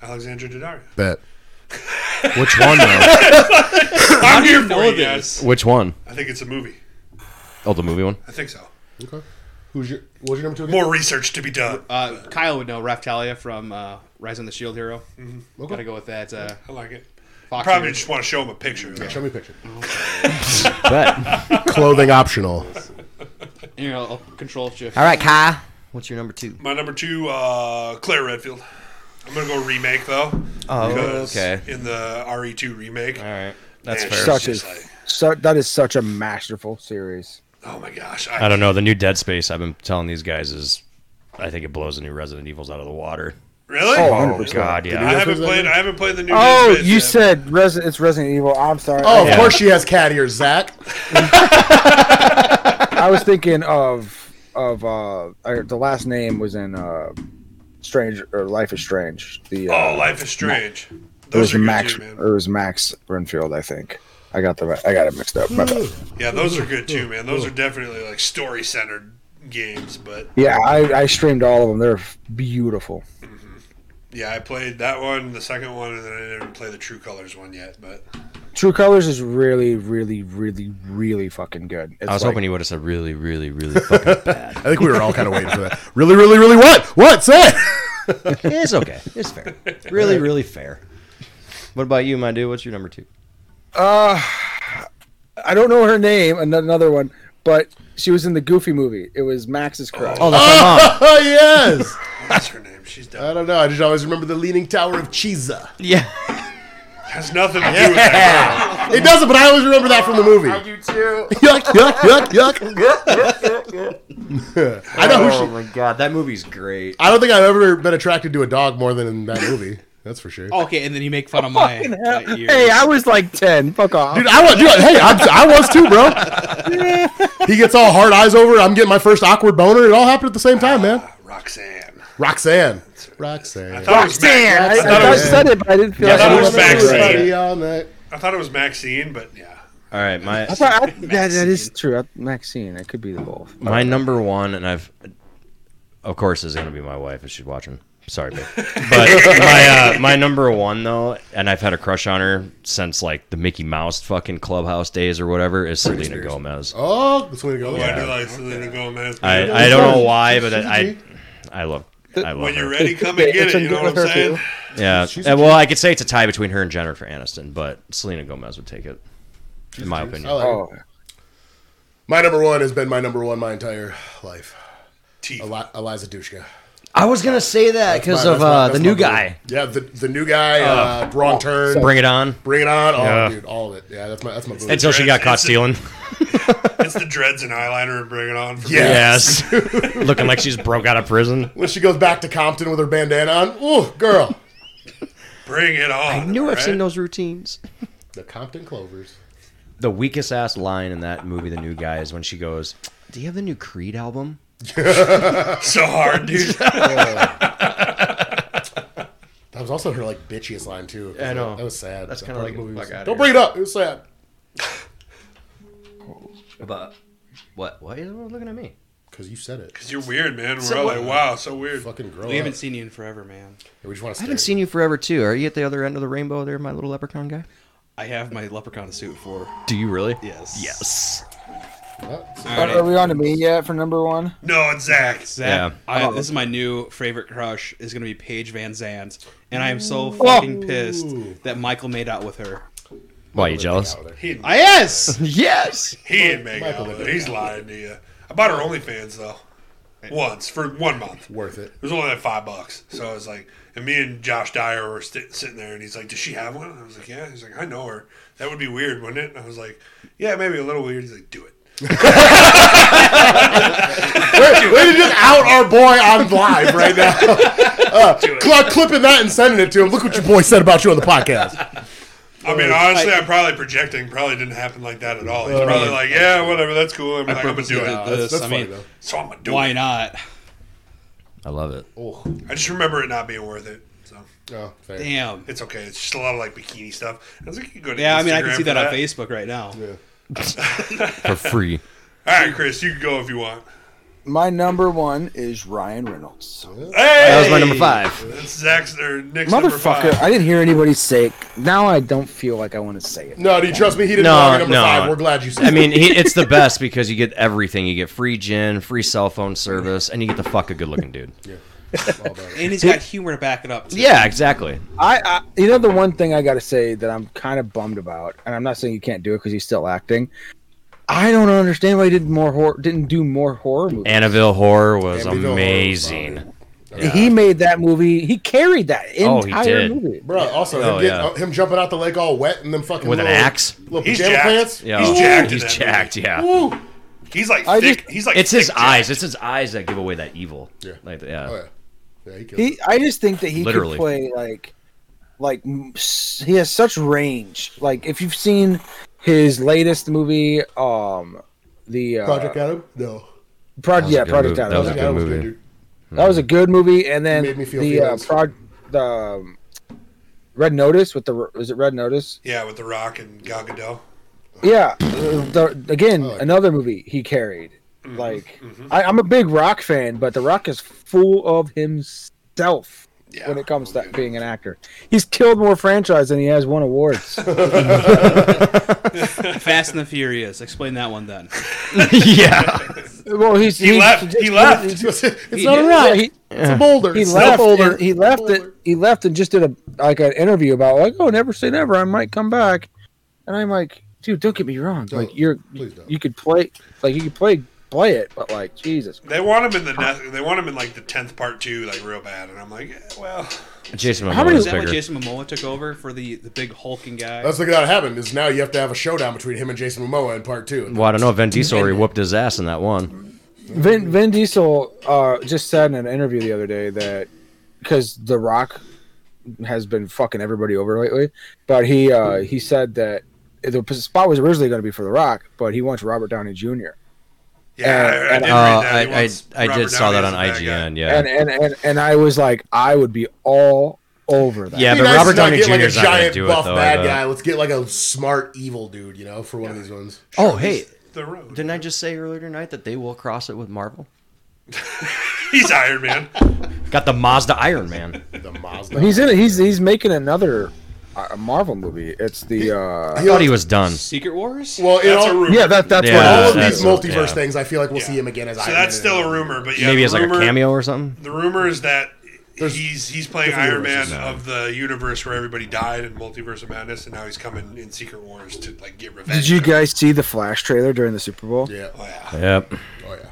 Speaker 2: Alexandra Daddario.
Speaker 1: Bet. Which one though?
Speaker 2: I'm here
Speaker 4: know
Speaker 2: for you
Speaker 4: this?
Speaker 2: guys.
Speaker 3: Which one?
Speaker 2: I think it's a movie.
Speaker 3: Oh, the movie one.
Speaker 2: I think so.
Speaker 1: okay. Who's your? What was your number two? Again?
Speaker 2: More research to be done.
Speaker 4: Uh, Kyle would know Raftalia from uh, Rise on the Shield Hero. Gotta go with that. Uh,
Speaker 2: I like it.
Speaker 4: Fox
Speaker 2: Probably
Speaker 4: News.
Speaker 2: just want to show him a picture.
Speaker 1: Show me a picture.
Speaker 3: Bet.
Speaker 1: Clothing optional.
Speaker 4: you know, control shift.
Speaker 3: all right, Kai. What's your number two?
Speaker 2: My number two, uh, Claire Redfield. I'm gonna go remake though.
Speaker 3: Oh,
Speaker 2: because
Speaker 3: okay.
Speaker 2: In the RE2 remake.
Speaker 3: All right, that's
Speaker 2: Man,
Speaker 3: fair.
Speaker 2: she's
Speaker 5: such
Speaker 2: just
Speaker 5: a
Speaker 2: like,
Speaker 5: su- that is such a masterful series.
Speaker 2: oh my gosh. I,
Speaker 3: I don't know. The new Dead Space I've been telling these guys is, I think it blows the new Resident Evils out of the water.
Speaker 2: really.
Speaker 5: Oh, 100%.
Speaker 3: God,
Speaker 2: I
Speaker 3: yeah.
Speaker 2: haven't
Speaker 1: Resident
Speaker 2: played.
Speaker 1: Evil?
Speaker 2: I haven't played the new.
Speaker 5: Oh,
Speaker 2: Dead Space
Speaker 5: you
Speaker 2: yet.
Speaker 5: said Res- it's Resident Evil. I'm sorry.
Speaker 1: Oh, of
Speaker 3: Yeah.
Speaker 1: course she has cat ears, Zach.
Speaker 5: I was thinking of of uh I, the last name was in uh Strange or Life is Strange. The uh,
Speaker 2: Oh, Life is Strange.
Speaker 5: it was
Speaker 2: Those are good
Speaker 5: Max
Speaker 2: too,
Speaker 5: it
Speaker 2: man.
Speaker 5: was Max Renfield, I think. I got the right- I got it mixed up. My bad.
Speaker 2: Yeah, those are good too, man. Those are definitely like story centered games, but
Speaker 5: Yeah, I, I streamed all of them. They're beautiful.
Speaker 2: yeah, I played that one, the second one, and then I didn't play the True Colors one yet. But
Speaker 5: True Colors is really, really, really, really fucking good. It's
Speaker 3: I was
Speaker 5: like-
Speaker 3: hoping you would have said really, really, really fucking
Speaker 1: I
Speaker 3: bad.
Speaker 1: think we were all kind of waiting for that. Really, really, really. What? What? Say. it.
Speaker 3: it's okay. It's fair. Really, really fair. What about you, my dude? What's your number two?
Speaker 5: I don't know her name. ano- Another one, but she was in the Goofy movie. It was Max's crush.
Speaker 3: Oh, that's my
Speaker 1: Oh
Speaker 3: mom.
Speaker 1: yes.
Speaker 2: what's her name? She's done.
Speaker 1: I don't know. I just always remember the Leaning Tower of Chisa.
Speaker 3: Yeah.
Speaker 2: Has nothing to do with that.
Speaker 1: It doesn't, but I always remember that from the movie. I do too. yuck! Yuck! Yuck! Yuck! I know. Who she,
Speaker 3: my god, that movie's great.
Speaker 1: I don't think I've ever been attracted to a dog more than in that movie. That's for sure.
Speaker 4: Oh, Okay, and then you make fun of my uh, ears.
Speaker 5: Hey, I was like ten. Fuck off.
Speaker 1: Dude, I was. Dude, hey, I'm, I was too, bro. He gets all hard eyes over. I'm getting my first awkward boner. It all happened at the same time, man.
Speaker 2: Roxanne.
Speaker 1: Roxanne. Roxanne.
Speaker 2: I thought it was
Speaker 6: Roxanne, I,
Speaker 2: Max. I
Speaker 6: I,
Speaker 2: thought it
Speaker 6: I
Speaker 2: was-
Speaker 6: said it, but I didn't feel
Speaker 2: Yeah,
Speaker 6: like
Speaker 2: I thought it was
Speaker 6: wanted to do
Speaker 2: Maxine.
Speaker 1: Everybody on that.
Speaker 2: I thought it was Maxine, but yeah.
Speaker 3: All right, my
Speaker 5: I thought I, Oh. that, that is true. I, Maxine, it could be the both.
Speaker 3: my number one, and I've, of course, is gonna be my wife if she's watching. Sorry, babe. But my uh, my number one though, and I've had a crush on her since like the Mickey Mouse fucking clubhouse days or whatever, is Selena Gomez.
Speaker 1: Oh, that's way to go.
Speaker 2: Oh, I do like Selena Gomez.
Speaker 3: I,
Speaker 2: but
Speaker 3: I don't know why, but I I love I love
Speaker 2: when you're
Speaker 3: her.
Speaker 2: ready, come and get
Speaker 6: It's
Speaker 2: it. You
Speaker 6: good
Speaker 2: know what I'm
Speaker 6: with her,
Speaker 2: saying?
Speaker 6: too.
Speaker 3: Yeah, Uh, well, I could say it's a tie between her and Jennifer Aniston, but Selena Gomez would take it, in my opinion.
Speaker 1: I like it.
Speaker 5: Oh,
Speaker 1: My number one has been my number one my entire life.
Speaker 2: Teeth.
Speaker 1: Eli- Eliza Dushka.
Speaker 3: I was gonna say that
Speaker 1: That's
Speaker 3: because
Speaker 1: my-
Speaker 3: of
Speaker 1: that's my-
Speaker 3: uh,
Speaker 1: that's
Speaker 3: the
Speaker 1: my
Speaker 3: new
Speaker 1: number one.
Speaker 3: guy.
Speaker 1: Yeah, the, the new guy. Uh, wrong turn. Bring,
Speaker 3: Bring it on.
Speaker 1: it on. Oh,
Speaker 3: Oh. Yeah.
Speaker 1: dude, all of it. Yeah, that's my that's my boo.
Speaker 3: Until she got caught stealing.
Speaker 2: It's the dreads and eyeliner and bring it on. For
Speaker 1: Yeah.
Speaker 2: me.
Speaker 3: Yes. Looking like she's broke out of prison.
Speaker 1: when she goes back to Compton with her bandana on. Ooh, girl.
Speaker 2: Bring it on. I
Speaker 3: those routines.
Speaker 1: the Compton Clovers.
Speaker 3: The weakest ass line in that movie, The New Guy, is when she goes, Do you have the new Creed album?
Speaker 2: so hard, dude.
Speaker 1: That was also her like bitchiest line too.
Speaker 3: I know.
Speaker 1: That was sad.
Speaker 3: That's
Speaker 1: That
Speaker 3: kinda
Speaker 1: part
Speaker 3: like,
Speaker 1: the movie was-
Speaker 3: fuck outta
Speaker 1: Don't
Speaker 3: here.
Speaker 1: bring it up. It was sad.
Speaker 3: About what? Why are you looking at me?
Speaker 1: Because you said it.
Speaker 2: You're weird, man. We're all like, wow, so weird.
Speaker 1: Fucking grow
Speaker 4: We
Speaker 1: up.
Speaker 4: haven't seen you in forever, man.
Speaker 1: we just want to.
Speaker 3: I haven't seen you forever, too. Are you at the other end of the rainbow there, my little leprechaun guy?
Speaker 4: I have my leprechaun suit for.
Speaker 3: Do you really?
Speaker 4: Yes.
Speaker 3: Yes.
Speaker 5: are, are we on to me yet for number one?
Speaker 2: No, it's Zach.
Speaker 4: Zach,
Speaker 3: Yeah.
Speaker 4: I,
Speaker 1: Oh.
Speaker 4: this is my new favorite crush is going to be Paige Van Zandt, and I am so fucking pissed that Michael made out with her.
Speaker 3: Why, you jealous?
Speaker 2: He
Speaker 1: Ah,
Speaker 4: I yes.
Speaker 3: Yes.
Speaker 2: he ain't make out with it. He's lying to you. I bought her OnlyFans though, once for one month. It
Speaker 1: Worth it.
Speaker 2: was only like five bucks, so I was like, and me and Josh Dyer were sti sitting there, and he's like, "Does she have one?" And I was like, "Yeah." He's like, "I know her. That would be weird, wouldn't it?" And I was like, "Yeah, maybe a little weird." He's like, "Do it."
Speaker 1: Wait, way to just out our boy on live right now. Uh, cl- clipping that and sending it to him. Look what your boy said about you on the podcast.
Speaker 2: I mean, honestly, I, am probably projecting. Probably didn't happen like that at all. He's probably like, "Yeah, whatever. That's cool." I'm, like, I'm gonna
Speaker 4: Oh, purposely
Speaker 2: do it.
Speaker 4: did
Speaker 1: That's,
Speaker 4: This,
Speaker 1: that's
Speaker 4: I
Speaker 1: funny
Speaker 4: mean-
Speaker 1: though.
Speaker 2: So I'm gonna do
Speaker 4: Why
Speaker 2: it.
Speaker 4: not?
Speaker 3: I love it.
Speaker 1: Oh,
Speaker 2: I just remember it not being worth it. So.
Speaker 1: oh, fair.
Speaker 4: Damn.
Speaker 2: It's okay. It's just a lot of like bikini stuff. I was like, you can go to
Speaker 4: Yeah, I mean, I can
Speaker 2: Instagram
Speaker 4: see
Speaker 2: for
Speaker 4: that on Facebook right now.
Speaker 3: For free.
Speaker 2: All right, Chris, you can go if you want.
Speaker 6: My number one is Ryan Reynolds.
Speaker 3: That was my number five.
Speaker 2: That's Zach's or Nick's number
Speaker 5: Motherfucker,
Speaker 2: five.
Speaker 5: I didn't hear anybody's sake. Now I don't feel like I want to say it.
Speaker 1: No, do you trust me? He didn't
Speaker 3: No,
Speaker 1: want me number
Speaker 3: no.
Speaker 1: five. We're glad you said.
Speaker 3: I mean, he, it's the best because you get everything. You get free gin, free cell phone service, and you get to fuck a good looking dude.
Speaker 1: it. All about it.
Speaker 4: And he's got humor to back it up. Too.
Speaker 3: Yeah, exactly.
Speaker 5: I, I you know the one thing I got to say that I'm kind of bummed about, and I'm not saying you can't do it because he's still acting. I don't understand why he did more hor- didn't do more horror movies.
Speaker 3: Annabelle Horror was
Speaker 1: Amityville Horror was
Speaker 3: amazing.
Speaker 1: fine.
Speaker 5: He made that movie. He carried that
Speaker 3: Oh,
Speaker 5: entire
Speaker 3: he did.
Speaker 5: movie.
Speaker 1: Bro, also
Speaker 3: Oh,
Speaker 1: him, getting,
Speaker 3: yeah.
Speaker 1: uh, him jumping out the lake all wet and then fucking
Speaker 3: With an
Speaker 1: little-
Speaker 3: axe?
Speaker 1: little
Speaker 2: He's
Speaker 1: pajama
Speaker 2: jacked.
Speaker 1: pants.
Speaker 3: Yeah.
Speaker 2: He's jacked in
Speaker 3: He's
Speaker 2: that
Speaker 3: jacked. Yeah.
Speaker 2: He's like
Speaker 5: I
Speaker 2: thick.
Speaker 5: just-
Speaker 2: he's like
Speaker 3: It's his
Speaker 2: thick
Speaker 3: eyes. It's his eyes that give away that evil.
Speaker 1: Yeah.
Speaker 3: Like, yeah.
Speaker 1: Oh yeah, yeah, he killed.
Speaker 5: He, I just think that he
Speaker 3: Literally.
Speaker 5: could play like, like m- s- he has such range. Like if you've seen his latest movie, um, the uh,
Speaker 1: Project Adam. No,
Speaker 5: Pro-
Speaker 3: was a
Speaker 5: yeah,
Speaker 3: good
Speaker 5: Project
Speaker 3: movie.
Speaker 5: Adam.
Speaker 3: That was a
Speaker 1: Project
Speaker 3: good
Speaker 1: Adam
Speaker 3: movie.
Speaker 1: dude.
Speaker 5: That was a good movie, and then
Speaker 1: made me feel
Speaker 5: the uh,
Speaker 1: feelings.
Speaker 5: prog- the um, Red Notice with the was it Red Notice?
Speaker 2: Yeah, with The Rock and Gal Gadot.
Speaker 5: Yeah, uh, the, again
Speaker 1: Oh, okay.
Speaker 5: another movie he carried.
Speaker 2: Mm-hmm,
Speaker 5: Like I, I'm a big Rock fan, but the Rock is full of himself
Speaker 2: Yeah.
Speaker 5: when it comes to being an actor. He's killed more franchise than he has won awards.
Speaker 4: Fast and the Furious. Explain that one then.
Speaker 2: Oh,
Speaker 3: yeah.
Speaker 5: well, he's
Speaker 2: He
Speaker 5: he's-
Speaker 2: left. He left.
Speaker 1: It's,
Speaker 5: He,
Speaker 1: not a rock.
Speaker 5: he,
Speaker 1: It's a boulder.
Speaker 5: he
Speaker 1: It's not a
Speaker 5: left.
Speaker 1: boulder.
Speaker 5: and- he left it. He left and just did a like an interview about like, oh, never say never. I might come back. And I'm like, dude, don't get me wrong.
Speaker 1: Don't.
Speaker 5: Like you're,
Speaker 1: Please don't.
Speaker 5: you could play, like you could play, play it, but like Jesus.
Speaker 2: They want him in the ne- they want him in like the tenth part two, like real bad. And I'm like, eh, well,
Speaker 3: Jason
Speaker 5: How
Speaker 3: Momoa
Speaker 5: many-
Speaker 3: is
Speaker 4: Is that when
Speaker 3: bigger.
Speaker 4: Jason Momoa took over for the, the big hulking guy?
Speaker 1: That's the thing that happened is now you have to have a showdown between him and Jason Momoa in part two.
Speaker 3: Well, I don't know. Vin Diesel already whooped his ass in that one.
Speaker 5: Vin, Vin Diesel uh, just said in an interview the other day that because The Rock has been fucking everybody over lately, but he uh, he said that the spot was originally going to be for The Rock, but he wants Robert Downey Jr.
Speaker 2: Yeah, I, I
Speaker 5: and,
Speaker 2: did,
Speaker 5: uh,
Speaker 2: read
Speaker 3: Uh,
Speaker 2: that. He
Speaker 3: I, I,
Speaker 2: wants
Speaker 3: I
Speaker 2: Robert
Speaker 3: did saw
Speaker 2: Downey
Speaker 3: that
Speaker 2: as
Speaker 3: on
Speaker 2: the bad guy.
Speaker 3: IGN. Yeah,
Speaker 5: and, and and and I was like, I would be all over that.
Speaker 3: yeah,
Speaker 1: It'd
Speaker 3: but
Speaker 1: be nice
Speaker 3: Robert
Speaker 1: to not
Speaker 3: Downey
Speaker 1: get, like,
Speaker 3: Jr. is
Speaker 1: a
Speaker 3: not gonna
Speaker 1: giant
Speaker 3: do it
Speaker 1: buff
Speaker 3: though. I
Speaker 1: bad
Speaker 3: bet.
Speaker 1: guy. Let's get like a smart evil dude, you know, for one of these ones.
Speaker 3: Oh hey,
Speaker 2: The road.
Speaker 3: didn't I just say earlier tonight that they will cross it with Marvel?
Speaker 2: He's Iron Man.
Speaker 3: Got the Mazda Iron Man.
Speaker 1: The
Speaker 5: But
Speaker 1: Mazda.
Speaker 5: he's in it. He's he's making another uh, Marvel movie. It's the uh,
Speaker 3: I thought he was done.
Speaker 4: Secret Wars?
Speaker 1: well, in
Speaker 2: That's
Speaker 1: all,
Speaker 2: a rumor.
Speaker 5: yeah that that's
Speaker 1: in
Speaker 3: Yeah,
Speaker 1: all of
Speaker 5: what it
Speaker 1: these
Speaker 5: is.
Speaker 3: that's-
Speaker 1: multiverse
Speaker 3: yeah.
Speaker 1: things, I feel like we'll
Speaker 2: Yeah.
Speaker 1: see him again as
Speaker 2: So
Speaker 1: Iron
Speaker 2: that's
Speaker 1: Man.
Speaker 2: still a rumor, but yeah,
Speaker 3: Maybe
Speaker 2: the
Speaker 3: it's like a
Speaker 2: rumor-
Speaker 3: cameo or something.
Speaker 2: The rumor is that
Speaker 1: There's
Speaker 2: he's he's playing
Speaker 1: different
Speaker 2: Iron Man
Speaker 1: universes
Speaker 2: of the universe where everybody died in Multiverse of Madness, and now he's coming in Secret Wars to like get revenge.
Speaker 5: Did you guys see the Flash trailer during the Super Bowl?
Speaker 1: Yeah.
Speaker 2: Oh, yeah.
Speaker 3: Yep.
Speaker 1: Oh yeah.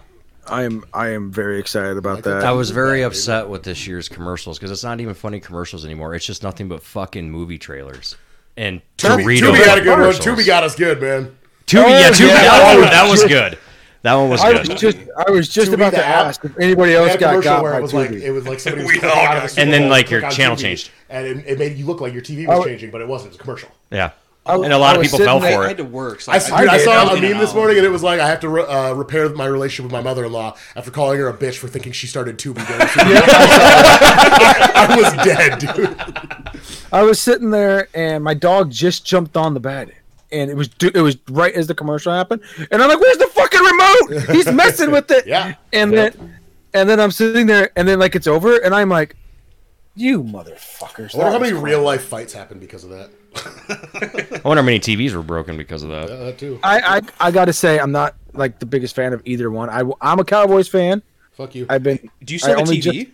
Speaker 5: I am I am very excited about that.
Speaker 3: I was very upset with this year's commercials because it's not even funny commercials anymore. It's just nothing but fucking movie trailers. And
Speaker 1: Tubi,
Speaker 3: Dorito
Speaker 1: Tubi had a good one.
Speaker 3: commercials.
Speaker 1: Tubi got us good, man.
Speaker 3: Tubi, yeah,
Speaker 5: Oh,
Speaker 3: Tubi.
Speaker 5: yeah.
Speaker 3: That, one, that was good. That one was
Speaker 5: I was
Speaker 3: good.
Speaker 5: just I was just
Speaker 1: To be
Speaker 5: about
Speaker 1: the
Speaker 5: to
Speaker 1: app-
Speaker 5: ask if anybody
Speaker 1: They
Speaker 5: else
Speaker 1: had a
Speaker 5: got
Speaker 1: commercial
Speaker 5: got
Speaker 1: where
Speaker 5: by
Speaker 1: it was like
Speaker 5: Tubi.
Speaker 1: it was like somebody was
Speaker 2: We
Speaker 1: clicking
Speaker 2: all
Speaker 1: out of
Speaker 2: got-
Speaker 1: the Super
Speaker 3: And then,
Speaker 1: Bowl
Speaker 3: like,
Speaker 1: to
Speaker 3: your
Speaker 1: click on
Speaker 3: channel
Speaker 1: Tubi,
Speaker 3: changed.
Speaker 1: and it, it made you look like your TV
Speaker 5: I
Speaker 1: was
Speaker 5: w-
Speaker 1: changing, but it wasn't. It's a commercial.
Speaker 3: Yeah.
Speaker 5: I-
Speaker 3: and a lot
Speaker 5: I
Speaker 3: of
Speaker 5: was
Speaker 3: people
Speaker 5: sitting
Speaker 3: fell
Speaker 5: there-
Speaker 3: for
Speaker 4: I
Speaker 3: it.
Speaker 4: had to work. So
Speaker 1: I, dude, I
Speaker 5: did.
Speaker 1: saw
Speaker 5: I
Speaker 1: a
Speaker 5: was
Speaker 1: meme
Speaker 4: out.
Speaker 1: this morning, and it was like, I have to re- uh, repair my relationship with my mother-in-law after calling her a bitch for thinking she started tubing. during the Super Bowl. I, I was dead, dude.
Speaker 5: I was sitting there and my dog just jumped on the bed. And it was do- it was right as the commercial happened, and I'm like, "Where's the fucking remote? He's messing with it."
Speaker 1: Yeah.
Speaker 5: And then, and then I'm sitting there, and then like it's over, and I'm like, "You motherfuckers!"
Speaker 1: I wonder how
Speaker 5: that was
Speaker 1: many real-life fights happened because of that.
Speaker 3: I wonder how many TVs were broken because of that.
Speaker 1: Yeah, Uh, that too.
Speaker 5: I, I I gotta say I'm not like the biggest fan of either one. I am a Cowboys fan.
Speaker 1: Fuck you.
Speaker 5: I've been.
Speaker 4: Do you
Speaker 5: I
Speaker 4: still have a
Speaker 5: only
Speaker 4: TV?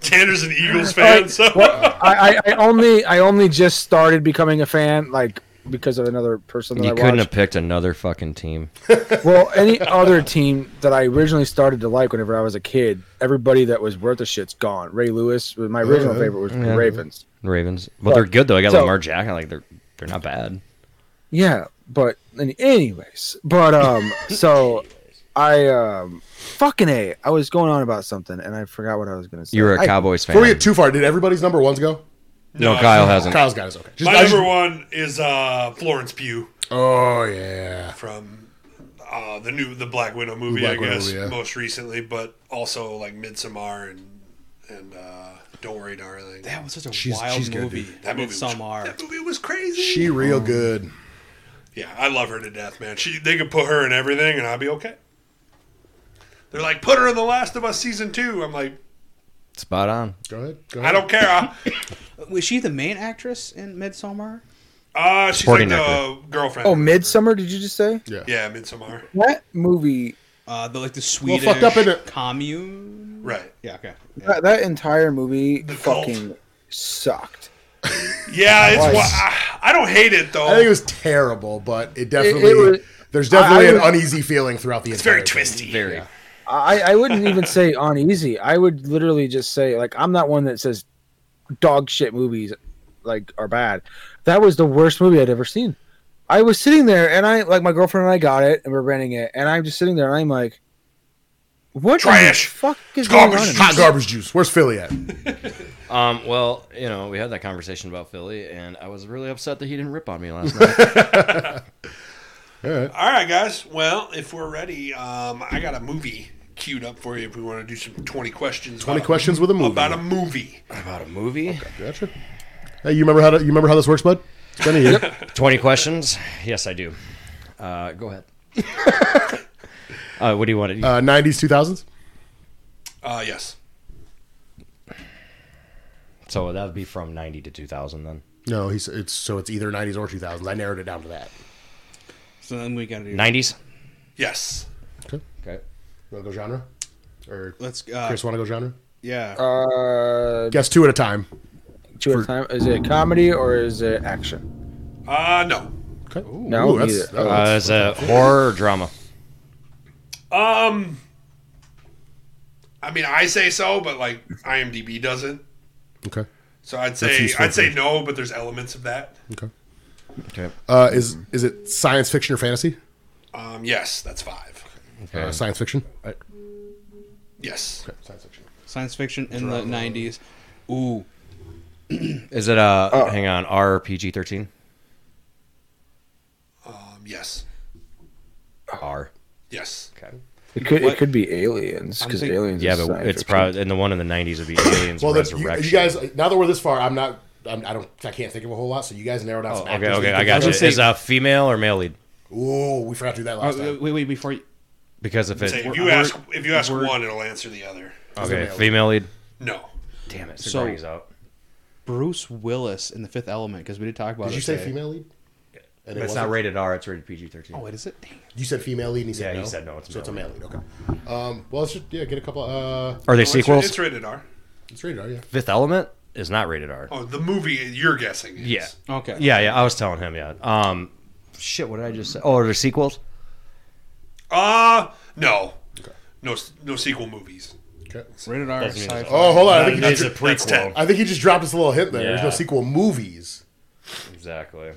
Speaker 5: just-
Speaker 2: Tanner's an Eagles fan, so
Speaker 5: I, I, I only I only just started becoming a fan like because of another person that
Speaker 3: You
Speaker 5: I
Speaker 3: couldn't have
Speaker 5: watched.
Speaker 3: picked another fucking team.
Speaker 5: Well, any other team that I originally started to like whenever I was a kid, everybody that was worth a shit's gone. Ray Lewis, was my original favorite was the Ravens.
Speaker 3: Ravens. Well, they're good though. I got
Speaker 5: So-
Speaker 3: Lamar Jackson. Like they're they're not bad.
Speaker 5: Yeah, but any, anyways, but um, so I um, fucking a, I was going on about something and I forgot what I was gonna say.
Speaker 3: You were a
Speaker 5: I-
Speaker 3: Cowboys fan.
Speaker 1: Before we get too far, did everybody's number ones go?
Speaker 3: no, Kyle hasn't.
Speaker 1: Kyle's got his okay. Just-
Speaker 2: my
Speaker 1: I just-
Speaker 2: number one is uh, Florence Pugh
Speaker 1: Oh yeah.
Speaker 2: from uh, the new the Black Widow movie,
Speaker 1: Black
Speaker 2: I
Speaker 1: Widow
Speaker 2: guess,
Speaker 1: movie, yeah.
Speaker 2: most recently, but also like Midsommar and and uh, Don't Worry, Darling. That,
Speaker 4: That was such a
Speaker 1: She's-
Speaker 4: wild
Speaker 1: she's good,
Speaker 4: movie.
Speaker 1: dude.
Speaker 4: That movie some are.
Speaker 2: that movie was crazy.
Speaker 1: She real good.
Speaker 2: Yeah, I love her to death, man. She they could put her in everything and I'd be okay. They're like, put her in The Last of Us season two. I'm like,
Speaker 3: Spot on.
Speaker 1: Go ahead. Go
Speaker 2: I
Speaker 1: ahead.
Speaker 2: don't care. I-
Speaker 4: Was she the main actress in Midsommar?
Speaker 2: Uh, she's
Speaker 3: Supporting
Speaker 2: like the
Speaker 3: actor.
Speaker 2: girlfriend.
Speaker 5: Oh, Midsummer? Did you just say
Speaker 2: Yeah, Midsommar.
Speaker 5: that movie?
Speaker 4: Uh, the like the Swedish
Speaker 1: fucked up in it.
Speaker 4: commune.
Speaker 2: Right.
Speaker 4: Yeah. Okay.
Speaker 5: That, that entire movie
Speaker 2: The cult.
Speaker 5: fucking sucked.
Speaker 2: Yeah, it's.
Speaker 5: Nice.
Speaker 2: wha- I, I don't hate it though.
Speaker 1: I think it was terrible, but it definitely
Speaker 5: was-
Speaker 1: there's definitely
Speaker 5: I- I
Speaker 1: an
Speaker 5: was-
Speaker 1: uneasy feeling throughout the
Speaker 2: it's
Speaker 1: entire
Speaker 2: very twisty.
Speaker 3: Very.
Speaker 5: I, I wouldn't even say uneasy. I would literally just say like I'm not one that says dog shit movies like are bad. That was the worst movie I'd ever seen. I was sitting there and I like my girlfriend and I got it and we're renting it and I'm just sitting there and I'm like, what
Speaker 2: Trash.
Speaker 5: the fuck is going
Speaker 2: Garbage.
Speaker 5: on?
Speaker 1: thing.
Speaker 5: in this?
Speaker 1: Hot garbage juice. Where's Philly at?
Speaker 3: Um. Well, you know, we had that conversation about Philly, and I was really upset that he didn't rip on me last night.
Speaker 2: All right, guys. Well, if we're ready, um, I got a movie queued up for you. If we want to do some twenty questions.
Speaker 1: Twenty
Speaker 2: about
Speaker 1: questions with a movie.
Speaker 2: about a movie.
Speaker 3: about a movie.
Speaker 1: Gotcha. Hey, you remember how to, you remember how this works, bud? It's been a year.
Speaker 3: Twenty questions. Yes, I do. Uh, go ahead. uh, what do you want? to
Speaker 1: Uh, 90s, 2000s.
Speaker 2: Uh, yes.
Speaker 3: so that would be from ninety to two thousand then.
Speaker 1: No, he's it's so it's either 90s or 2000s. I narrowed it down to that.
Speaker 4: So then we gotta do.
Speaker 3: Nineties.
Speaker 2: Yes.
Speaker 3: Okay.
Speaker 1: You want to go genre? Or
Speaker 4: Let's. Uh,
Speaker 1: Chris, want to go genre?
Speaker 4: yeah.
Speaker 5: Uh,
Speaker 1: Guess two at a time.
Speaker 5: two at a time. Is it comedy or is it action?
Speaker 2: Uh, no.
Speaker 1: Okay.
Speaker 5: No,
Speaker 1: that's,
Speaker 5: neither.
Speaker 1: Oh, that's-
Speaker 3: Uh, is it horror or drama?
Speaker 2: Um, I mean, I say so, but like IMDb doesn't.
Speaker 1: okay.
Speaker 2: So I'd
Speaker 1: That's
Speaker 2: say
Speaker 1: useful
Speaker 2: I'd say
Speaker 1: for-
Speaker 2: no, but there's elements of that.
Speaker 1: Okay.
Speaker 3: Okay.
Speaker 1: Uh, is is it science fiction or fantasy?
Speaker 2: Um, yes, that's five.
Speaker 3: Okay.
Speaker 1: Uh, science fiction.
Speaker 2: Yes.
Speaker 1: Science fiction.
Speaker 4: Science fiction in the nineties. Ooh.
Speaker 3: Is it uh, hang on R PG thirteen?
Speaker 2: Um, yes.
Speaker 3: R.
Speaker 2: Yes.
Speaker 3: Okay.
Speaker 5: It could
Speaker 4: What-
Speaker 5: it could be aliens
Speaker 4: I'm
Speaker 5: because
Speaker 4: thinking-
Speaker 5: aliens.
Speaker 3: Yeah,
Speaker 5: is
Speaker 3: but
Speaker 5: science
Speaker 3: it's
Speaker 5: fiction.
Speaker 3: probably and the one in the '90s would be Aliens
Speaker 1: Well, then you,
Speaker 3: Resurrection.
Speaker 1: you guys, now that we're this far, I'm not. I'm, I don't. I can't think of a whole lot. So you guys narrow down.
Speaker 3: Oh,
Speaker 1: some
Speaker 3: okay,
Speaker 1: actors
Speaker 3: okay,
Speaker 1: that
Speaker 3: I
Speaker 1: you
Speaker 3: got
Speaker 1: think
Speaker 3: you.
Speaker 1: of.
Speaker 3: Is a female or male lead?
Speaker 1: Ooh, we forgot to do that last
Speaker 4: Uh,
Speaker 1: time.
Speaker 4: wait, wait, before you,
Speaker 3: Because if
Speaker 2: Say,
Speaker 3: it
Speaker 2: if you ask if you ask one, it'll answer the other.
Speaker 3: okay, female lead.
Speaker 2: No. Oh,
Speaker 3: Damn it,
Speaker 4: So-
Speaker 3: Sigourney's out.
Speaker 4: Bruce Willis in The Fifth Element, because we did talk about.
Speaker 1: Did
Speaker 4: it
Speaker 1: you say
Speaker 4: today.
Speaker 1: female lead? And
Speaker 3: uh, But
Speaker 1: it
Speaker 3: it's not
Speaker 1: wasn't?
Speaker 3: rated R. It's rated PG-13.
Speaker 4: Oh, wait, is it? Dang it.
Speaker 1: You said female lead, and he said
Speaker 3: Yeah,
Speaker 1: no.
Speaker 3: you said no, it's
Speaker 1: so it's a
Speaker 3: male
Speaker 1: male lead. Okay. Um, well, let's just yeah get a couple. Uh,
Speaker 3: Are they
Speaker 2: No, it's-
Speaker 3: sequels?
Speaker 2: It's rated R.
Speaker 1: it's rated R. Yeah.
Speaker 3: Fifth Element is not rated R.
Speaker 2: Oh, the movie you're guessing. Is.
Speaker 3: Yeah.
Speaker 4: Okay.
Speaker 3: Yeah, yeah. I was telling him. Yeah. Um, shit. What did I just say? Oh, are there sequels?
Speaker 2: Uh no. No no sequel movies.
Speaker 1: Okay.
Speaker 4: Rated R. sci-fi.
Speaker 1: Oh, hold on. I think,
Speaker 3: That
Speaker 1: he
Speaker 3: is
Speaker 1: just,
Speaker 3: a
Speaker 2: that's
Speaker 3: prequel.
Speaker 2: ten.
Speaker 1: I think he just dropped us a little hint there. There's no
Speaker 3: Yeah.
Speaker 1: sequel movies.
Speaker 3: Exactly.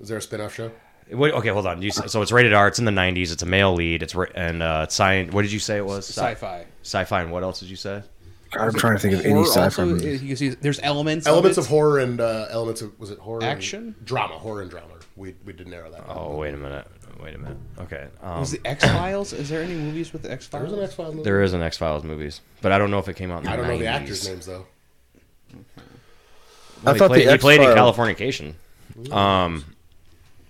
Speaker 1: Is there a spin-off show?
Speaker 3: Wait, okay, hold on. You, s- so it's rated R. It's in the '90s. It's a male lead. It's ra- and uh, science. What did you say it was? Sci-
Speaker 4: Sci-fi.
Speaker 3: Sci-fi. And what else did you say?
Speaker 5: I'm trying to think of any
Speaker 4: Horror
Speaker 5: sci-fi
Speaker 4: also,
Speaker 5: movie.
Speaker 4: You can see there's elements.
Speaker 1: Elements
Speaker 4: of,
Speaker 1: of horror and uh, elements of was it horror? and-
Speaker 4: Action?
Speaker 1: drama, horror and drama. We we did narrow that. down.
Speaker 3: Oh, wait a minute. Wait a minute. Okay. Um,
Speaker 4: Was the X Files? is there any movies with the X
Speaker 1: There was an
Speaker 4: Files?
Speaker 1: X Files movie.
Speaker 3: there is an X Files movies, but I don't know if it came out. in the
Speaker 1: I don't know the
Speaker 3: 90s.
Speaker 1: actors' names though.
Speaker 3: Well,
Speaker 5: I thought
Speaker 3: he played,
Speaker 5: the
Speaker 3: he played in
Speaker 5: X-Files-
Speaker 3: Californication. Um,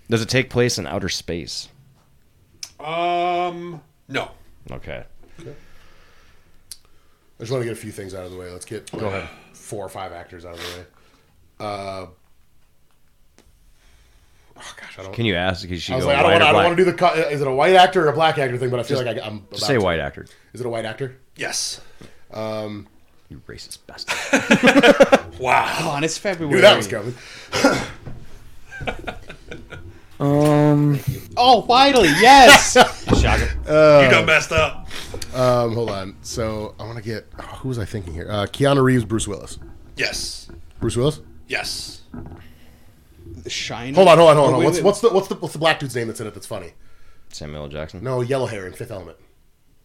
Speaker 3: does it take place in outer space?
Speaker 2: Um no.
Speaker 3: Okay.
Speaker 1: I just want to get a few things out of the way. Let's get go ahead. Four or five actors out of the way. Uh, oh gosh, I don't.
Speaker 3: Can you ask? Can she
Speaker 1: I was
Speaker 3: go
Speaker 1: like, I don't
Speaker 3: white
Speaker 1: want.
Speaker 3: or
Speaker 1: I don't
Speaker 3: black?
Speaker 1: want to do the. co- Is it a white actor or a black actor thing? But I feel like I, I'm. About
Speaker 3: Just say
Speaker 1: to.
Speaker 3: white actor.
Speaker 1: Is it a white actor?
Speaker 2: Yes.
Speaker 3: You racist bastard.
Speaker 2: Wow.
Speaker 4: Come on, it's February.
Speaker 1: Knew that was coming.
Speaker 5: Um,
Speaker 4: Oh, finally, yes.
Speaker 2: you
Speaker 1: Uh.
Speaker 2: done messed up.
Speaker 1: Um, hold on. So I want to get. Oh, who was I thinking here? Uh, Keanu Reeves, Bruce Willis.
Speaker 2: Yes.
Speaker 1: Bruce Willis.
Speaker 2: Yes.
Speaker 4: the Shining.
Speaker 1: Hold on, hold on, hold on.
Speaker 4: Wait,
Speaker 1: what's
Speaker 4: wait, wait.
Speaker 1: what's the what's the what's the black dude's name that's in it? That's funny.
Speaker 3: Samuel L. Jackson.
Speaker 1: No, yellow hair in Fifth Element.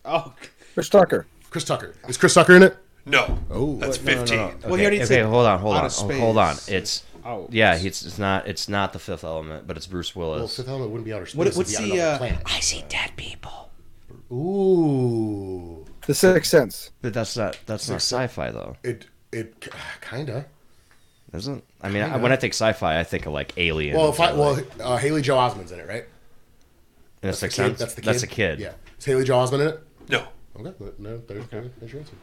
Speaker 4: Oh,
Speaker 5: Chris Tucker.
Speaker 1: Chris Tucker. Is Chris Tucker in it?
Speaker 2: No.
Speaker 1: Oh.
Speaker 2: That's
Speaker 3: No, no, no.
Speaker 2: fifteen.
Speaker 3: Okay,
Speaker 4: he already
Speaker 3: okay,
Speaker 4: said
Speaker 3: hold on, hold on,
Speaker 4: outer
Speaker 3: oh, hold on.
Speaker 4: space.
Speaker 3: It's
Speaker 4: Ouch.
Speaker 3: yeah, it's, it's not it's not the Fifth Element, but it's Bruce
Speaker 1: Oh. Well,
Speaker 3: Willis.
Speaker 1: Fifth Element wouldn't be outer space.
Speaker 4: What-
Speaker 1: it'd
Speaker 4: what's
Speaker 1: be on
Speaker 4: the,
Speaker 1: another
Speaker 4: uh,
Speaker 1: planet.
Speaker 3: I see dead people,
Speaker 1: Ooh.
Speaker 5: The Sixth Sense.
Speaker 3: but that's not that's not sci-fi though,
Speaker 1: It it kinda.
Speaker 3: isn't? I mean, I, when I think sci-fi, I think of like Alien.
Speaker 1: Well, if I,
Speaker 3: or,
Speaker 1: well,
Speaker 3: like-
Speaker 1: uh, Haley Joe Osment's in it, right?
Speaker 3: and that's,
Speaker 1: Kid-
Speaker 3: that's, the kid. that's a kid.
Speaker 1: Yeah. Is Haley Joe Osment in it?
Speaker 2: No.
Speaker 1: Okay. but No. There's, there's your answer.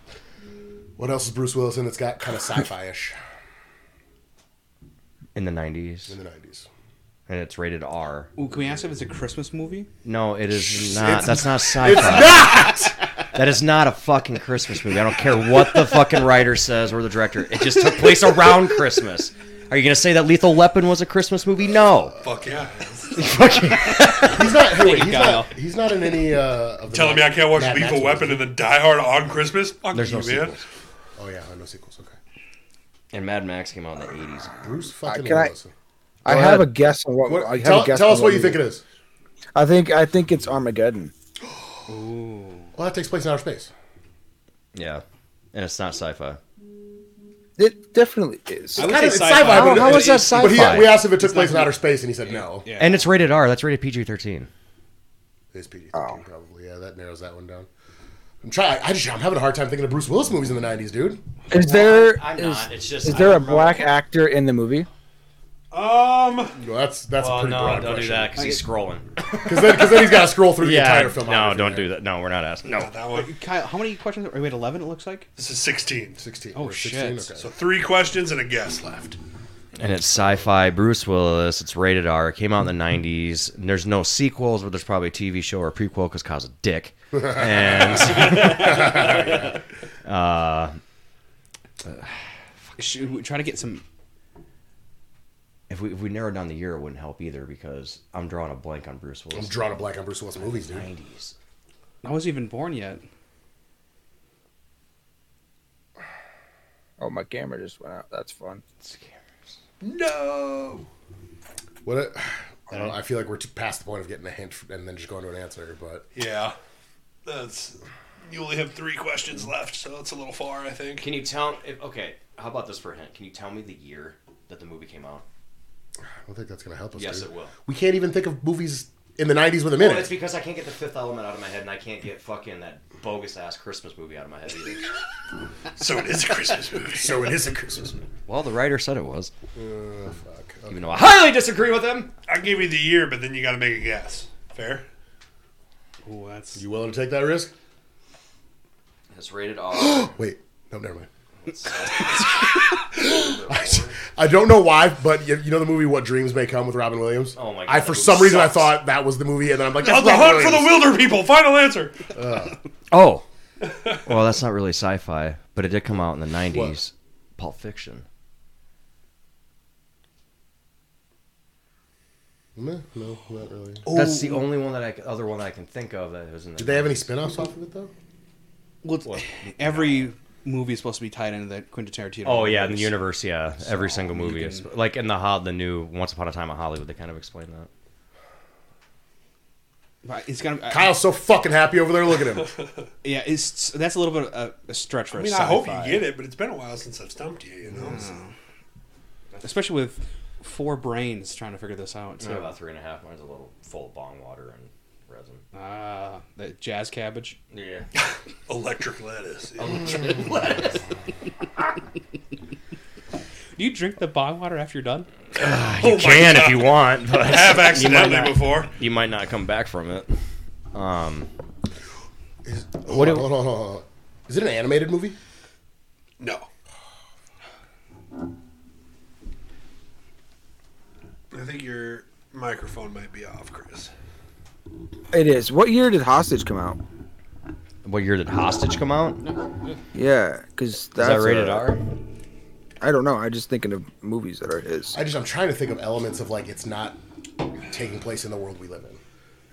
Speaker 1: What else is Bruce Willis in that's got kind of sci-fi-ish
Speaker 3: in the nineties,
Speaker 1: in the nineties?
Speaker 3: and it's rated R.
Speaker 4: Ooh, can we ask if it's a Christmas movie?
Speaker 3: No, it is not. that's not sci-fi. That is not a fucking Christmas movie. I don't care what the fucking writer says or the director. It just took place around Christmas. Are you gonna say that Lethal Weapon was a Christmas movie? No.
Speaker 2: Fuck yeah.
Speaker 1: He's not. Hey, wait, he's
Speaker 4: Kyle.
Speaker 1: not. He's not in any. Uh, of the
Speaker 2: Telling me I
Speaker 1: Mad-
Speaker 2: can't watch
Speaker 1: Mad
Speaker 2: Lethal
Speaker 1: Max
Speaker 2: Weapon
Speaker 1: movies.
Speaker 2: and then Die Hard on Christmas? Fuck
Speaker 1: There's
Speaker 2: you,
Speaker 1: no
Speaker 2: man.
Speaker 1: sequels. Oh yeah, no sequels. Okay.
Speaker 3: And Mad Max came out in the eighties.
Speaker 1: Bruce fucking
Speaker 5: can Uh, I-
Speaker 1: Willis.
Speaker 5: I
Speaker 3: ahead.
Speaker 5: have a guess on what.
Speaker 1: What-
Speaker 5: I have
Speaker 1: tell
Speaker 5: a guess
Speaker 1: tell
Speaker 5: on
Speaker 1: us what you
Speaker 5: it
Speaker 1: think
Speaker 5: is.
Speaker 1: it is.
Speaker 5: I think I think it's Armageddon.
Speaker 1: Well, that takes place in outer space.
Speaker 3: Yeah, and it's not sci-fi.
Speaker 5: It definitely is.
Speaker 4: I would
Speaker 1: Kind
Speaker 4: say
Speaker 1: of- it's
Speaker 4: sci-fi.
Speaker 1: sci-fi,
Speaker 3: How-
Speaker 5: Oh,
Speaker 1: but
Speaker 3: how
Speaker 1: it-
Speaker 3: is that
Speaker 1: But
Speaker 3: sci-fi?
Speaker 1: he, we asked if it took place in outer space, and he said no.
Speaker 4: Yeah.
Speaker 3: And it's rated R. That's rated PG thirteen.
Speaker 1: It's PG
Speaker 5: Oh.
Speaker 1: probably. Yeah, that narrows that one down. I'm trying. I just I'm having a hard time thinking of Bruce Willis movies in the '90s, dude.
Speaker 5: Is there?
Speaker 3: I'm
Speaker 5: is-
Speaker 3: not. It's just-
Speaker 5: Is
Speaker 3: I
Speaker 5: there a
Speaker 3: remember-
Speaker 5: black actor in the movie?
Speaker 2: Um,
Speaker 1: Well, that's that's a pretty broad question.
Speaker 3: because he's scrolling.
Speaker 1: Because then, 'cause then he's got to scroll through the entire film.
Speaker 3: no, don't do that. No, we're not asking. No.
Speaker 2: not that one.
Speaker 4: Kyle, how many questions? Are we at eleven? It looks like.
Speaker 2: This is 16.
Speaker 1: 16.
Speaker 4: Oh,
Speaker 1: or 16,
Speaker 4: shit.
Speaker 1: Okay.
Speaker 2: So three questions and a guess left.
Speaker 3: And it's sci-fi. Bruce Willis. It's rated R. It came out in the '90s. And there's no sequels, but there's probably a TV show or a prequel because Kyle's a dick. And
Speaker 4: Should we try to get some?
Speaker 3: if we if we narrowed down the year, it wouldn't help either because I'm drawing a blank on Bruce
Speaker 1: I'm
Speaker 3: Willis.
Speaker 1: drawing a blank on Bruce Willis movies, dude.
Speaker 3: '90s.
Speaker 4: I wasn't even born yet.
Speaker 5: Oh, my camera just went out. That's fun.
Speaker 2: No.
Speaker 1: What? A, I don't. know, I feel like we're too past the point of getting a hint and then just going to an answer. But
Speaker 2: Yeah. That's. You only have three questions left, so it's a little far, I think.
Speaker 3: Can you tell? If, okay, how about this for a hint? Can you tell me the year that the movie came out?
Speaker 1: I don't think that's going to help us.
Speaker 3: Yes,
Speaker 1: dude.
Speaker 3: it will.
Speaker 1: We can't even think of movies in the '90s with him
Speaker 3: Well,
Speaker 1: in
Speaker 3: it's
Speaker 1: it.
Speaker 3: because I can't get the fifth element out of my head, and I can't get fucking that bogus ass Christmas movie out of my head either.
Speaker 2: So it is a Christmas movie.
Speaker 1: So it is a Christmas movie.
Speaker 3: well, the writer said it was,
Speaker 1: Oh, fuck.
Speaker 3: even though I highly disagree with him.
Speaker 2: I give you the year, but then you got to make a guess. Fair?
Speaker 4: Ooh, that's
Speaker 1: You willing to take that risk?
Speaker 3: It's rated R. uh,
Speaker 1: Wait, no, never mind. I, I don't know why, but you, you know the movie "What Dreams May Come" with Robin Williams.
Speaker 3: Oh my God,
Speaker 1: I
Speaker 3: that
Speaker 1: for
Speaker 3: movie
Speaker 1: some reason I
Speaker 3: sucks.
Speaker 1: thought that was the movie, and then I'm like,
Speaker 2: Oh,
Speaker 1: "That's
Speaker 2: the
Speaker 1: Robin
Speaker 2: hunt for the
Speaker 1: Williams."
Speaker 2: wilder people. Final answer.
Speaker 3: oh, well, that's not really sci-fi, but it did come out in the '90s. Pulp Fiction.
Speaker 1: Meh, No, not really.
Speaker 3: That's the only one that I, other one that I can think of that was in. The
Speaker 1: Did they have any spin-offs off of it though?
Speaker 4: well, it's- every movie is supposed to be tied into that Quentin Tarantino.
Speaker 3: Oh yeah, in the
Speaker 4: universe.
Speaker 3: universe, yeah, every single movie
Speaker 4: can-
Speaker 3: is like in the hot, the new Once Upon a Time in Hollywood. They kind of explain that.
Speaker 4: But It's gonna. I,
Speaker 1: Kyle's so fucking happy over there. Look at him.
Speaker 4: yeah, it's that's a little bit of a, a stretch for
Speaker 2: I mean,
Speaker 4: a
Speaker 2: I hope
Speaker 4: sci-fi.
Speaker 2: you get it, but it's been a while since I've stumped you, you know? so-
Speaker 4: especially with four brains trying to figure this out.
Speaker 3: So
Speaker 4: Too.
Speaker 3: about three and a half. Mine's a little full of bong water and resin. Oh
Speaker 4: Ah, the jazz cabbage.
Speaker 3: Yeah.
Speaker 2: Electric lettuce. yeah.
Speaker 4: Do you drink the bong water after you're done?
Speaker 3: you
Speaker 2: Oh my
Speaker 3: can if
Speaker 2: God.
Speaker 3: you want, but
Speaker 2: I have
Speaker 3: you might
Speaker 2: accidentally
Speaker 3: not,
Speaker 2: before.
Speaker 3: You might not come back from it. Um,
Speaker 1: What? Hold on, hold on, hold on. Is it an animated movie?
Speaker 2: No. I think your microphone might be off, Chris.
Speaker 5: It is. What year did Hostage come out?
Speaker 3: what year did Hostage come out? Is
Speaker 5: Yeah, because that's
Speaker 3: that rated
Speaker 5: I
Speaker 3: R?
Speaker 5: I don't know. I'm just thinking of movies that are his.
Speaker 1: I just I'm trying to think of elements of like it's not taking place in the world we live in,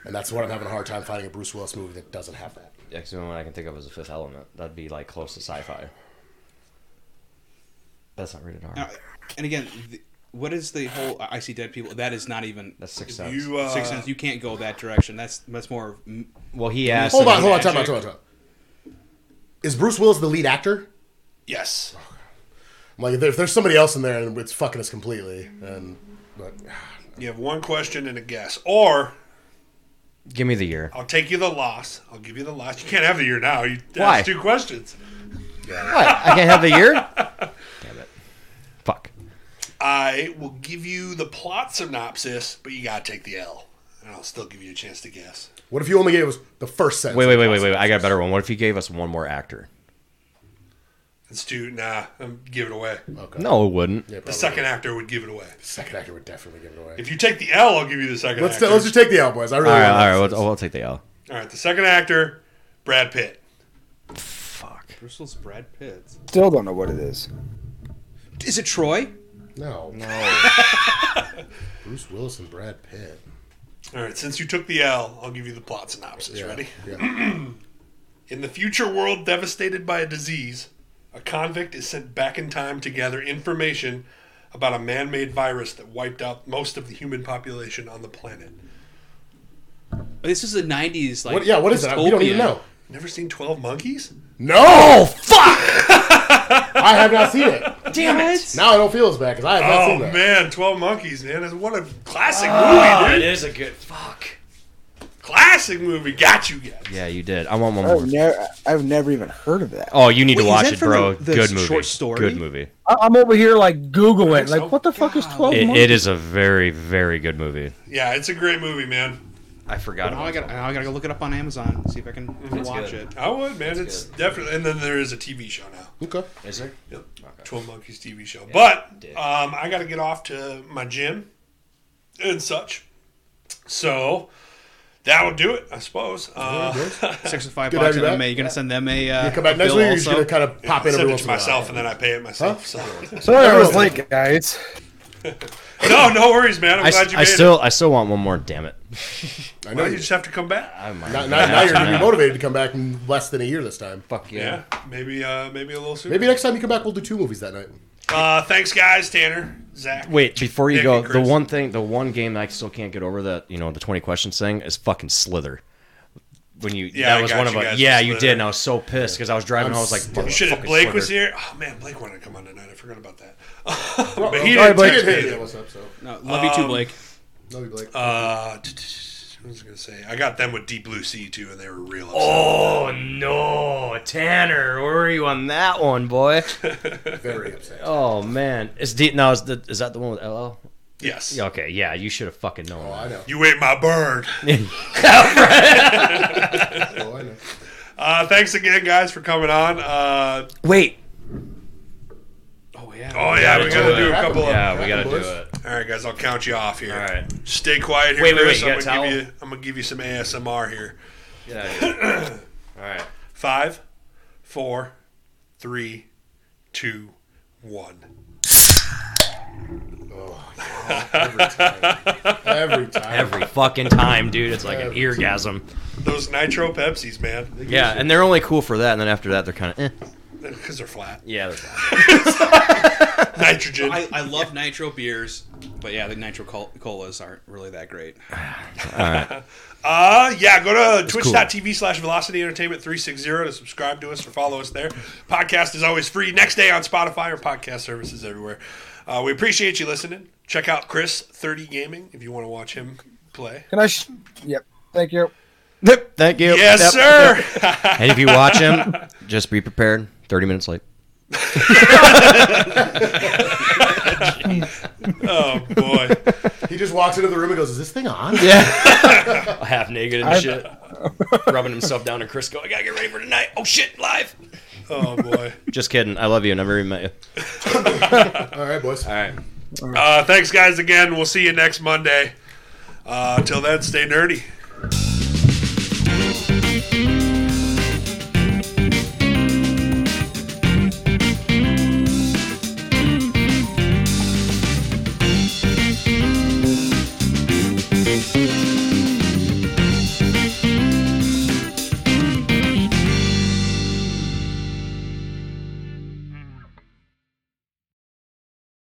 Speaker 1: and that's what I'm having a hard time finding a Bruce Willis movie that doesn't have that.
Speaker 3: Yeah, 'cause the only one I can think of is the Fifth Element. That'd be like close to sci-fi. That's not rated R.
Speaker 4: Uh, and again, the, what is the whole? I I see dead people. That is not even
Speaker 3: That's six sense.
Speaker 2: You, uh,
Speaker 4: six sense. You can't go that direction. That's that's more. of m-
Speaker 3: well, he asked.
Speaker 1: Hold
Speaker 3: him-
Speaker 1: on, hold on, time out, time out, time out. Is Bruce Willis the lead actor?
Speaker 2: Yes.
Speaker 1: I'm like, if there- if there's somebody else in there, and it's fucking us completely. And but
Speaker 2: You have one question and a guess. Or
Speaker 3: Give me the year.
Speaker 2: I'll take you the loss. I'll give you the loss. You can't have the year now. You
Speaker 3: Why?
Speaker 2: asked two questions.
Speaker 3: What? I can't have the year? Damn it. Fuck.
Speaker 2: I will give you the plot synopsis, but you gotta take the L. And I'll still give you a chance to guess.
Speaker 1: what if you only gave us the first sentence?
Speaker 3: Wait, wait, wait, wait, wait. I got a better one. What if you gave us one more actor?
Speaker 2: It's too nah, I'm give it away.
Speaker 3: No, it wouldn't.
Speaker 1: Yeah, probably.
Speaker 2: The second actor would give it away.
Speaker 1: second actor would definitely give it away.
Speaker 2: If you take the L, I'll give you the second
Speaker 1: Let's
Speaker 2: actor.
Speaker 1: let's just take the L, boys. I really
Speaker 3: All right,
Speaker 1: want that.
Speaker 3: all right. We'll, we'll take the L.
Speaker 2: All right, the second actor, Brad Pitt.
Speaker 3: Fuck.
Speaker 4: Bristol's Brad Pitt.
Speaker 5: Still don't know what it is.
Speaker 4: Is it Troy?
Speaker 1: No, Bruce Willis and Brad Pitt.
Speaker 2: All right, since you took the L, I'll give you the plot synopsis.
Speaker 1: Yeah.
Speaker 2: Ready?
Speaker 1: Yeah.
Speaker 2: In the future world devastated by a disease, a convict is sent back in time to gather information about a man made virus that wiped out most of the human population on the planet.
Speaker 4: This is the '90s. Like
Speaker 1: What, yeah, what is it? We don't even
Speaker 4: dystopia.
Speaker 1: know.
Speaker 2: Never seen 12 Monkeys?
Speaker 1: No, fuck! I have not seen it.
Speaker 4: Damn it!
Speaker 1: Now I don't feel as bad because I have not
Speaker 2: Oh,
Speaker 1: seen that.
Speaker 2: man, 12 Monkeys, man. That's what a classic movie, dude.
Speaker 3: is a good fuck.
Speaker 2: Classic movie. Got you guys.
Speaker 3: Yeah, you did. I want one more.
Speaker 5: I've never, I've never even heard of that.
Speaker 3: Oh, you need
Speaker 4: Oh, Wait,
Speaker 3: to
Speaker 4: is
Speaker 3: watch
Speaker 4: that
Speaker 3: it,
Speaker 4: from
Speaker 3: bro.
Speaker 4: the- the
Speaker 3: good movie.
Speaker 4: short story?
Speaker 3: Good movie.
Speaker 5: I- I'm over here like googling,
Speaker 2: so.
Speaker 5: like what the fuck is
Speaker 4: Oh,
Speaker 5: twelve
Speaker 3: It,
Speaker 5: months?
Speaker 3: it is a very, very good movie.
Speaker 2: Yeah, it's a great movie, man.
Speaker 3: I forgot
Speaker 4: Now I
Speaker 3: about
Speaker 4: got.
Speaker 3: it.
Speaker 4: Now I gotta go look it up on Amazon. See if I can watch
Speaker 3: Mm-hmm. good.
Speaker 4: it.
Speaker 2: I would, man. it's definitely. And then there is a TV show now.
Speaker 1: Okay.
Speaker 3: Is there?
Speaker 2: Yep.
Speaker 3: Okay.
Speaker 2: Twelve Monkeys TV show. but
Speaker 3: dick.
Speaker 2: um, I got to get off to my gym and such. So that would do it, I suppose. Uh,
Speaker 4: Six or five
Speaker 1: Good to
Speaker 4: bucks.
Speaker 1: have you
Speaker 4: And them
Speaker 1: back.
Speaker 4: a, you're gonna send them a. Uh,
Speaker 1: You come back
Speaker 4: a
Speaker 1: next
Speaker 4: bill
Speaker 1: week. You're just
Speaker 4: Also.
Speaker 1: gonna kind of pop in
Speaker 2: send
Speaker 1: every
Speaker 2: it
Speaker 1: once
Speaker 2: to
Speaker 1: in a
Speaker 2: myself,
Speaker 1: while.
Speaker 2: and then I pay it myself. So
Speaker 5: Sorry, I was late, guys.
Speaker 2: no, no worries, man. I'm
Speaker 3: I,
Speaker 2: glad
Speaker 3: s-
Speaker 2: you
Speaker 3: I
Speaker 2: made
Speaker 3: still, I still want one more. Damn it.
Speaker 1: I know
Speaker 2: Well,
Speaker 1: you.
Speaker 2: you just have to come back.
Speaker 3: I might
Speaker 1: Now,
Speaker 3: have
Speaker 1: now,
Speaker 3: to
Speaker 1: now you're gonna be
Speaker 3: now.
Speaker 1: motivated to come back in less than a year this time.
Speaker 3: Fuck
Speaker 2: Yeah, maybe, uh, maybe a little sooner.
Speaker 1: Maybe next time you come back, we'll do two movies that night.
Speaker 2: Uh, thanks, guys. Tanner, Zach.
Speaker 3: Wait, before you
Speaker 2: Nick
Speaker 3: go,
Speaker 2: and
Speaker 3: the
Speaker 2: Chris.
Speaker 3: one thing, the one game that I still can't get over that you know the twenty questions thing is fucking Slither. When you,
Speaker 2: Yeah, I
Speaker 3: that was
Speaker 2: got
Speaker 3: one of
Speaker 2: you
Speaker 3: us.
Speaker 2: guys
Speaker 3: Yeah,
Speaker 2: with
Speaker 3: you
Speaker 2: Slither.
Speaker 3: did, and I was so pissed because I was driving,
Speaker 1: I'm
Speaker 3: and I was like,
Speaker 1: still-
Speaker 3: fucking
Speaker 1: You
Speaker 2: Shit, if
Speaker 3: fucking
Speaker 2: Blake was
Speaker 3: Slither.
Speaker 2: here. Oh man, Blake wanted to come on tonight. I forgot about that. but
Speaker 1: Sorry,
Speaker 2: he
Speaker 1: Blake.
Speaker 2: didn't text me.
Speaker 1: Hey,
Speaker 2: either.
Speaker 1: what's up, so?
Speaker 4: No, love you too, Blake.
Speaker 1: Love you, Blake.
Speaker 2: Uh, t- t- I was gonna say I got them with Deep Blue Sea too, and they were real. Upset.
Speaker 3: Oh no, Tanner, where are you on that one, boy?
Speaker 1: Very upset.
Speaker 3: Oh man, is deep now? Is, the, is that the one with LL?
Speaker 2: yes,
Speaker 3: Yeah, Okay, yeah, you should have fucking known.
Speaker 1: Oh, I know.
Speaker 2: you ate my bird.
Speaker 1: Oh, I know.
Speaker 2: Uh, thanks again, guys, for coming on. Uh,
Speaker 3: that. Wait,
Speaker 4: Oh yeah.
Speaker 2: oh yeah, we gotta do a
Speaker 1: it.
Speaker 2: couple of.
Speaker 3: yeah, we gotta
Speaker 1: Happened,
Speaker 3: do
Speaker 1: boys.
Speaker 3: it.
Speaker 2: All right, guys, I'll count you off here.
Speaker 3: All right,
Speaker 2: Stay quiet here,
Speaker 3: Wait, wait,
Speaker 2: Chris.
Speaker 3: wait, you
Speaker 2: I'm
Speaker 3: got
Speaker 2: gonna
Speaker 3: a
Speaker 2: give you. I'm gonna give you some ASMR here.
Speaker 3: get out of here. All right.
Speaker 2: Five, four, three, two, one.
Speaker 1: Oh, Every time. Every time.
Speaker 3: Every fucking time, dude. It's like an eargasm.
Speaker 2: Those nitro Pepsis, man,
Speaker 3: Yeah, and they're only cool for that, and then after that, they're kind of eh.
Speaker 2: because they're flat.
Speaker 3: Yeah, they're
Speaker 2: Nitrogen.
Speaker 4: I, I love nitro beers, but yeah, the nitro col- colas aren't really that great.
Speaker 2: Uh, yeah, go to
Speaker 3: cool.
Speaker 2: twitch.tv slash velocity entertainment 360 to subscribe to us or follow us there. Podcast is always free next day on Spotify or podcast services everywhere. Uh, we appreciate you listening. Check out Chris 30 Gaming if you want to watch him play.
Speaker 5: Can I? Sh- yep. Thank you.
Speaker 3: Yep, Thank you.
Speaker 2: Yes,
Speaker 3: Yep.
Speaker 2: sir.
Speaker 3: And if you watch him, just be prepared. Thirty minutes late.
Speaker 2: oh, boy.
Speaker 1: He just walks into the room and goes, "Is this thing on?"
Speaker 3: Half naked and shit, rubbing himself down in Crisco. I gotta get ready for tonight. Oh shit, live.
Speaker 2: Oh, boy.
Speaker 3: Just kidding. I love you. Never even met you.
Speaker 1: All right, boys.
Speaker 3: All right.
Speaker 2: Uh, thanks, guys, again. We'll see you next Monday. Uh, till then, stay nerdy.